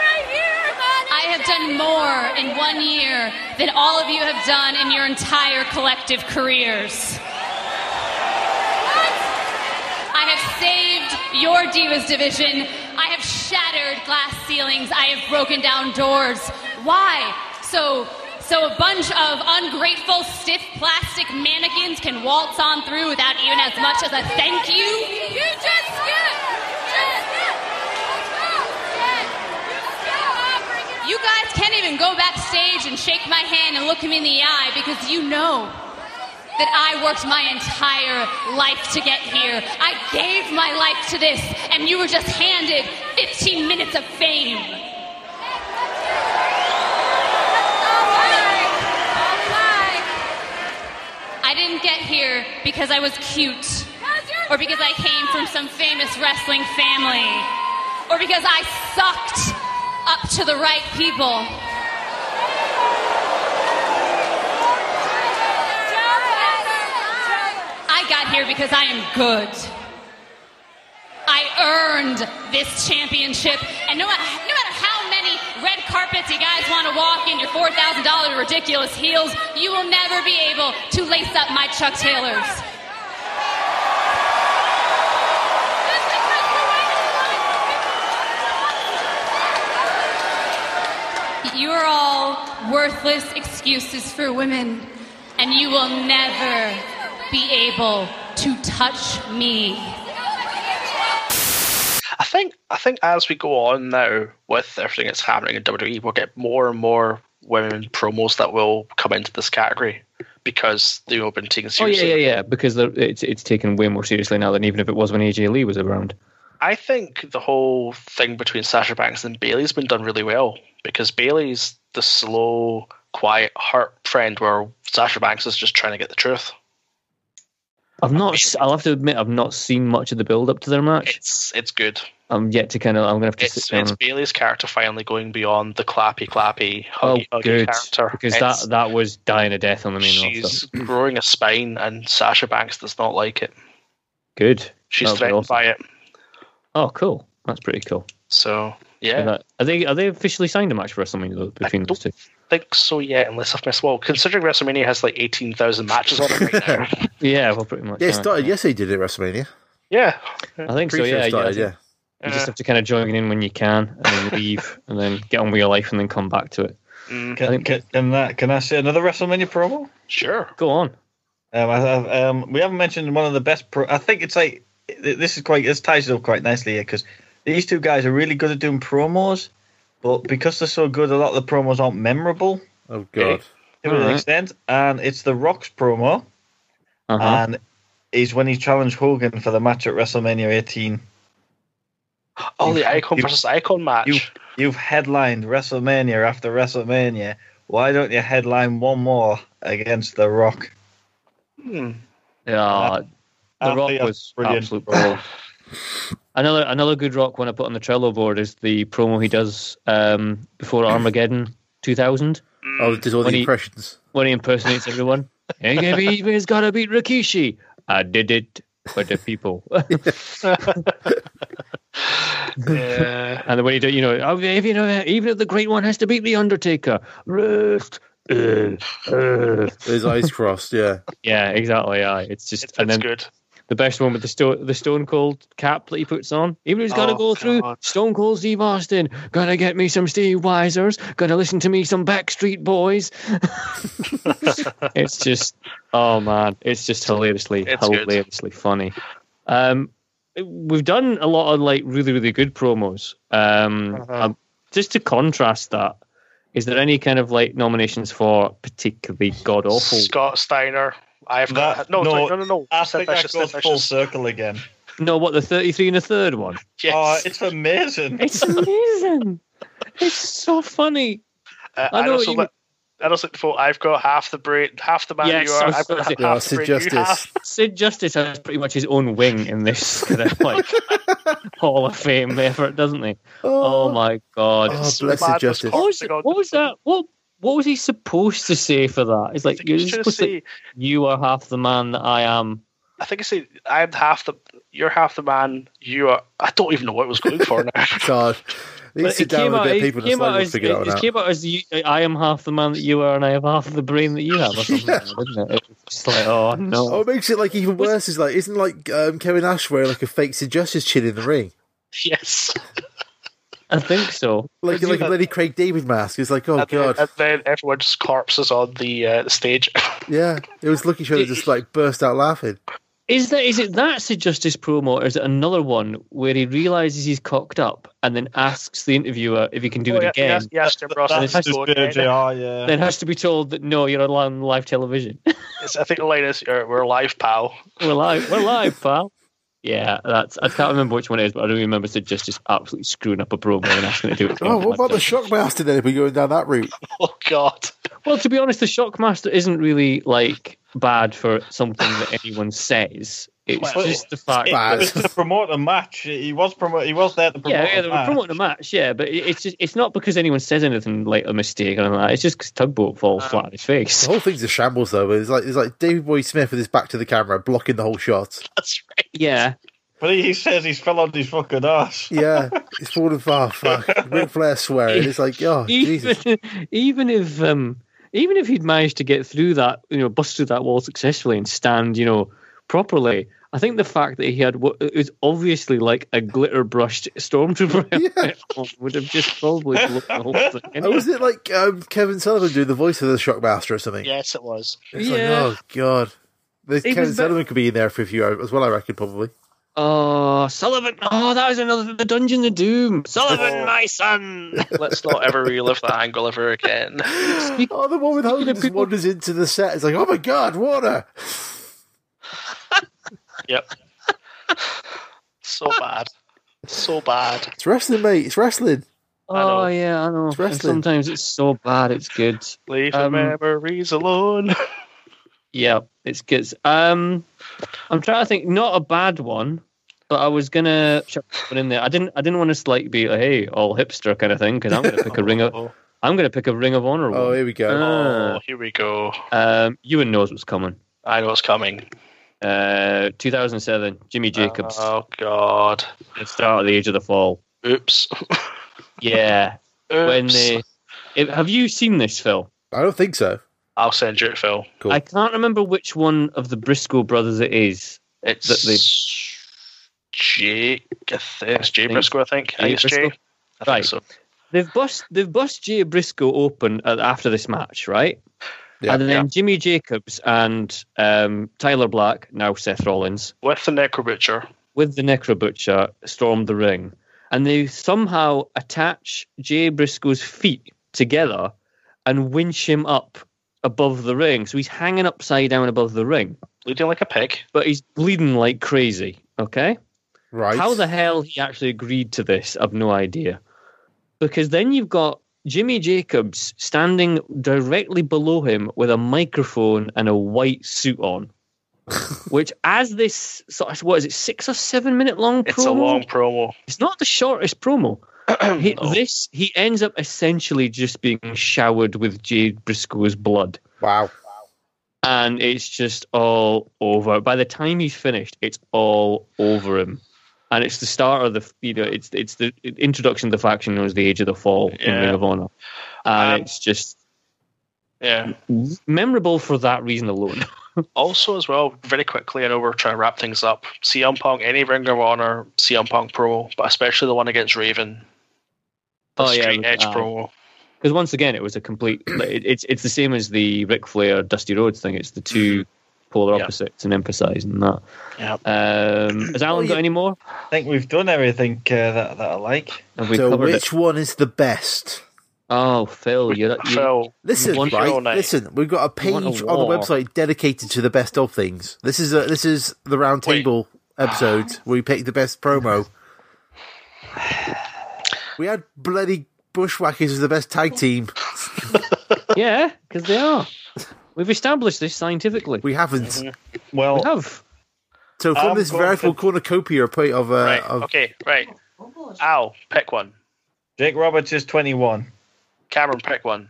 Speaker 23: I have done more in one year than all of you have done in your entire collective careers. I have saved your Divas division. I have shattered glass ceilings. I have broken down doors. Why? So so a bunch of ungrateful, stiff plastic mannequins can waltz on through without even as much as a thank you? You just skipped! You guys can't even go backstage and shake my hand and look him in the eye because you know that I worked my entire life to get here. I gave my life to this, and you were just handed 15 minutes of fame. I didn't get here because I was cute, or because I came from some famous wrestling family, or because I sucked up to the right people. I got here because I am good. I earned this championship, and no, ma- no matter how many red carpets you guys want to walk in your $4,000 ridiculous heels, you will never be able to lace up my Chuck Taylors. You are all worthless excuses for women, and you will never be able to touch me.
Speaker 3: I think I think as we go on now with everything that's happening in WWE, we'll get more and more women promos that will come into this category because they've all been taken
Speaker 1: Oh yeah,
Speaker 3: seriously.
Speaker 1: yeah, yeah. Because the- it's it's taken way more seriously now than even if it was when AJ Lee was around.
Speaker 3: I think the whole thing between Sasha Banks and Bailey's been done really well because Bailey's the slow, quiet, hurt friend, where Sasha Banks is just trying to get the truth.
Speaker 1: I've not. s- I'll have to admit, I've not seen much of the build up to their match.
Speaker 3: It's it's good.
Speaker 1: I'm yet to kind of. I'm gonna have to
Speaker 3: It's,
Speaker 1: sit down.
Speaker 3: it's Bailey's character finally going beyond the clappy, clappy,
Speaker 1: oh,
Speaker 3: huggy, huggy
Speaker 1: good.
Speaker 3: character
Speaker 1: Because
Speaker 3: It's-
Speaker 1: that that was dying a death on the main
Speaker 3: she's
Speaker 1: roster.
Speaker 3: growing a spine, and Sasha Banks does not like it.
Speaker 1: Good.
Speaker 3: She's
Speaker 1: That'd be
Speaker 3: threatened
Speaker 1: awesome.
Speaker 3: by it.
Speaker 1: Oh, cool. That's pretty cool.
Speaker 3: So yeah,
Speaker 1: Is that- Are they are they officially signed a match for WrestleMania though, between those two?
Speaker 3: think so yet, unless I've missed. Well, considering WrestleMania has like eighteen thousand matches on
Speaker 1: *laughs*
Speaker 3: it right now.
Speaker 1: Oh, Yeah, well, pretty much.
Speaker 2: Yeah, it
Speaker 1: aye.
Speaker 2: started yesterday, did it, WrestleMania?
Speaker 3: yeah,
Speaker 1: I think so.
Speaker 2: Pretty sure
Speaker 1: Yeah,
Speaker 2: it started,
Speaker 1: yeah. I
Speaker 2: yeah.
Speaker 1: think You just
Speaker 3: Yeah.
Speaker 1: have to kind of join in when you can, and then
Speaker 2: *laughs*
Speaker 1: leave, and then get on with your life, and then come back to it.
Speaker 3: Mm.
Speaker 1: I
Speaker 5: Can,
Speaker 1: think-
Speaker 5: can, can, I, can I say another WrestleMania promo?
Speaker 3: Sure.
Speaker 1: Go on.
Speaker 5: Um, I have, um, we haven't mentioned one of the best. Pro- I think it's like th- this is quite this ties it up quite nicely here because these two guys are really good at doing promos, but because they're so good, a lot of the promos aren't memorable
Speaker 2: Oh
Speaker 5: God. to an
Speaker 2: Alright.
Speaker 5: extent. And it's the Rock's promo,
Speaker 1: Uh-huh.
Speaker 5: and is when he challenged Hogan for the match at WrestleMania 18.
Speaker 3: Oh, the Icon versus Icon match.
Speaker 5: You, you've headlined WrestleMania after WrestleMania. Why don't you headline one more against The Rock?
Speaker 3: Hmm.
Speaker 1: Yeah, The
Speaker 5: I
Speaker 1: Rock
Speaker 5: think that's
Speaker 1: was
Speaker 5: brilliant.
Speaker 1: absolute brilliant. *sighs* Another another good rock one I put on the Trello board is the promo he does um, before Armageddon *clears throat* 2000.
Speaker 2: Oh, does all
Speaker 1: When
Speaker 2: the
Speaker 1: he-
Speaker 2: impressions.
Speaker 1: when he impersonates
Speaker 2: *laughs*
Speaker 1: everyone. He's got to beat Rikishi. I did it for the
Speaker 2: *laughs*
Speaker 1: people. *laughs* Uh, And the way he do, you know, "Oh, even if- even if the great one has to beat the Undertaker, rest.
Speaker 2: His
Speaker 1: His
Speaker 2: eyes crossed, yeah.
Speaker 1: Yeah, exactly. Yeah, it's just and then
Speaker 3: good.
Speaker 1: The best one with the stone, the Stone Cold cap that he puts on. Even if he's got to
Speaker 3: Oh,
Speaker 1: go through Stone Cold Steve Austin, gonna get me some Steve Weisers, gonna listen to me some Backstreet Boys. it's just, oh man, it's just hilariously,
Speaker 3: It's good.
Speaker 1: hilariously funny. Um, we've done a lot of like really, really good promos. Um,
Speaker 3: Uh-huh.
Speaker 1: um, just to contrast that, is there any kind of like nominations for particularly god awful?
Speaker 3: Scott Steiner. I've got no,
Speaker 1: no,
Speaker 3: sorry, no, no, no.
Speaker 5: I think that
Speaker 3: Vicious,
Speaker 5: goes
Speaker 3: Vicious.
Speaker 5: full circle again.
Speaker 1: No, what the thirty-three and a third one?
Speaker 3: Yes.
Speaker 5: Oh, it's amazing.
Speaker 1: It's amazing. it's so funny.
Speaker 3: Uh,
Speaker 1: I
Speaker 3: I
Speaker 1: know
Speaker 3: know.
Speaker 1: what
Speaker 3: Also
Speaker 1: you
Speaker 3: like, I also like the thought, I've got half the brain, half the man you
Speaker 1: I
Speaker 3: are.
Speaker 1: was
Speaker 3: I've
Speaker 1: gonna
Speaker 3: got
Speaker 1: say-
Speaker 2: Oh,
Speaker 3: half the brain you *laughs* have.
Speaker 1: Sid Justice has pretty much his own wing in this *laughs* kind of like Hall of Fame effort, doesn't he? Oh, my god!
Speaker 2: Oh, blessed Madness Justice.
Speaker 1: What was, what was that? What what was he supposed to say for that? It's like you're
Speaker 3: he's trying to
Speaker 1: supposed to
Speaker 3: say-
Speaker 1: you are half the man that I um, am.
Speaker 3: I think I say I'm half the, you're half the man you are. I don't even know what it was going for now.
Speaker 2: *laughs* God. You
Speaker 1: But
Speaker 2: sit
Speaker 1: it
Speaker 2: down
Speaker 1: came
Speaker 2: with
Speaker 1: out-
Speaker 2: a bit
Speaker 1: it
Speaker 2: of people in the
Speaker 1: came out
Speaker 2: slide, we'll
Speaker 1: as-
Speaker 2: figure that
Speaker 1: it
Speaker 2: one
Speaker 1: just
Speaker 2: out.
Speaker 1: came out as you, I am half the man that you are, and I have half the brain that you have, or
Speaker 2: *laughs*
Speaker 1: something. like that, didn't it? It was just like, oh no.
Speaker 2: Oh, it makes it like even worse. Is like, isn't like um, Kevin Nash wearing like a fake Sid Justice chin in the ring,
Speaker 3: yes.
Speaker 1: I think so.
Speaker 2: like like a bloody Craig David mask? It's like, oh
Speaker 3: and, then,
Speaker 2: god,
Speaker 3: and then everyone just corpses on the uh, the stage.
Speaker 2: yeah. It was lucky show just like burst out laughing.
Speaker 1: Is that is it that Sid Justice promo, or is it another one where he realizes he's cocked up and then asks the interviewer if Oh, he can do
Speaker 3: Oh,
Speaker 1: it again?
Speaker 3: Yes, yes, Jim Ross.
Speaker 1: That's
Speaker 3: That's
Speaker 1: just
Speaker 3: going
Speaker 1: good,
Speaker 3: in.
Speaker 1: yeah, Then has to be told that no, you're on live television. *laughs*
Speaker 3: It's- I think the line is "You're- "We're live, pal."
Speaker 1: we're live, we're live,
Speaker 3: *laughs*
Speaker 1: pal. Yeah, that's I can't remember which one it is, but I do remember Sid Justice absolutely screwing up a promo and asking to do it. again.
Speaker 2: *laughs* Oh, what about the Shockmaster then? If we're going down that route,
Speaker 3: *laughs* Oh God.
Speaker 1: Well, to be honest, the Shockmaster isn't really like bad for something that anyone says. It's
Speaker 5: Well,
Speaker 1: just the fact
Speaker 5: it
Speaker 1: that
Speaker 5: was to promote a match. He was promo- He was there to promote.
Speaker 1: Yeah, yeah,
Speaker 5: a
Speaker 1: they were
Speaker 5: match.
Speaker 1: promoting a match. Yeah, but it- it's just it's not because anyone says anything like a mistake or anything like that. It's just because tugboat falls Oh, flat on his face.
Speaker 2: the whole thing's a shambles though. It's like it's like David Boy Smith with his back to the camera, blocking the whole shot.
Speaker 3: *laughs* That's right.
Speaker 1: Yeah,
Speaker 5: But he says he's fell on his fucking ass.
Speaker 2: Yeah, it's falling far.
Speaker 3: *laughs*
Speaker 2: Fuck, Ric Flair swearing. It's like, oh Jesus.
Speaker 1: even, *laughs* even if um even if he'd managed to get through that you know bust through that wall successfully and stand you know properly. I think the fact that he had what it was obviously like a glitter brushed
Speaker 2: *laughs*
Speaker 1: stormtrooper helmet on would have just probably
Speaker 3: *laughs*
Speaker 1: blown the whole thing.
Speaker 2: Oh, was it like um, Kevin Sullivan doing the voice of the Shockmaster or something?
Speaker 3: Yes, it was.
Speaker 2: It's like, oh god. This
Speaker 1: He
Speaker 2: Kevin
Speaker 1: was ve-
Speaker 2: Sullivan could be in there for a few hours as well, I reckon, probably.
Speaker 1: Oh, Sullivan! Oh, that was another the Dungeon of Doom. Sullivan, my son.
Speaker 3: Let's not ever relive that angle ever
Speaker 1: *laughs*
Speaker 3: again.
Speaker 2: oh, the woman who just wanders into the set. It's like, oh my god, water!
Speaker 3: Yep. so bad. So bad.
Speaker 2: It's wrestling, mate. It's wrestling.
Speaker 1: Oh yeah, I know. And
Speaker 2: wrestling.
Speaker 1: sometimes it's so bad, it's good.
Speaker 3: Leave
Speaker 1: Um,
Speaker 3: the memories alone. *laughs*
Speaker 1: Yeah, it's good. Um, I'm trying to think. Not a bad one, but I was gonna chuck one in there. I didn't. I didn't want to like be like, hey, all hipster kind of thing because I'm gonna pick a
Speaker 3: *laughs*
Speaker 1: ring of. I'm gonna pick a Ring of Honor. one.
Speaker 2: Oh, here we go.
Speaker 3: oh,
Speaker 1: Ah.
Speaker 3: here we go.
Speaker 1: Um, Ewan knows what's coming.
Speaker 3: I know it's coming.
Speaker 1: Uh, 2007, Jimmy Jacobs.
Speaker 3: Oh God.
Speaker 1: the start of the Age of the Fall.
Speaker 3: Oops.
Speaker 1: Yeah.
Speaker 3: *laughs*
Speaker 1: When
Speaker 3: Oops.
Speaker 1: they, if- have you seen this, Phil?
Speaker 2: I don't think so.
Speaker 3: I'll send you it, Phil.
Speaker 2: Cool.
Speaker 1: I can't remember which one of the Briscoe brothers it is.
Speaker 3: It's
Speaker 1: that they
Speaker 3: Jake. I think it's Jay
Speaker 1: think-
Speaker 3: Briscoe. I think. I
Speaker 1: Jay
Speaker 3: think it's Jay.
Speaker 1: Briscoe?
Speaker 3: I think
Speaker 1: Right.
Speaker 3: so.
Speaker 1: They've bust they've bust Jay Briscoe open uh, after this match, right?
Speaker 2: Yeah.
Speaker 1: and then Jimmy Jacobs and um, Tyler Black, now Seth Rollins,
Speaker 3: With the Necro Butcher.
Speaker 1: with the Necro Butcher, stormed the ring, and they somehow attach Jay Briscoe's feet together and winch him up above the ring, so he's hanging upside down above the ring.
Speaker 3: Leading like a pig.
Speaker 1: but he's bleeding like crazy. Okay,
Speaker 2: Right.
Speaker 1: how the hell he actually agreed to this? I've no idea. Because then you've got Jimmy Jacobs standing directly below him with a microphone and a white suit on. *laughs* which, as this sort of, what is it, six or seven minute long promo?
Speaker 3: It's a long promo.
Speaker 1: It's not the
Speaker 3: *clears throat*
Speaker 1: shortest promo. he, This he ends up essentially just being showered with Jade Briscoe's blood.
Speaker 2: Wow.
Speaker 1: And it's just all over. By the time he's finished, it's all over him. And it's the start of the you know it's it's the introduction to the faction known as the Age of the Fall in
Speaker 3: Yeah.
Speaker 1: Ring of Honor, and
Speaker 3: Um,
Speaker 1: it's just
Speaker 3: Yeah.
Speaker 1: memorable for that reason alone.
Speaker 3: Also, as well, very quickly, I know we're trying to wrap things up. CM Punk, any Ring of Honor CM Punk promo, but especially the one against Raven. The
Speaker 1: Oh, yeah,
Speaker 3: Straight
Speaker 1: with-
Speaker 3: Edge
Speaker 1: uh,
Speaker 3: promo.
Speaker 1: Because once again, it was a complete. it- It's it's the same as the Ric Flair Dusty Rhodes thing. It's the two polar opposites and emphasising that. Um,
Speaker 5: *clears throat*
Speaker 1: has Alan got any more?
Speaker 5: I think we've done everything uh, that, that I like.
Speaker 1: Have we
Speaker 2: so
Speaker 1: covered
Speaker 2: which
Speaker 1: it?
Speaker 2: one is the best?
Speaker 1: Oh, Phil, you're you,
Speaker 3: Phil,
Speaker 2: Listen,
Speaker 1: you want-
Speaker 2: right? Listen, we've got a page on
Speaker 1: want a
Speaker 2: the
Speaker 1: war.
Speaker 2: website dedicated to the best of things. This is a, this is the round table episode where we pick the best promo. We had bloody bushwhackers as the best tag team.
Speaker 1: *laughs* yeah, because they are. We've established this scientifically.
Speaker 2: We haven't.
Speaker 5: Well,
Speaker 1: we have.
Speaker 2: So from
Speaker 1: I'm
Speaker 2: this
Speaker 1: going
Speaker 2: veritable
Speaker 1: for-
Speaker 2: cornucopia of of, uh,
Speaker 3: Right.
Speaker 2: of
Speaker 3: Okay, right. Al, pick one.
Speaker 5: Jake Roberts is 21.
Speaker 3: Cameron, pick one.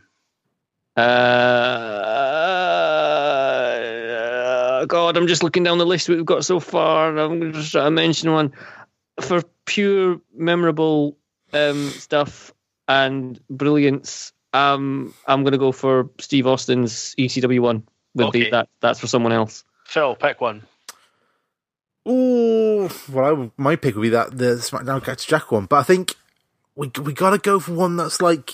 Speaker 1: Uh, God, I'm just looking down the list we've got so far, and I'm going to try to mention one for pure memorable um, stuff and brilliance. Um, I'm going to go for Steve Austin's ECW one with the,
Speaker 3: Okay.
Speaker 1: that. That's for someone else.
Speaker 3: Phil, pick one.
Speaker 2: Ooh, well, I, would- my pick would be that the SmackDown Catch Jack one, but I think we we gotta go for one that's like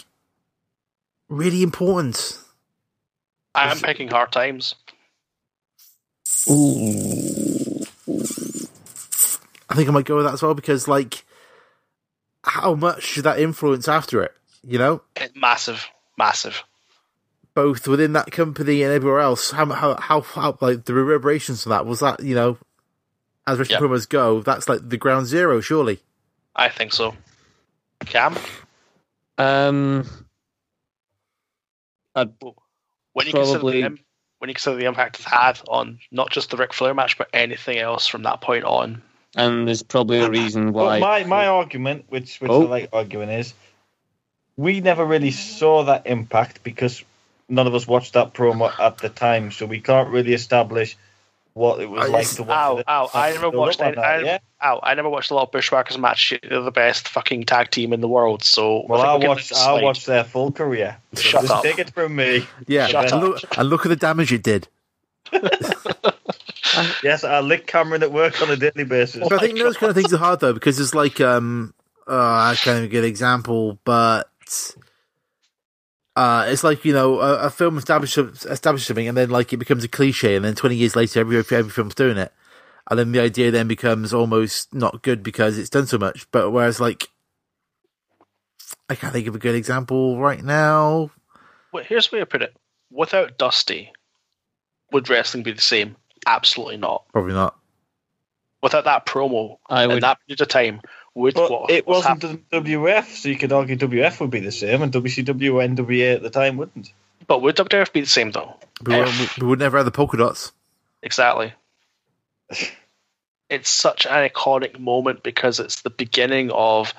Speaker 2: really important.
Speaker 3: I
Speaker 1: *laughs*
Speaker 3: am picking Hard Times.
Speaker 2: I think I might go with that as well because like, how much should that influence after it? You know,
Speaker 3: It- Massive, massive.
Speaker 2: both within that company and everywhere else. How how how, how like the reverberations from that was that you know, as wrestling
Speaker 3: Yeah.
Speaker 2: promos go, that's like the ground zero, surely.
Speaker 3: I think so. Cam,
Speaker 1: Um, I'd
Speaker 3: when you
Speaker 1: Probably-
Speaker 3: consider the, im- when you consider the impact it's had on not just the Ric Flair match, but anything else from that point on.
Speaker 1: and there's probably a reason why.
Speaker 5: But my, my argument, which which
Speaker 1: Oh.
Speaker 5: I like arguing, is we never really saw that impact because none of us watched that promo at the time, so we can't really establish what it was like to watch.
Speaker 3: Ow,
Speaker 5: it.
Speaker 3: ow, I never
Speaker 5: Look
Speaker 3: watched
Speaker 5: like
Speaker 3: any, I,
Speaker 5: yeah?
Speaker 3: ow, I never watched a lot of Bushwhackers match. They're the best fucking tag team in the world. So
Speaker 5: Well,
Speaker 3: think
Speaker 5: I
Speaker 3: we can
Speaker 5: watched
Speaker 3: leave it
Speaker 5: I
Speaker 3: slide.
Speaker 5: watched their full career. So
Speaker 3: Shut
Speaker 5: just
Speaker 3: up. *laughs*
Speaker 5: Take it from me.
Speaker 2: Yeah,
Speaker 5: Shut
Speaker 2: and
Speaker 5: up.
Speaker 2: look and look at the damage it did.
Speaker 5: Yes, I lick Cameron at work on a daily basis.
Speaker 2: but I think those kind of things are hard though because it's like um uh, I can't even get an example, but uh, it's like you know a, a film establishes establishes something and then like it becomes a cliche, and then twenty years later every every film's doing it, and then the idea then becomes almost not good because it's done so much. But whereas like I can't think of a good example right now.
Speaker 3: Well, here's the way I put it: without Dusty, would wrestling be the same? Absolutely not.
Speaker 2: Probably not.
Speaker 3: Without that promo
Speaker 1: I
Speaker 3: and
Speaker 1: would-
Speaker 3: that period of time, would
Speaker 5: But
Speaker 3: what
Speaker 5: it
Speaker 3: what's
Speaker 5: wasn't
Speaker 3: happened-
Speaker 5: the WF, so you could argue WF would be the same, and WCW and NWA at the time wouldn't.
Speaker 3: But would WWF be the same though?
Speaker 2: We would, we would never have the polka dots.
Speaker 3: Exactly. It's such an iconic moment because it's the beginning of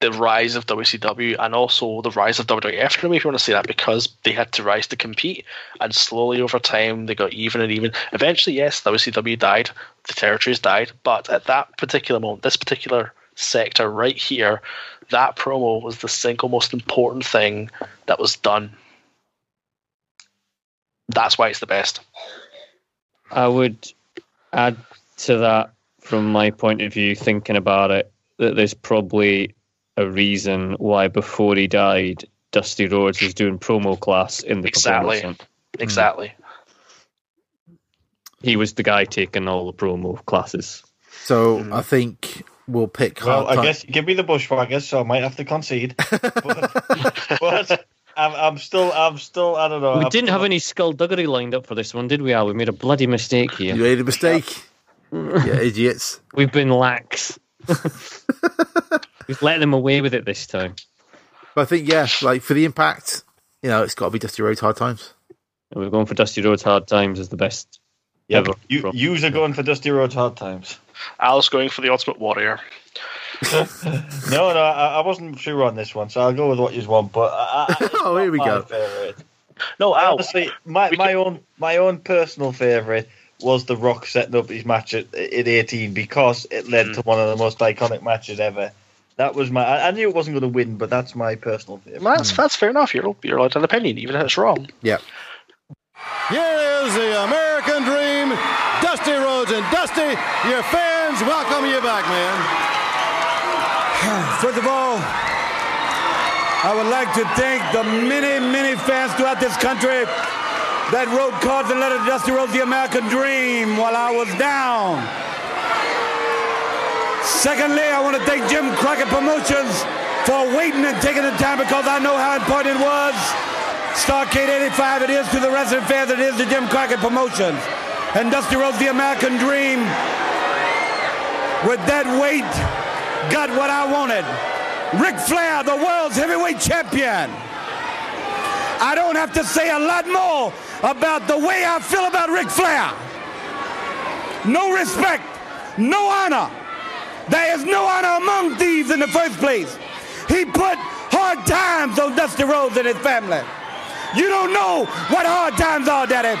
Speaker 3: the rise of WCW and also the rise of WWF for me, if you want to say that, because they had to rise to compete. And slowly over time, they got even and even. Eventually, yes, WCW died, the territories died, but at that particular moment, this particular sector right here, that promo was the single most important thing that was done. That's why it's the best.
Speaker 1: I would add to that from my point of view, thinking about it, that there's probably a reason why before he died, Dusty Rhodes was doing promo class in the
Speaker 3: Exactly.
Speaker 1: Performance Center.
Speaker 3: Exactly.
Speaker 1: He was the guy taking all the promo classes.
Speaker 2: So I think we'll pick.
Speaker 5: Well,
Speaker 2: Hard
Speaker 5: I
Speaker 2: Ti-
Speaker 5: guess you give me the bushwhackers, so I might have to *laughs* concede. but but I'm, I'm still, I'm still, I don't know.
Speaker 1: we
Speaker 5: I'm
Speaker 1: didn't
Speaker 5: still-
Speaker 1: have any skullduggery lined up for this one, did we, Al? We made a bloody mistake here.
Speaker 2: You made a mistake. yeah, idiots.
Speaker 1: We've been lax. We've let them away with it this time.
Speaker 2: But I think yeah, like for the impact, you know, it's got to be Dusty Rhodes Hard Times.
Speaker 1: And we're going for Dusty Rhodes Hard Times as the best
Speaker 5: Yeah, but you, yous are going for Dusty Rhodes hard times. *laughs*
Speaker 3: Al's going for the Ultimate Warrior.
Speaker 5: No, no, I, I wasn't sure on this one, so I'll go with what you want. But I, I, *laughs* oh, here we
Speaker 3: go.
Speaker 5: No, honestly, my, my own my own personal favorite was The Rock setting up his match at, at 18 because it
Speaker 1: Mm.
Speaker 5: led to one of the most iconic matches ever. That was my. I I knew it wasn't going to win, but that's my personal favorite.
Speaker 3: That's,
Speaker 1: Hmm.
Speaker 3: that's fair enough. You're, you're allowed an opinion, even if it's wrong.
Speaker 2: Yeah.
Speaker 14: Here is the American dream, Dusty Rhodes. And Dusty, your fans welcome you back, man.
Speaker 6: *sighs* First of all, I would like to thank the many, many fans throughout this country that wrote cards and letters to Dusty Rhodes, the American Dream, while I was down. Secondly, I want to thank Jim Crockett Promotions for waiting and taking the time because I know how important it was. Starcade 85 it is to the wrestling fans, it is to Jim Crockett Promotions. And Dusty Rhodes, the American Dream, with that weight, got what I wanted. Ric Flair, the world's heavyweight champion. I don't have to say a lot more about the way I feel about Ric Flair. No respect, no honor. There is no honor among thieves in the first place. He put hard times on Dusty Rhodes and his family. You don't know what hard times are, Daddy.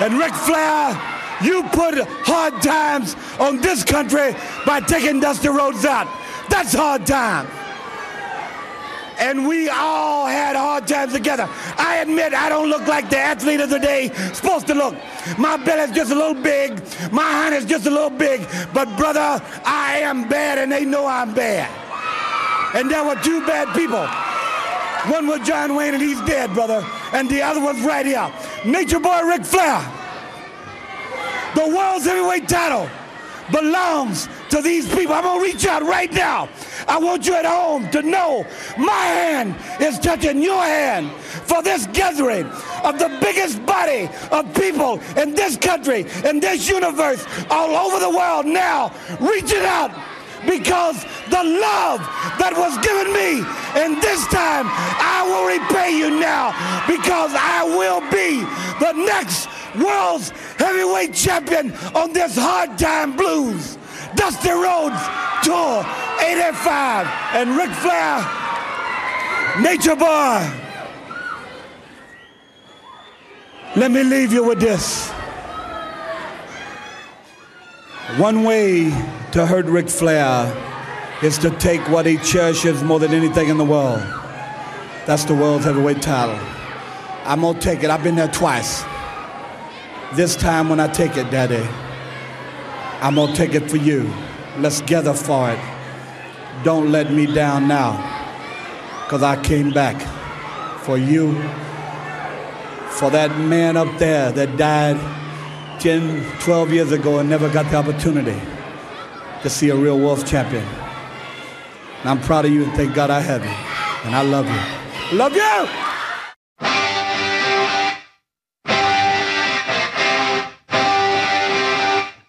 Speaker 6: And Ric Flair, you put hard times on this country by taking Dusty Rhodes out. That's hard time. And we all had hard times together. I admit I don't look like the athlete of the day supposed to look. My belly's just a little big. My hind is just a little big. But brother, I am bad and they know I'm bad. And there were two bad people. One was John Wayne and he's dead, brother. And the other one's right here. Nature Boy Ric Flair. The world's heavyweight title belongs to these people. I'm gonna reach out right now. I want you at home to know my hand is touching your hand for this gathering of the biggest body of people in this country, in this universe, all over the world now. Reach it out because the love that was given me and this time I will repay you now because I will be the next world's heavyweight champion on this hard time blues Dusty Rhodes tour 85 and Ric Flair Nature Boy let me leave you with this one way to hurt Ric Flair is to take what he cherishes more than anything in the world. That's the world's heavyweight title. I'm gonna take it. I've been there twice. This time when I take it, Daddy, I'm gonna take it for you. Let's gather for it. Don't let me down now, because I came back for you, for that man up there that died 10, 12 years ago and never got the opportunity to see a real world champion. And I'm proud of you and thank God I have you. And I love you. Love you!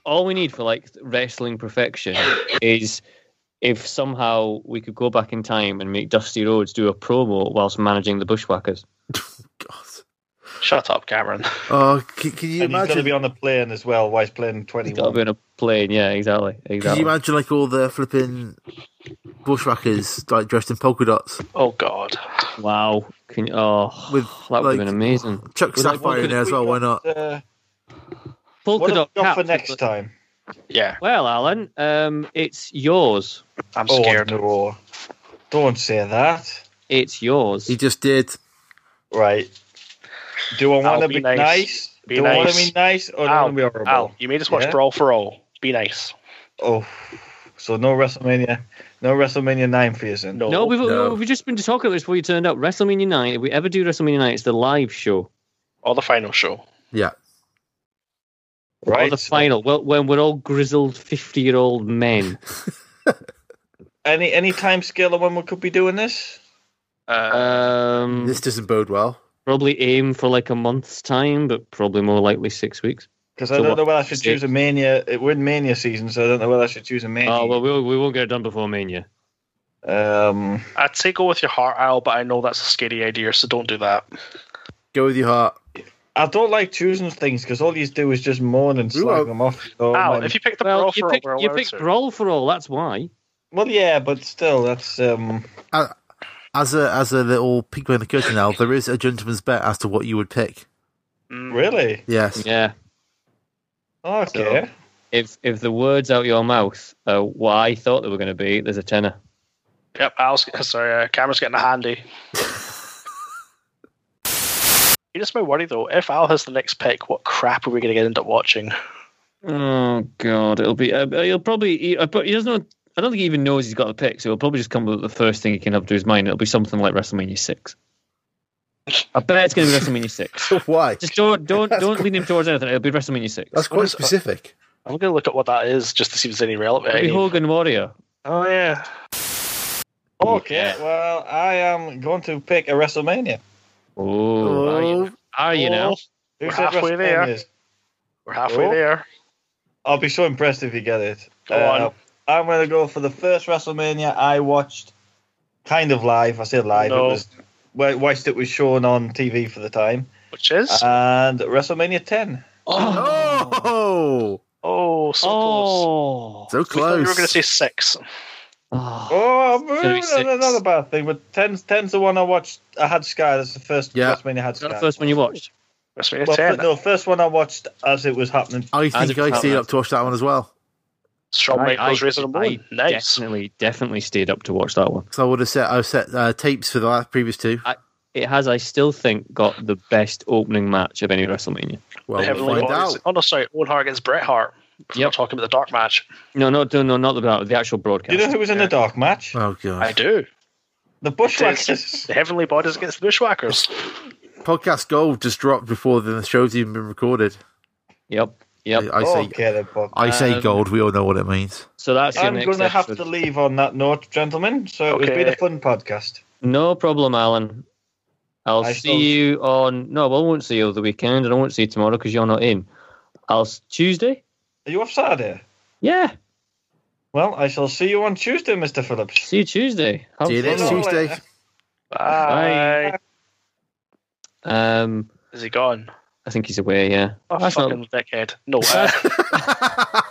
Speaker 1: all we need for like wrestling perfection is if somehow we could go back in time and make Dusty Rhodes do a promo whilst managing the
Speaker 2: *laughs*
Speaker 1: Bushwhackers.
Speaker 3: Shut up, Cameron.
Speaker 2: Oh, can, can
Speaker 5: and he's
Speaker 2: you imagine?
Speaker 5: going to be on a plane as well while he's playing
Speaker 1: He's got
Speaker 5: 21.
Speaker 1: to be on a plane. Yeah, exactly.
Speaker 2: Can
Speaker 1: Exactly.
Speaker 2: you imagine like all the flipping bushwhackers like dressed in polka dots?
Speaker 3: Oh God!
Speaker 1: Wow. Can you, oh,
Speaker 2: With
Speaker 1: that would
Speaker 2: like
Speaker 1: have been amazing.
Speaker 2: Chuck
Speaker 1: With, like,
Speaker 2: Sapphire in there as well. Why not?
Speaker 5: Uh,
Speaker 1: polka
Speaker 5: what have
Speaker 1: dot
Speaker 5: we got for
Speaker 1: caps,
Speaker 5: next
Speaker 1: but-
Speaker 5: time?
Speaker 3: Yeah,
Speaker 1: Well, Alan, um, it's yours.
Speaker 3: I'm
Speaker 5: Oh,
Speaker 3: scared.
Speaker 5: no. Don't say that.
Speaker 1: It's yours.
Speaker 2: He just did.
Speaker 5: Right. Do I want
Speaker 3: Al,
Speaker 5: to
Speaker 3: be
Speaker 5: be,
Speaker 3: nice.
Speaker 5: nice?
Speaker 3: Be
Speaker 5: do I want to
Speaker 3: nice.
Speaker 5: be nice or do I
Speaker 3: Al,
Speaker 5: want to be horrible?
Speaker 3: Al, you made us watch
Speaker 5: Yeah?
Speaker 3: Brawl for All. Be nice.
Speaker 5: Oh, so no WrestleMania, no WrestleMania nine for you, then?
Speaker 1: No, we've, we've just been talking about this before you turned up. WrestleMania 9, if we ever do WrestleMania 9, it's the live show.
Speaker 3: Or the final show.
Speaker 2: Yeah.
Speaker 1: Or the final, well, when we're all grizzled 50 year old men.
Speaker 5: Any any time scale of when we could be doing this? Uh,
Speaker 1: Um,
Speaker 2: this doesn't bode well.
Speaker 1: Probably aim for like a month's time, but probably more likely six weeks.
Speaker 5: Because
Speaker 1: So
Speaker 5: I don't
Speaker 1: what,
Speaker 5: know whether I should
Speaker 1: six?
Speaker 5: choose a mania. It would mania season, so I don't know whether I should choose a mania.
Speaker 1: Oh well, we won't- we won't get it done before Mania.
Speaker 5: Um,
Speaker 3: I'd say go with your heart, Al, but I know that's a scary idea, so don't do that.
Speaker 2: Go with your heart.
Speaker 5: I don't like choosing things because all you do is just moan and slag them off. So
Speaker 3: Al,
Speaker 5: Oh, man.
Speaker 3: if you pick the
Speaker 1: Well,
Speaker 3: brawl
Speaker 1: you
Speaker 3: for
Speaker 1: picked-
Speaker 3: all, we're
Speaker 1: you
Speaker 3: allowed
Speaker 1: picked
Speaker 3: to.
Speaker 1: Brawl for all. That's why.
Speaker 5: Well, yeah, but still, that's um.
Speaker 2: As a as a little peek behind the curtain, Al, there is a gentleman's bet as to what you would pick.
Speaker 3: Mm.
Speaker 5: Really?
Speaker 2: Yes.
Speaker 1: Yeah.
Speaker 5: Okay.
Speaker 1: If if the words out your mouth are what I thought they were going to be, there's a tenner.
Speaker 3: Yep, Al's sorry, uh, camera's getting a handy. you just my worry though. If Al has the next pick, what crap are we going to end up watching?
Speaker 1: Oh God, it'll be. Uh, he'll probably. He, uh, but he doesn't know. I don't think he even knows he's got a pick, so he'll probably just come up with the first thing he can up to his mind. It'll be something like WrestleMania six. I bet it's going to be WrestleMania six.
Speaker 2: *laughs* Why?
Speaker 1: Just don't don't don't lean him towards anything. It'll be WrestleMania six.
Speaker 2: That's quite specific.
Speaker 3: I'm going to look at what that is just to see if there's any relevant.
Speaker 1: Maybe
Speaker 3: Any.
Speaker 1: Hogan Warrior.
Speaker 5: Oh yeah. Okay. Well, I am going to pick a WrestleMania.
Speaker 1: Oh, are you, are you now?
Speaker 5: Who
Speaker 3: We're
Speaker 5: said
Speaker 3: halfway there.
Speaker 5: WrestleManias?
Speaker 3: We're halfway
Speaker 5: Oh.
Speaker 3: there.
Speaker 5: I'll be so impressed if you get it. Uh,
Speaker 3: Go on.
Speaker 5: I'm going to go for the first WrestleMania I watched kind of live. I said live.
Speaker 3: No.
Speaker 5: It was wa- watched it was shown on TV for the time.
Speaker 3: Which is?
Speaker 5: And WrestleMania 10.
Speaker 2: Oh.
Speaker 3: Oh, so
Speaker 1: oh.
Speaker 3: close. We
Speaker 2: So
Speaker 3: thought you were
Speaker 2: close.
Speaker 3: going to say six.
Speaker 5: Oh, that's another
Speaker 1: 36.
Speaker 5: bad thing. But 10's, 10's the one I watched. I had Sky. That's the first
Speaker 2: Yeah.
Speaker 5: WrestleMania I had Sky.
Speaker 1: The first one you watched.
Speaker 3: WrestleMania
Speaker 5: Well,
Speaker 3: 10.
Speaker 5: no, first one I watched as it was happening.
Speaker 2: I
Speaker 1: As
Speaker 2: Oh, think
Speaker 1: a
Speaker 2: I
Speaker 1: result,
Speaker 2: stayed
Speaker 1: that's-
Speaker 2: up to watch that one as well.
Speaker 3: Shawn Michaels, Razor and
Speaker 1: I
Speaker 3: Bone. Nice.
Speaker 1: definitely definitely stayed up to watch that one.
Speaker 2: So I would have set I set uh, tapes for the last previous two.
Speaker 1: It has, I still think, got the best opening match of any WrestleMania.
Speaker 2: Well,
Speaker 3: Heavenly
Speaker 2: we'll find
Speaker 3: Bodies.
Speaker 2: out.
Speaker 3: Oh, no, sorry. Owen Hart against Bret Hart. We're
Speaker 1: Yep.
Speaker 3: talking about the dark match.
Speaker 1: No, no, no, no, not the the actual broadcast.
Speaker 5: Do you know who was in the dark match?
Speaker 2: Oh god.
Speaker 3: I do.
Speaker 5: The
Speaker 3: It
Speaker 5: Bushwhackers.
Speaker 3: is the Heavenly Bodies against the Bushwhackers.
Speaker 2: Podcast Gold just dropped before the show's even been recorded.
Speaker 1: Yep. Yep.
Speaker 2: I, I say
Speaker 5: okay, then, Bob.
Speaker 2: I say
Speaker 1: Um,
Speaker 2: gold. We all know what it means.
Speaker 1: So that's your
Speaker 5: I'm
Speaker 1: next
Speaker 5: going to have to
Speaker 1: episode.
Speaker 5: leave on that note, gentlemen. So it
Speaker 3: Okay.
Speaker 5: has been a fun podcast.
Speaker 1: No problem, Alan. I'll
Speaker 5: I
Speaker 1: see
Speaker 5: shall-
Speaker 1: you on. No, well, I won't see you over the weekend, and I won't see you tomorrow because you're not in. I'll s- Tuesday.
Speaker 5: Are you off Saturday?
Speaker 1: Yeah,
Speaker 5: Well, I shall see you on Tuesday, Mr. Phillips.
Speaker 1: see you Tuesday. Have
Speaker 2: See you
Speaker 1: fun.
Speaker 2: next Tuesday.
Speaker 3: Bye.
Speaker 1: Um,
Speaker 3: Is he gone?
Speaker 1: I think he's away. Yeah,
Speaker 3: Oh,
Speaker 1: that's not
Speaker 3: fucking dickhead. No. uh,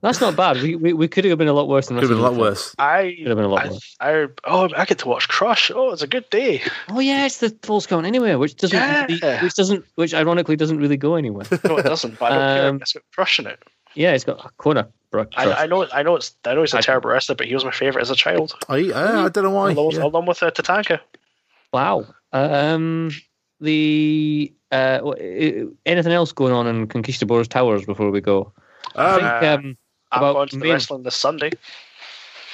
Speaker 1: that's not bad. We we, we could have been a lot worse than
Speaker 2: Could have been a lot
Speaker 1: WrestleMania.
Speaker 2: worse.
Speaker 1: Could have
Speaker 3: I,
Speaker 1: been a lot
Speaker 3: I,
Speaker 1: worse.
Speaker 3: I, oh, I get to watch Crush. Oh, it's a good day.
Speaker 1: Oh yeah, it's the falls count anywhere, which doesn't really-
Speaker 3: Yeah.
Speaker 1: which doesn't which ironically doesn't really go anywhere.
Speaker 3: *laughs* No, it doesn't. But I don't care.
Speaker 1: Um,
Speaker 3: It's got Crush in it.
Speaker 1: yeah, it's got a corner. Bro,
Speaker 3: I, I know, I know, it's, I know he's a terrible wrestler, but he was my favorite as a child,
Speaker 2: I, uh, Ah, I, I don't know why.
Speaker 3: along,
Speaker 2: Yeah.
Speaker 3: along with uh, Tatanka.
Speaker 1: Wow. Um, the uh, w- i- anything else going on in Conquistadores Towers before we go? I
Speaker 2: Um,
Speaker 1: think um,
Speaker 3: I'm
Speaker 1: about
Speaker 3: going to the
Speaker 1: main-
Speaker 3: wrestling this Sunday.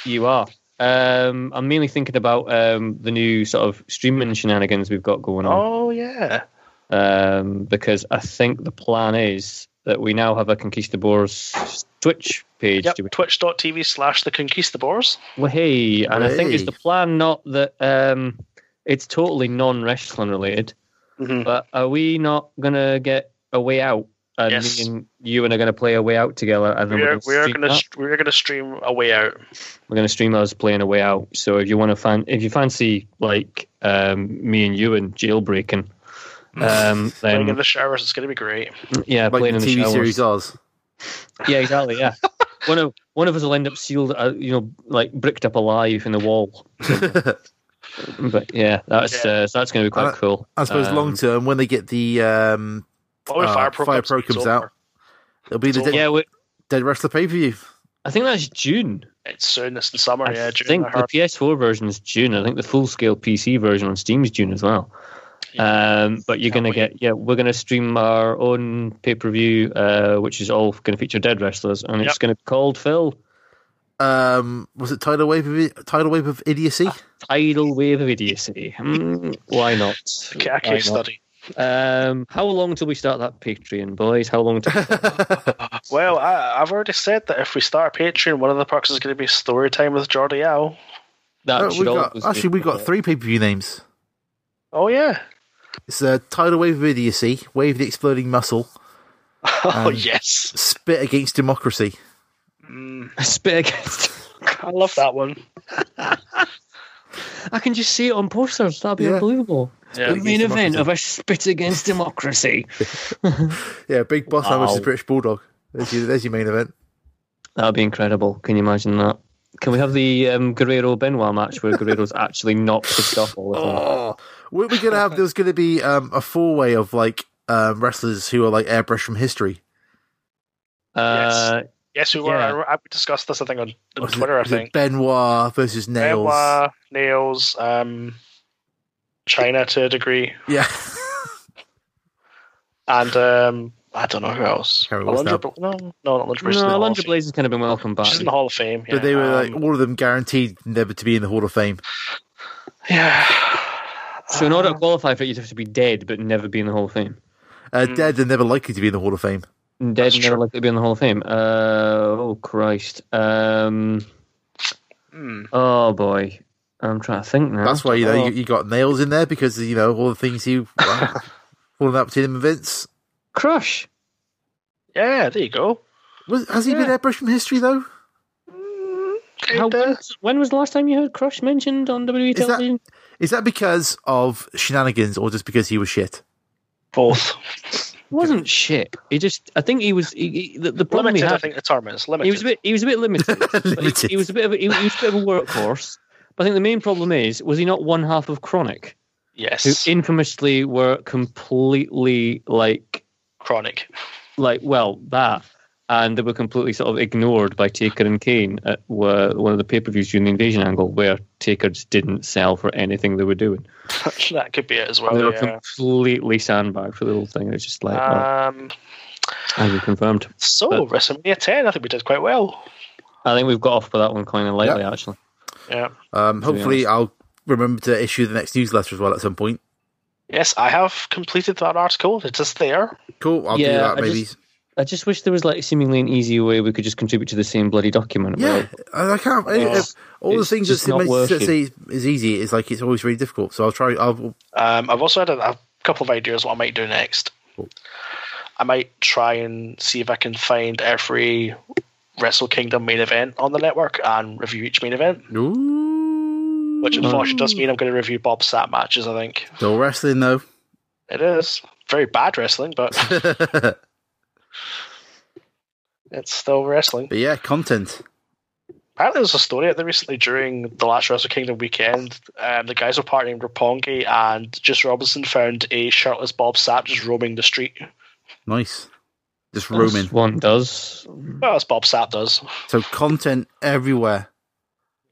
Speaker 1: you are. Um, I'm mainly thinking about um, the new sort of streaming shenanigans we've got going on.
Speaker 3: Oh yeah,
Speaker 1: Um, because I think the plan is that we now have a Conquistadores Twitch page.
Speaker 3: yep.
Speaker 1: do we?
Speaker 3: Twitch.tv slash the Conquistadors.
Speaker 1: Well, hey, and I think it's
Speaker 2: Hey.
Speaker 1: the plan not that um, it's totally non wrestling related.
Speaker 3: Mhm.
Speaker 1: But are we not gonna get a way out? And
Speaker 3: Yes.
Speaker 1: me and you and I are gonna play a way out together, and then
Speaker 3: We are,
Speaker 1: we're
Speaker 3: we are
Speaker 1: gonna
Speaker 3: gonna
Speaker 1: stream that.
Speaker 3: st- we are gonna stream a way out.
Speaker 1: we're gonna stream us playing a way out. So if you want to fan, if you fancy like um, me and you and
Speaker 3: *laughs*
Speaker 1: jailbreaking,
Speaker 2: *laughs*
Speaker 1: um,
Speaker 3: Playing in
Speaker 1: then
Speaker 3: the showers, it's gonna be great.
Speaker 1: yeah,
Speaker 2: Like
Speaker 1: playing
Speaker 2: the
Speaker 1: in the
Speaker 2: TV
Speaker 1: showers.
Speaker 2: series Oz.
Speaker 1: Yeah, exactly.
Speaker 2: *laughs*
Speaker 1: Yeah, one of one of us will end up sealed, uh, you know, like bricked up alive in the wall.
Speaker 2: *laughs*
Speaker 1: but yeah, that's
Speaker 3: Yeah.
Speaker 1: Uh, so that's gonna be quite
Speaker 2: And
Speaker 1: cool.
Speaker 2: I suppose
Speaker 1: Um,
Speaker 2: long term, when they get the um,
Speaker 3: Well, when
Speaker 2: uh,
Speaker 3: Fire Pro comes- it's
Speaker 2: comes
Speaker 3: over.
Speaker 2: out, it'll be the
Speaker 3: It's
Speaker 2: dead,
Speaker 1: Yeah, we,
Speaker 2: dead wrestler pay per view.
Speaker 1: I think that's June.
Speaker 3: It's soon. It's in summer.
Speaker 1: I
Speaker 3: yeah, June.
Speaker 1: think
Speaker 3: I
Speaker 1: the
Speaker 3: heard.
Speaker 1: PS4 version is June. I think the full scale PC version on Steam is June as well. Um, but you're
Speaker 3: Can't
Speaker 1: going to
Speaker 3: wait.
Speaker 1: get, yeah, we're going to stream our own pay per view, uh, which is all going to feature dead wrestlers, and it's
Speaker 3: Yep.
Speaker 1: going to be called Phil
Speaker 2: Um, was it tidal wave of I- tidal wave of idiocy?
Speaker 1: Tidal Wave of Idiocy. Hmm, why not?
Speaker 3: *laughs* Okay, I
Speaker 1: Why
Speaker 3: case
Speaker 1: not?
Speaker 3: study.
Speaker 1: Um, how long till we start that Patreon, boys? How long? Till
Speaker 3: Well, I, I've already said that if we start Patreon, one of the perks is going to be story time with Jordy Owl.
Speaker 2: Oh, we got, actually, we got three pay per view names.
Speaker 3: Oh yeah,
Speaker 2: it's uh, tidal wave of idiocy, wave the exploding muscle.
Speaker 3: *laughs* Oh
Speaker 2: and
Speaker 3: yes,
Speaker 2: spit against democracy.
Speaker 1: Mm. Spit against.
Speaker 3: *laughs* I love that one.
Speaker 1: I can just see it on posters. That'd be
Speaker 2: Yeah.
Speaker 1: unbelievable.
Speaker 2: Yeah.
Speaker 1: The main event of a spit against democracy.
Speaker 2: *laughs*
Speaker 1: *laughs*
Speaker 2: Yeah, Big Boss wow. versus
Speaker 1: Wow.
Speaker 2: British Bulldog. There's your, there's your main event.
Speaker 1: That'd be incredible. Can you imagine that? Can we have the um, Guerrero Benoit match where *laughs* Guerrero's actually not pissed off all the time?
Speaker 2: Oh, we're we gonna have. There's gonna be um, a four way of like um, wrestlers who are like airbrushed from history.
Speaker 1: Uh,
Speaker 3: Yes, we were.
Speaker 2: Yeah.
Speaker 3: I, I discussed this, I think, on, on
Speaker 2: Was it-
Speaker 3: Twitter. I
Speaker 2: was it
Speaker 3: think
Speaker 2: Benoit versus Nails.
Speaker 3: Benoit, nails, um, China to a degree,
Speaker 2: Yeah,
Speaker 3: *laughs* and um, I don't know who else.
Speaker 2: what's
Speaker 3: Alundra
Speaker 2: that?
Speaker 3: Bla- no, no, not Alundra
Speaker 1: no,
Speaker 3: Blaze. No,
Speaker 1: Alundra Blaze has kind of been welcomed back.
Speaker 3: She's in the Hall of Fame. Yeah.
Speaker 2: but they were like all of them guaranteed never to be in the Hall of Fame.
Speaker 1: So in order to qualify for it, you'd have to be dead but never be in the Hall of Fame.
Speaker 2: Uh,
Speaker 1: Mm.
Speaker 2: Dead and never likely to be in the Hall of Fame.
Speaker 1: Dead and never likely to be in the Hall of Fame. Uh, oh Christ. Um,
Speaker 3: Hmm.
Speaker 1: Oh boy, I'm trying to think now.
Speaker 2: That's why you know
Speaker 1: Oh.
Speaker 2: you, you got Nails in there because you know all the
Speaker 1: *laughs*
Speaker 2: things he falling up to him events.
Speaker 1: Crush.
Speaker 3: Yeah, there you go.
Speaker 2: Was, has he been airbrushed from history though?
Speaker 3: Mm,
Speaker 1: How, when, when was the last time you heard Crush mentioned on E WWE
Speaker 2: Is
Speaker 1: television?
Speaker 2: that is that because of shenanigans or just because he was shit?
Speaker 3: Both.
Speaker 1: wasn't shit. He just, I think he was he, he, the, the problem
Speaker 3: limited,
Speaker 1: he had.
Speaker 3: I think the term is *laughs* limited.
Speaker 1: He was a bit. He was a
Speaker 3: *laughs*
Speaker 1: bit limited. but he- He, was a bit of. A, he, was a bit of a workhorse. But I think the main problem is, was he not one half of Chronic?
Speaker 3: Yes.
Speaker 1: Who infamously were completely like
Speaker 3: Chronic.
Speaker 1: Like well that, and they were completely sort of ignored by Taker and Kane at were one of the pay per views during the Invasion angle, where Taker just didn't sell for anything they were doing.
Speaker 3: that could be it as
Speaker 1: they
Speaker 3: well.
Speaker 1: were
Speaker 3: Yeah.
Speaker 1: completely sandbagged for the whole thing. It was just like, well,
Speaker 3: Um,
Speaker 1: as you confirmed.
Speaker 3: so
Speaker 1: But-
Speaker 3: WrestleMania 10, I think we did quite well.
Speaker 1: I think we've got off with that one kind of lightly, actually.
Speaker 3: Yeah.
Speaker 2: *laughs* Um,
Speaker 1: To be
Speaker 2: hopefully,
Speaker 1: honest.
Speaker 2: I'll remember to issue the next newsletter as well at some point.
Speaker 3: Yes, I have completed that article. It is there.
Speaker 2: Cool. I'll do that
Speaker 1: I
Speaker 2: maybe.
Speaker 1: just, I just wish there was like seemingly an easy way we could just contribute to the same bloody document.
Speaker 2: Yeah,
Speaker 1: Like,
Speaker 2: I I can't. I- I-
Speaker 1: It's-
Speaker 2: all the
Speaker 1: it's
Speaker 2: things
Speaker 1: just
Speaker 2: that
Speaker 1: not
Speaker 2: makes
Speaker 1: working.
Speaker 2: sense is is easy. It's like it's always really difficult. So I'll try. I'll
Speaker 3: Um, I've also had a, a couple of ideas what I might do next. I might try and see if I can find every Wrestle Kingdom main event on the network and review each main event. Which unfortunately does mean I'm going to review Bob Sapp matches, I think.
Speaker 2: still wrestling though.
Speaker 3: It is very bad wrestling, but
Speaker 2: *laughs* but
Speaker 3: it's still wrestling.
Speaker 2: yeah, content.
Speaker 3: Apparently, there's a story out there recently during the last Wrestle Kingdom weekend. Um, the guys were partying Rapongi, and Just Robinson found a shirtless Bob Sapp just roaming the street.
Speaker 2: Nice. Just
Speaker 1: That's
Speaker 2: roaming.
Speaker 1: One does.
Speaker 3: Well, as Bob Sapp does.
Speaker 2: So content everywhere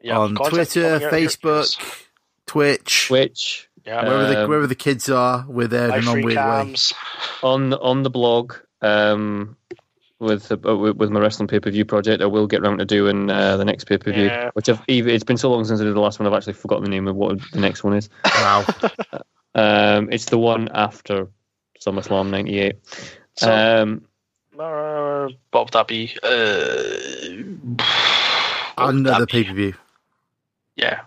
Speaker 3: Yeah,
Speaker 2: on
Speaker 3: content's
Speaker 2: Twitter,
Speaker 3: coming out here.
Speaker 2: Facebook, Twitch,
Speaker 1: Twitch.
Speaker 3: Yeah.
Speaker 2: wherever, the,
Speaker 1: Um,
Speaker 2: wherever the kids are, we're there in a
Speaker 3: Live free
Speaker 2: non weird way.
Speaker 3: cams.
Speaker 1: on on the blog um, with, uh, with with my wrestling pay per view project. I will get round to doing uh, the next pay per view,
Speaker 3: Yeah.
Speaker 1: which I've even, it's been so long since I did the last one. I've actually forgotten the name of what the next one is.
Speaker 2: Wow,
Speaker 1: *laughs* um, it's the one after SummerSlam '98.
Speaker 3: So-
Speaker 1: um,
Speaker 3: Uh, Bob Dabby. Uh,
Speaker 2: Another pay per view.
Speaker 3: yeah.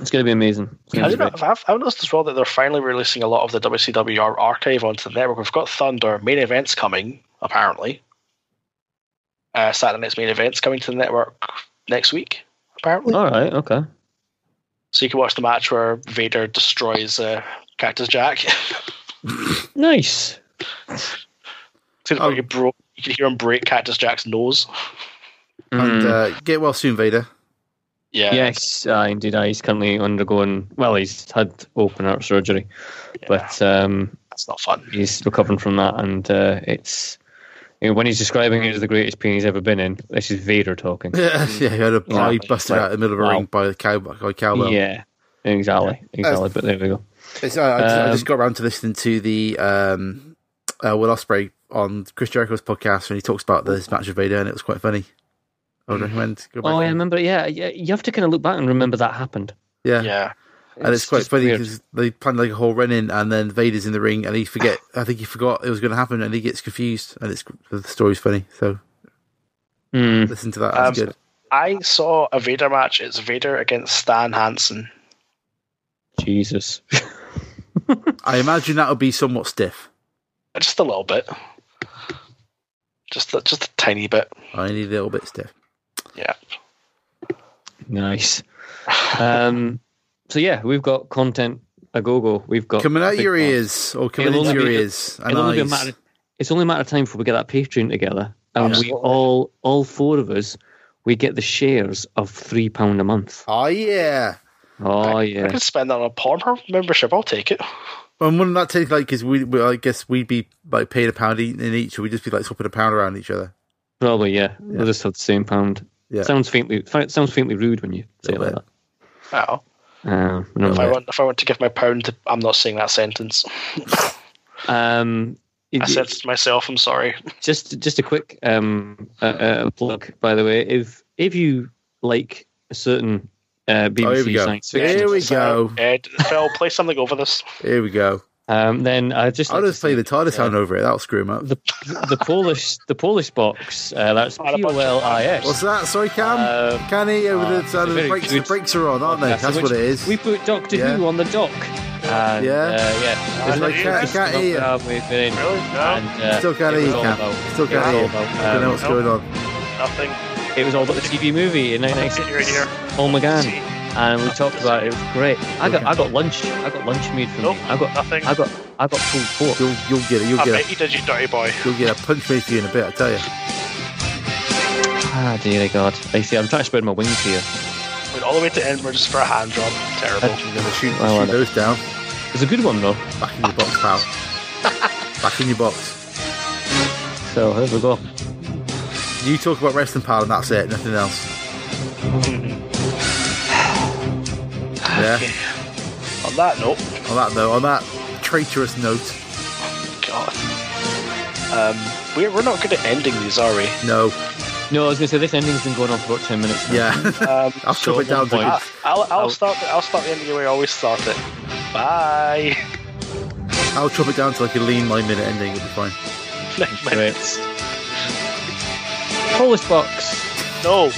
Speaker 1: it's going to be amazing. It's
Speaker 3: I
Speaker 1: gonna be
Speaker 3: don't know,
Speaker 1: great.
Speaker 3: I've, I've noticed as well that they're finally releasing a lot of the WCW ar- archive onto the network. We've got Thunder, main events coming, apparently. Uh, Saturday night's main events coming to the network next week, apparently.
Speaker 1: All right. Okay.
Speaker 3: So you can watch the match where Vader destroys uh, Cactus Jack.
Speaker 1: *laughs* Nice.
Speaker 3: So you, bro- you can hear him break Cactus Jack's nose.
Speaker 1: Hmm.
Speaker 2: And uh, get well soon, Vader.
Speaker 3: Yeah.
Speaker 1: Yes, uh, indeed. Uh, he's currently undergoing. Well, he's had open heart surgery, but um,
Speaker 3: that's not fun.
Speaker 1: He's recovering from that, and uh, it's you know, when he's describing it as the greatest pain he's ever been in. This is Vader talking.
Speaker 2: *laughs* yeah, he had a pie
Speaker 1: Yeah.
Speaker 2: busted out in the middle of a
Speaker 1: Wow.
Speaker 2: ring by the cow by cowbell.
Speaker 1: Yeah, exactly, exactly. but there we go.
Speaker 2: It's, uh, I, just, I
Speaker 1: Um,
Speaker 2: just got around to listening to the um, uh, Will Osprey on Chris Jericho's podcast when he talks about this match of Vader, and it was quite funny.
Speaker 1: Hmm.
Speaker 2: I would recommend. Go back.
Speaker 1: Oh, yeah, I remember. Yeah, yeah, you have to kind of look back and remember that happened.
Speaker 2: yeah,
Speaker 3: Yeah.
Speaker 2: And it's, quite funny because they planned like a whole run in, and then Vader's in the ring, and he forget. I think he forgot it was going to happen, and he gets confused, and it's the story's funny. So
Speaker 1: Hmm.
Speaker 2: listen to that; that's
Speaker 3: Um,
Speaker 2: good.
Speaker 3: I saw a Vader match. It's Vader against Stan Hansen.
Speaker 1: Jesus,
Speaker 2: *laughs* I imagine that would be somewhat stiff.
Speaker 3: Just a little bit. Just a, just a tiny bit.
Speaker 2: Only a little bit stiff.
Speaker 3: Yeah.
Speaker 1: Nice. Um, so yeah, we've got content a go go. We've got
Speaker 2: Coming out
Speaker 1: big
Speaker 2: your
Speaker 1: plans.
Speaker 2: ears, or coming
Speaker 1: It'll
Speaker 2: into
Speaker 1: only
Speaker 2: your
Speaker 1: be-
Speaker 2: ears and
Speaker 1: It'll only be a
Speaker 2: eyes.
Speaker 1: matter, it's only a matter of time before we get that Patreon together, and we all, all four of us, we get the shares of three pound a month.
Speaker 2: Oh yeah.
Speaker 1: Oh
Speaker 3: I
Speaker 1: yeah.
Speaker 3: could spend that on a Pornhub membership. I'll take it. Oh,
Speaker 2: And wouldn't that take like? Because we, we, I guess we'd be like paying a pound each- in each, or we'd just be like swapping a pound around each other.
Speaker 1: Probably yeah. We'll just have the same pound.
Speaker 2: Yeah.
Speaker 1: Sounds faintly fi- sounds faintly rude when you say it like that.
Speaker 3: Oh.
Speaker 1: Uh, we don't
Speaker 3: If I
Speaker 1: know.
Speaker 3: want, if I want to give my pound, to, I'm not saying that sentence.
Speaker 1: um,
Speaker 3: I
Speaker 1: it-
Speaker 3: said to myself, I'm sorry.
Speaker 1: just just a quick um, uh, uh, plug, by the way. If if you like a certain uh,
Speaker 2: Oh, here we
Speaker 1: BBC
Speaker 2: go.
Speaker 1: science fiction,
Speaker 2: Here we go.
Speaker 3: Ed, Phil, play something over this.
Speaker 2: Here we go.
Speaker 1: Um, then I just
Speaker 2: I'll just play the TARDIS sound over it. That'll screw him up.
Speaker 1: uh, The, the Polish the Polish box. Uh, that's P O L I S.
Speaker 2: What's that? Sorry, Cam. Canny over the,
Speaker 1: uh,
Speaker 2: sound of the
Speaker 1: very
Speaker 2: brakes. The
Speaker 1: good
Speaker 2: brakes are on, aren't they?
Speaker 1: podcast,
Speaker 2: That's
Speaker 1: which
Speaker 2: what it is.
Speaker 1: We put Doctor
Speaker 2: Yeah.
Speaker 1: Who on the dock. And,
Speaker 2: Yeah.
Speaker 1: uh,
Speaker 2: Ah,
Speaker 1: yeah.
Speaker 2: I can't- I can't hear.
Speaker 1: Really? And, uh,
Speaker 2: Still can't
Speaker 1: it
Speaker 2: hear
Speaker 1: was
Speaker 2: you,
Speaker 1: all
Speaker 2: Cam.
Speaker 1: about-
Speaker 2: Still
Speaker 1: it was
Speaker 2: can't hear
Speaker 1: all
Speaker 2: you.
Speaker 1: about,
Speaker 2: I don't know
Speaker 1: um,
Speaker 2: what's going on.
Speaker 3: Nothing.
Speaker 1: It was all about the TV movie in 1996, Paul McGann, and we talked about it. It was great. I got I got lunch. I got lunch made for me. I got
Speaker 3: nothing.
Speaker 1: I got I got pulled pork.
Speaker 2: You'll, you'll get it. You'll
Speaker 3: I
Speaker 2: get
Speaker 3: bet
Speaker 2: it.
Speaker 3: you did, you dirty boy.
Speaker 2: You'll get a punch me for you in a bit. I tell you.
Speaker 1: Ah, dear God! I see. I'm trying to spread my wings here.
Speaker 3: Went all the way to Edinburgh just for a hand job. Terrible.
Speaker 2: Shoot,
Speaker 1: Well, I know.
Speaker 2: shoot those down.
Speaker 1: It's a good one though.
Speaker 2: Back in your box, pal. Back in your box.
Speaker 1: So here we go.
Speaker 2: You talk about wrestling, pal, and that's it. Nothing else. Yeah.
Speaker 3: On that note,
Speaker 2: On that note, on that traitorous note,
Speaker 3: God. Um, we're, we're not good at ending these, are we?
Speaker 2: no.
Speaker 1: No, I was going to say this ending's been going on for about ten minutes. Now.
Speaker 2: Yeah.
Speaker 1: *laughs*
Speaker 3: Um,
Speaker 2: I'll chop it down to
Speaker 1: Point.
Speaker 2: good.
Speaker 3: I'll, I'll start. I'll start the ending the way I always start it. Bye.
Speaker 2: I'll chop it down to like a lean nine minute ending. It'll be fine.
Speaker 1: Great. Polish box.
Speaker 3: No.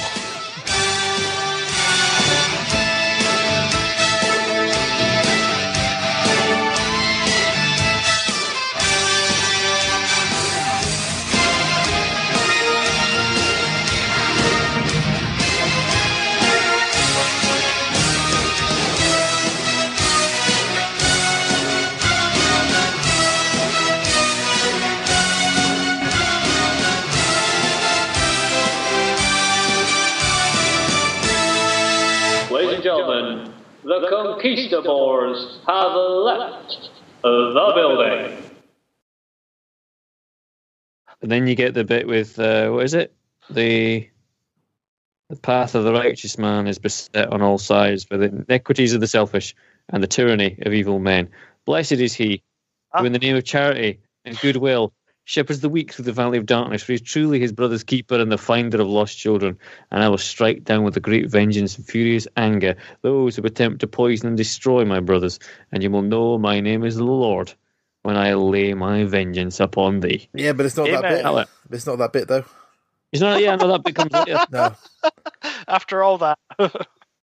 Speaker 12: Ladies and gentlemen, the conquistadors have left the building.
Speaker 1: And then you get the bit with uh, what is it? The the path of the righteous man is beset on all sides by the iniquities of the selfish and the tyranny of evil men. Blessed is he who, in the name of charity and goodwill, shepherds the weak through the valley of darkness. For he is truly his brother's keeper and the finder of lost children. And I will strike down with a great vengeance and furious anger those who attempt to poison and destroy my brothers. And you will know my name is the Lord when I lay my vengeance upon thee.
Speaker 2: Yeah, but it's not
Speaker 1: that Amen. bit. Alex.
Speaker 2: It's not that bit though. *laughs*
Speaker 1: It's not, yeah, no, that bit comes later.
Speaker 2: No. *laughs*
Speaker 3: After all that,